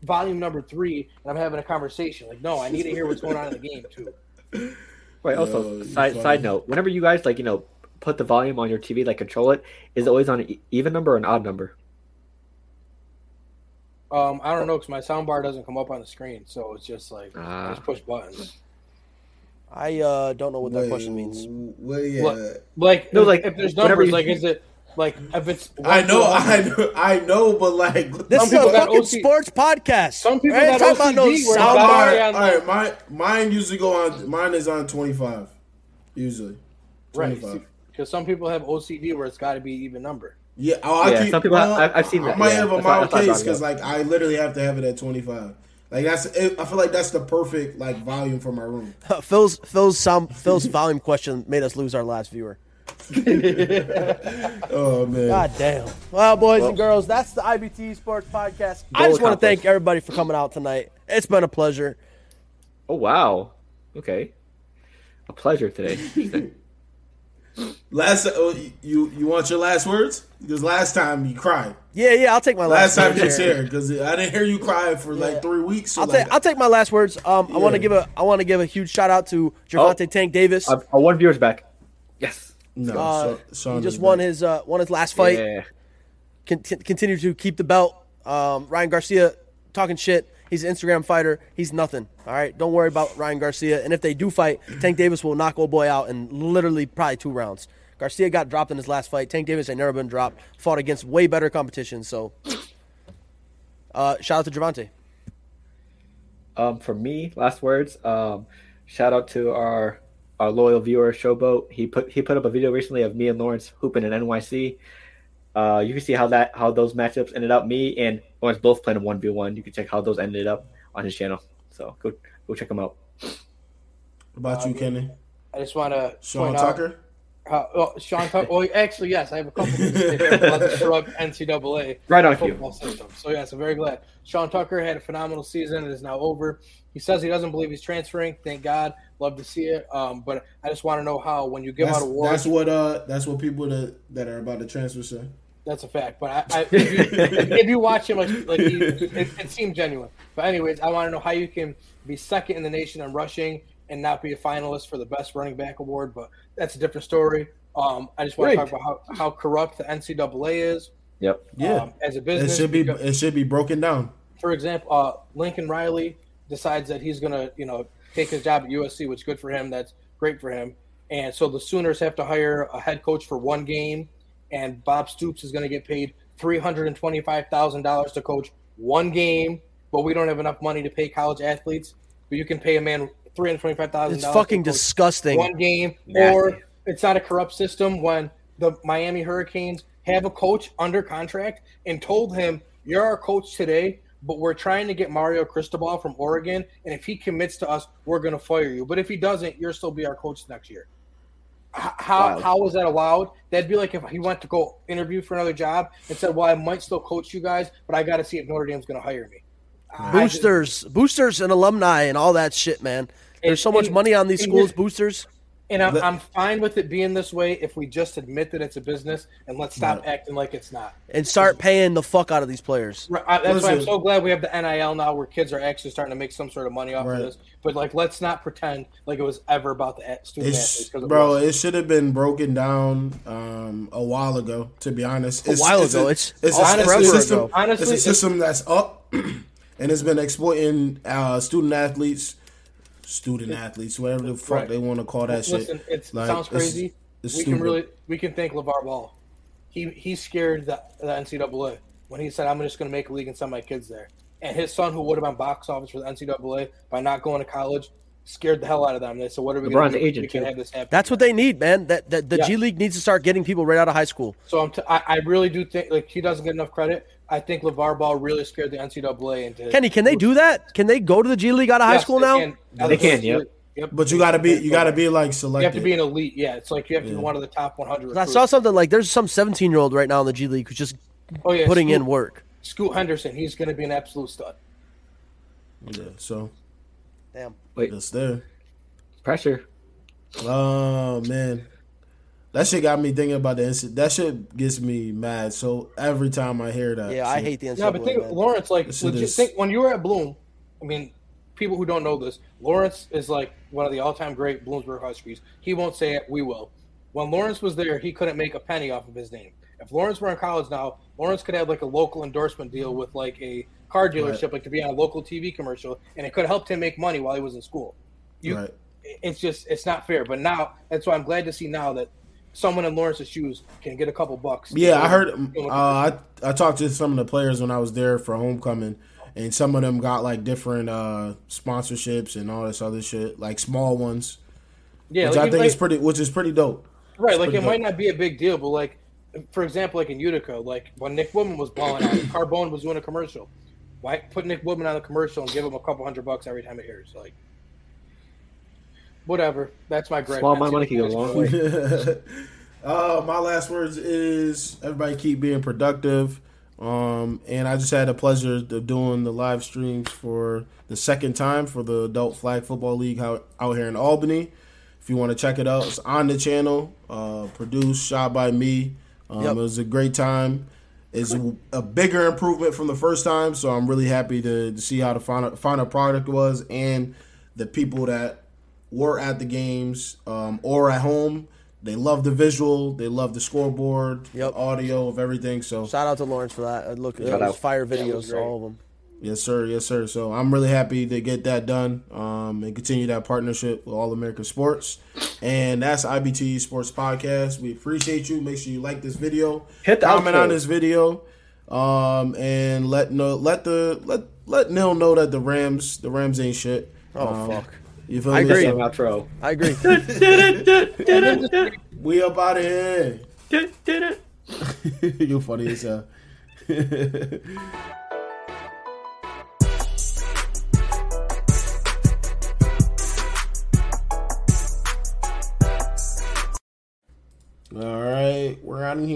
Speaker 2: volume number three, and I'm having a conversation. Like, no, I need to hear what's going on in the game too.
Speaker 3: Right.
Speaker 1: Yo,
Speaker 3: Also,
Speaker 1: you
Speaker 3: side,
Speaker 1: funny.
Speaker 3: side note: whenever you guys like, you know, put the volume on your TV, like control it, is it always on an e- even number or an odd number?
Speaker 2: Um, I don't know because my sound bar doesn't come up on the screen, so it's just like
Speaker 3: Ah.
Speaker 2: I just push buttons.
Speaker 4: I uh, don't know what that
Speaker 1: Wait,
Speaker 4: question means.
Speaker 1: Well, yeah.
Speaker 2: What? Like,
Speaker 3: No,
Speaker 2: if-
Speaker 3: like,
Speaker 2: if there's
Speaker 3: whenever
Speaker 2: numbers,
Speaker 3: you-
Speaker 2: like, is it like if it's
Speaker 1: I know, I know, I know, but like
Speaker 4: This
Speaker 2: Some
Speaker 4: is a
Speaker 2: people got
Speaker 4: fucking
Speaker 2: OC
Speaker 4: sports podcast.
Speaker 2: Some people
Speaker 4: We ain't
Speaker 2: got
Speaker 4: talking about no
Speaker 2: OCD where
Speaker 1: All
Speaker 2: Sound bar
Speaker 1: right,
Speaker 2: on-
Speaker 1: all right, my mine usually go on. Mine is on twenty five, usually.
Speaker 2: right
Speaker 1: Twenty five.
Speaker 2: because some people have OCD where it's got to be even number.
Speaker 1: Yeah, oh, I
Speaker 3: Yeah,
Speaker 1: keep,
Speaker 3: some people
Speaker 1: uh,
Speaker 3: have- I- I've seen that,
Speaker 1: I might
Speaker 3: yeah.
Speaker 1: have a
Speaker 3: That's why-
Speaker 1: mild
Speaker 3: that's why I
Speaker 1: case
Speaker 3: brought it
Speaker 1: because like I literally have to have it at twenty five. Like that's it, I feel like that's the perfect like volume for my room.
Speaker 4: *laughs* Phil's Phil's sound, Phil's volume question made us lose our last viewer.
Speaker 1: Oh man,
Speaker 4: God damn. Well, boys and girls, that's the IBT Sports Podcast. I
Speaker 3: Goal
Speaker 4: just want to thank
Speaker 3: accomplished.
Speaker 4: everybody for coming out tonight. It's been a pleasure.
Speaker 3: Oh wow. Okay. A pleasure today.
Speaker 1: last oh, you you want your last words? Because last time you cried.
Speaker 4: Yeah, yeah, I'll take my
Speaker 1: Last
Speaker 4: last,
Speaker 1: time
Speaker 4: words
Speaker 1: you was
Speaker 4: here.
Speaker 1: here because I didn't hear you cry for
Speaker 4: Yeah.
Speaker 1: like three weeks. So
Speaker 4: I'll
Speaker 1: like,
Speaker 4: take I'll take my last words. Um, I want
Speaker 1: Yeah. Oh.
Speaker 4: to give a I want to give a huge shout out to Javante Tank Davis.
Speaker 3: Our our Uh, one viewer's back. Yes.
Speaker 1: no,
Speaker 4: Uh,
Speaker 1: Sha- Sean
Speaker 4: he just
Speaker 1: is
Speaker 4: won
Speaker 1: back.
Speaker 4: his uh, won his last fight.
Speaker 3: Yeah.
Speaker 4: Con- continue to keep the belt. Um, Ryan Garcia talking shit. He's an Instagram fighter. He's nothing. All right, don't worry about Ryan Garcia. And if they do fight, Tank Davis will knock old boy out in literally probably two rounds. Garcia got dropped in his last fight. Tank Davis had never been dropped. Fought against way better competition. So, uh, shout out to Javante.
Speaker 3: Um, for me, last words. Um, shout out to our our loyal viewer Showboat. He put he put up a video recently of me and Lawrence hooping in NYC. Uh, you can see how that how those matchups ended up. Me and Lawrence both playing one v one. You can check how those ended up on his channel. So go go check him out.
Speaker 1: What about you,
Speaker 4: uh,
Speaker 1: Kenny?
Speaker 2: I just want to
Speaker 1: Sean
Speaker 2: point out
Speaker 1: Tucker.
Speaker 2: how- well, Sean Tucker. Well, actually, yes, I have a couple of things to say about
Speaker 1: *laughs*
Speaker 2: the shrug NCAA
Speaker 3: Right on cue.
Speaker 2: football system. So yes, I'm very glad. Sean Tucker had a phenomenal season. It is now over. He says he doesn't believe he's transferring. Thank God. Love to see it. Um, but I just want to know how when you give
Speaker 1: That's,
Speaker 2: out awards,
Speaker 1: that's what uh that's what people that that are about to transfer say.
Speaker 2: That's a fact. But I, I if, you, if you watch him, like, like he, it, it seemed genuine. But anyways, I want to know how you can be second in the nation on rushing and not be a finalist for the best running back award. But that's a different story. Um, I just want
Speaker 3: Right.
Speaker 2: to talk about how, how corrupt the NCAA is.
Speaker 3: Yep.
Speaker 1: Yeah.
Speaker 2: um, as a
Speaker 1: It
Speaker 2: business,
Speaker 1: should be
Speaker 2: because-
Speaker 1: it should be broken down.
Speaker 2: for example, uh, Lincoln Riley decides that he's going to, you know, take his job at USC, which is good for him. That's great for him. And so the Sooners have to hire a head coach for one game, and Bob Stoops is going to get paid three hundred and twenty-five thousand dollars to coach one game, but we don't have enough money to pay college athletes. But you can pay a man three hundred twenty-five thousand
Speaker 4: It's
Speaker 2: dollars.
Speaker 4: fucking disgusting.
Speaker 2: One game, or
Speaker 3: Nasty.
Speaker 2: it's not a corrupt system when the Miami Hurricanes have a coach under contract and told him, "You're our coach today, but we're trying to get Mario Cristobal from Oregon, and if he commits to us, we're going to fire you. But if he doesn't, you'll still be our coach next year." H- How
Speaker 3: Wild.
Speaker 2: how is that allowed? That'd be like if he went to go interview for another job and said, "Well, I might still coach you guys, but I got to see if Notre Dame's going to hire me." I just-
Speaker 4: Boosters, boosters, and alumni, and all that shit, man. There's so much
Speaker 2: and-
Speaker 4: money on these
Speaker 2: and
Speaker 4: schools.
Speaker 2: just-
Speaker 4: Boosters.
Speaker 2: And I'm,
Speaker 1: Let-
Speaker 2: I'm fine with it being this way if we just admit that it's a business and let's stop acting like it's not.
Speaker 4: and start paying the fuck out of these players.
Speaker 2: Right, I, that's why I'm
Speaker 1: Listen.
Speaker 2: so glad we have the NIL now where kids are actually starting to make some sort of money off
Speaker 1: Right.
Speaker 2: of this. But like, let's not pretend like it was ever about the at- student
Speaker 1: It's,
Speaker 2: athletes. 'cause it
Speaker 1: bro,
Speaker 2: was.
Speaker 1: it should have been broken down um, a while ago. To be honest, it's,
Speaker 4: while ago. It's-
Speaker 1: it's,
Speaker 4: honestly,
Speaker 1: a,
Speaker 4: forever
Speaker 1: system.
Speaker 4: ago.
Speaker 2: Honestly,
Speaker 1: it's a
Speaker 2: it's-
Speaker 1: system that's up, *clears throat* and it's been exploiting uh, student athletes, student athletes, whatever the fuck
Speaker 2: Right.
Speaker 1: they want to call that
Speaker 2: listen,
Speaker 1: shit.
Speaker 2: it's,
Speaker 1: Like,
Speaker 2: it sounds
Speaker 1: it's-
Speaker 2: crazy.
Speaker 1: it's
Speaker 2: we
Speaker 1: stupid.
Speaker 2: can really we can thank LeVar Ball. He he scared the, the NCAA when he said, "I'm just going to make a league and send my kids there." And his son, who would have been box office for the NCAA by not going to college, scared the hell out of them. They said, "What are we going
Speaker 3: LeBron's
Speaker 2: to do?
Speaker 3: agent,
Speaker 2: we can
Speaker 3: too.
Speaker 2: have this happen."
Speaker 4: That's what they need, man. That, that the
Speaker 2: Yeah.
Speaker 4: G League needs to start getting people right out of high school.
Speaker 2: So I'm t- I, I really do think like he doesn't get enough credit. I think LeVar Ball really scared the NCAA into
Speaker 4: Kenny, can they do that? Can they go to the G League out of high
Speaker 2: Yes,
Speaker 4: school
Speaker 2: they
Speaker 4: now?
Speaker 2: can.
Speaker 3: They can, yep.
Speaker 2: Yep.
Speaker 1: But you gotta be, you gotta be like selected.
Speaker 2: You have to be an elite. Yeah, it's like you have to be one of the top 100.
Speaker 4: 'Cause I
Speaker 2: Recruits.
Speaker 4: saw something like there's some 17 year old right now in the G League who's just
Speaker 2: oh, yeah,
Speaker 4: putting
Speaker 2: Scoot,
Speaker 4: in work.
Speaker 2: Scoot Henderson, he's going to be an absolute stud.
Speaker 1: yeah, so
Speaker 4: Damn.
Speaker 3: Wait,
Speaker 1: it's there.
Speaker 3: pressure.
Speaker 1: Oh man, that shit got me thinking about the incident. That shit gets me mad. So every time I hear that,
Speaker 4: Yeah, I
Speaker 1: shit-
Speaker 4: hate the NCAA.
Speaker 2: No, but think
Speaker 4: man.
Speaker 2: Lawrence, like
Speaker 1: This is
Speaker 2: legit
Speaker 1: this-
Speaker 2: think when you were at Bloom, I mean, people who don't know this, Lawrence is like one of the all time great Bloomsburg Huskies. He won't say it, we will. When Lawrence was there, he couldn't make a penny off of his name. If Lawrence were in college now, Lawrence could have like a local endorsement deal
Speaker 4: Mm-hmm.
Speaker 2: with like a car dealership, like to be on a local TV commercial, and it could have helped him make money while he was in school. You,
Speaker 1: Right.
Speaker 2: it's just it's not fair. But now that's why I'm glad to see now that someone in Lawrence's shoes can get a couple bucks.
Speaker 1: Yeah, I heard.
Speaker 2: You
Speaker 1: Uh,
Speaker 2: know,
Speaker 1: I I talked to some of the players when I was there for homecoming, and some of them got like different uh, sponsorships and all this other shit, like small ones,
Speaker 2: yeah,
Speaker 1: which
Speaker 2: like,
Speaker 1: I
Speaker 2: you-
Speaker 1: think
Speaker 2: like-
Speaker 1: is pretty, which is pretty dope.
Speaker 2: Right, like
Speaker 1: pretty
Speaker 2: it might
Speaker 1: dope.
Speaker 2: not be a big deal, but like for example, like in Utica, like when Nick Woodman was blowing
Speaker 3: *clears throat*
Speaker 2: out, Carbone was doing a commercial. Why put Nick Woodman on a commercial and give him a couple hundred bucks every time it airs? Like, whatever. That's my gripe.
Speaker 3: Small
Speaker 2: That's
Speaker 3: amount of money can go a
Speaker 2: the
Speaker 3: long
Speaker 2: biggest
Speaker 3: way.
Speaker 1: *laughs* uh, my last words is everybody keep being productive. Um, and I just had the pleasure of doing the live streams for the second time for the Adult Flag Football League out, out here in Albany. If you want to check it out, it's on the channel. Uh, produced, shot by me. Um,
Speaker 4: Yep.
Speaker 1: It was a great time. It's a, a bigger improvement from the first time, so I'm really happy to, to see how the final final product was and the people that were at the games um, or at home. They love the visual. They love the scoreboard,
Speaker 4: Yep.
Speaker 1: the audio of everything. So
Speaker 4: Shout out to Lawrence for that. Uh, Look, it
Speaker 3: Shout
Speaker 4: was
Speaker 3: out.
Speaker 4: fire
Speaker 2: That was
Speaker 4: videos,
Speaker 2: great.
Speaker 4: all of them.
Speaker 1: yes, sir, yes, sir. So I'm really happy to get that done um, and continue that partnership with All American Sports. And that's IBT Sports Podcast. We appreciate you. Make sure you like this video,
Speaker 3: Hit the
Speaker 1: comment
Speaker 3: outro.
Speaker 1: on this video, um, and let know let the let let Nil know that the Rams the Rams ain't shit.
Speaker 4: Oh
Speaker 1: Um,
Speaker 4: fuck,
Speaker 1: You feel
Speaker 4: I
Speaker 1: me?
Speaker 4: agree.
Speaker 1: So
Speaker 3: Same outro.
Speaker 4: I agree.
Speaker 2: *laughs*
Speaker 1: we up out of here. *laughs* You're funny as hell. *laughs* All right, we're out of here.